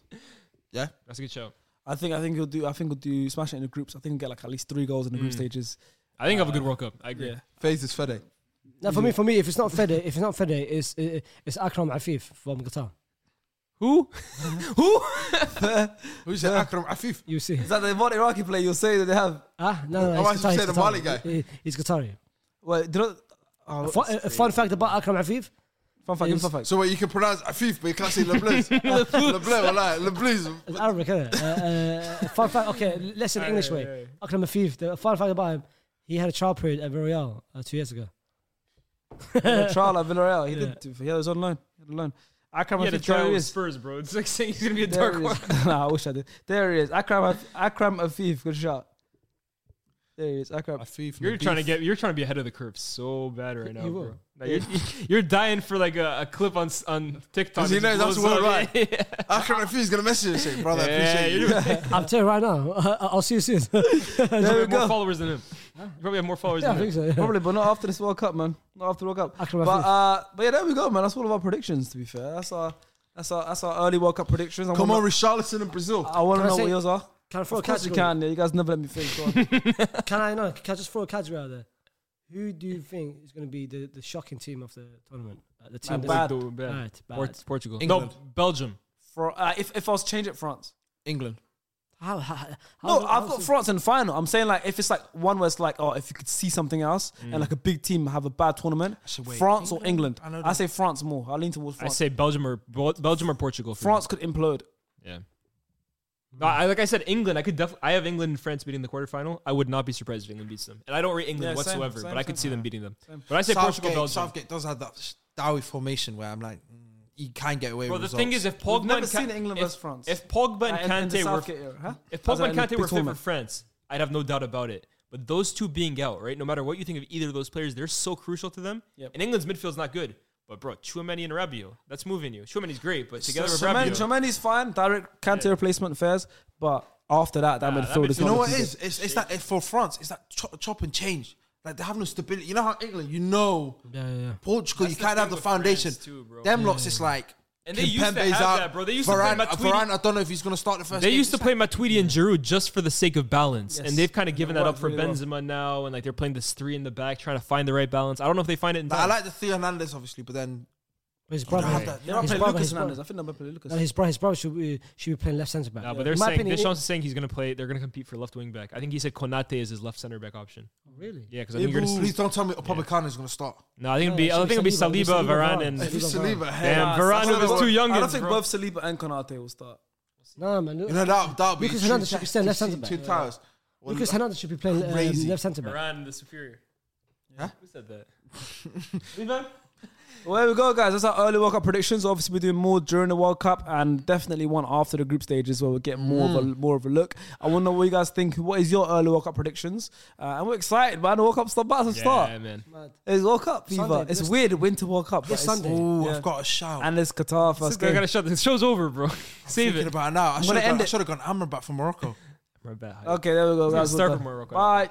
C: Yeah.
D: a good show.
B: I think I think he'll do. I think he'll do smash it in the groups. I think he'll get like at least three goals in the group stages.
D: I think I have a good World Cup. I agree.
B: Yeah.
C: Phase is Fede.
E: No, for me, for me, if it's not Fede, if it's not Fede, it's uh, it's Akram Afif from Qatar.
D: Who? Who?
C: Who said Akram Afif?
E: You see,
B: Is that the one Iraqi player you're saying that they have?
E: ah, no, no,
C: I
E: no
C: might
E: he's Qatar,
C: say
E: he's
C: the
E: Qatari.
C: Mali guy.
E: He- He's Qatari.
B: Well, do you know, oh,
E: Fun, uh, fun fact about Akram Afif.
B: fun fact. give me Fun
E: is-
B: fact.
C: So what you can pronounce Afif, but you can't say Le Blues. Le Blues, wallah, Le Blues.
E: It's Arabic, isn't it? Uh, uh, fun fact, okay, let's say the English way. Akram Afif, the fun fact about him, he had a trial period at Villarreal uh, two years ago.
B: trial at Villarreal. He
E: Yeah.
B: did. He was on loan. He had a loan. Akram
D: He had a
B: Afif, there
D: trial
B: he
D: with
B: is.
D: Spurs, bro. It's like saying he's gonna be a
B: There
D: dark
B: he
D: horse.
B: is. nah, I wish I did. There he is. Akram, Af- Akram Afif. Good shot. There he is. Akram.
C: Afif.
D: You're trying to get. You're trying to be ahead of the curve so bad right now,
E: You
D: bro.
E: will.
D: Like, you're, you're dying for like a, a clip on s- on TikTok.
C: 'Cause he
D: that
C: knows
D: blows
C: that's what
D: up.
C: right.
D: Yeah,
C: Akram Afif is gonna message you, say, brother. I appreciate
D: you're
C: you.
D: doing- you
E: I'm telling you right now, I'll see you soon.
B: There
D: probably
B: we
D: have more
B: go.
D: followers than him. You probably have more followers
E: yeah, I
D: than him.
E: think so. yeah.
B: Probably, but not after this World Cup, man. Not after World Cup.
E: Akram
B: but
E: Afif.
B: uh, but yeah, there we go, man. That's all of our predictions. To be fair, that's our that's our that's our early World Cup predictions. I
C: Come on,
B: wanna,
C: Richarlison in Brazil.
B: I want to
E: Can I
B: know
E: say-
B: what yours are.
E: Can I throw
B: Of
E: a
B: course you
E: category?
B: can. Yeah, you guys never let me think. Go on.
E: Can I know? Can I just throw a category out there? Who do you think is going to be the, the shocking team of the tournament? Uh, the team
B: Like
E: that's-
B: bad.
D: Do bad.
E: Bad, bad.
D: Port- Portugal.
C: England.
D: No, Belgium.
B: For, uh, if if I was to change it, France.
C: England.
E: How, how, how,
B: No,
E: how-
B: I've
E: how-
B: got France in final. I'm saying like if it's like one where it's like oh if you could see something else and like a big team have a bad tournament,
C: should wait.
B: France or England.
C: I know
B: I
C: that.
B: say France more. I lean towards
D: I
B: France.
D: say Belgium or Bel- Belgium or Portugal. for me.
B: France could implode.
D: Yeah. No, I, like I said, England. I could def- I have England and France beating the quarterfinal. I would not be surprised if England beats them, and I don't rate England
B: Yeah, same,
D: whatsoever.
B: same,
D: but I could
B: same.
D: see them beating them. But I say Portugal,
C: Southgate,
D: Belgium.
C: Southgate does have that Dowie formation where I'm like, mm, you can't get away
D: Bro,
C: with
D: the
C: results.
D: thing is, if
B: We've
D: Pogba
B: never
D: and Ka-
B: seen England
D: if,
B: versus France.
D: if Pogba and
B: Uh, in the
D: Kante were,
B: Southgate era, huh?
D: if
B: As
D: Pogba
B: in
D: and
B: the
D: Kante
B: big
D: were fit for
B: tournament.
D: France, I'd have no doubt about it. But those two being out, right? No matter what you think of either of those players, they're so crucial to them.
B: Yep.
D: And England's midfield's not good. But bro, Chouameni and Rabiot, that's moving you. Chouameni's great, but together with
B: Chomeni-
D: Rabiot,
B: Chomeni's fine, direct Kante replacement fairs, but after that, that
D: Nah, that
B: midfield is
D: midfield-
C: you
B: not
C: know what
B: looking
C: it
B: good.
C: is? It's, it's that for France, it's that chop, chop and change. Like they have no stability. You know how England, you know, Portugal, you
D: the
C: can't
D: thing
C: have the
D: with France
C: foundation.
D: too, bro.
C: Them lots, it's like.
D: And they used to
C: Kimpembe's
D: have that, bro. They used to play
C: Varane,
D: Matuidi-
C: Varane, I don't know if he's gonna start the first.
D: They
C: game.
D: used to
C: It's
D: play
C: like-
D: Matuidi and Giroud just for the sake of balance,
B: Yes.
D: and they've kind of
B: And
D: given
B: it
D: that up
B: worked
D: for
B: really well.
D: Benzema now, and like they're playing this three in the back, trying to find the right balance. I don't know if they find it in
C: Like, I
D: time.
C: like the Theo Hernandez, obviously, but then
E: His brother.
C: have that.
B: They might
E: His
B: play
E: brother,
B: Lucas
E: his brother.
B: Hernandez. I think they might play Lucas.
E: No, his brother, his brother should be, should be playing left centre back.
D: Nah, but they're
E: In my
D: saying
E: opinion,
D: Deschamps
E: it-
D: is saying he's going to play. They're going to compete for left wing back. I think he said Konate is his left center back option.
E: Really?
D: Yeah, because I think you're going to
C: please don't tell me Upamecano is gonna start.
D: No, I think it'll
E: No,
D: be.
E: it
D: I
E: should
D: think it'll
E: be
D: be
E: Saliba,
D: Saliba,
E: it should be
D: Varane,
E: Varane.
D: and
E: If
C: If you
E: Saliba,
C: Saliba,
E: Varane.
C: hey,
D: damn
B: Nah,
D: Varane
B: Saliba-
D: was too young.
B: I don't think
D: bro.
B: both Saliba and Konate will start.
E: No, man.
C: you know that that'll be
E: Lucas
C: two-
E: Hernandez should be staying left
C: two-
E: centre back.
C: Two towers. Well,
E: Lucas Hernandez should be playing um,
C: Crazy.
E: left centre back.
D: Varane the superior.
C: Huh?
D: Who said that?
B: Well, there we go, guys. That's our early World Cup predictions. Obviously, we're doing more during the World Cup, and definitely one after the group stages where we get more of a more of a look. I want to know what you guys think. What is your early World Cup predictions? Uh, and we're excited, man. The World Cup's about to start.
D: Yeah, man.
E: Mad.
B: It's World Cup fever.
E: Sunday,
B: it's
E: this-
B: weird winter World Cup. but
E: This
B: it's-
E: Sunday.
C: Ooh,
B: Yeah.
C: I've got a shout.
B: And it's Qatar
D: I
B: first game.
D: gotta shut this. Show's over, bro. Save
C: Thinking
D: it.
C: about it now, I should
B: gonna
C: have
B: end
C: gone, I
B: it.
C: should've gone Amrabat from Morocco.
D: Right back.
B: Okay, there we go, guys.
D: Let's start
B: We're
D: with
B: done.
D: Morocco.
B: Bye.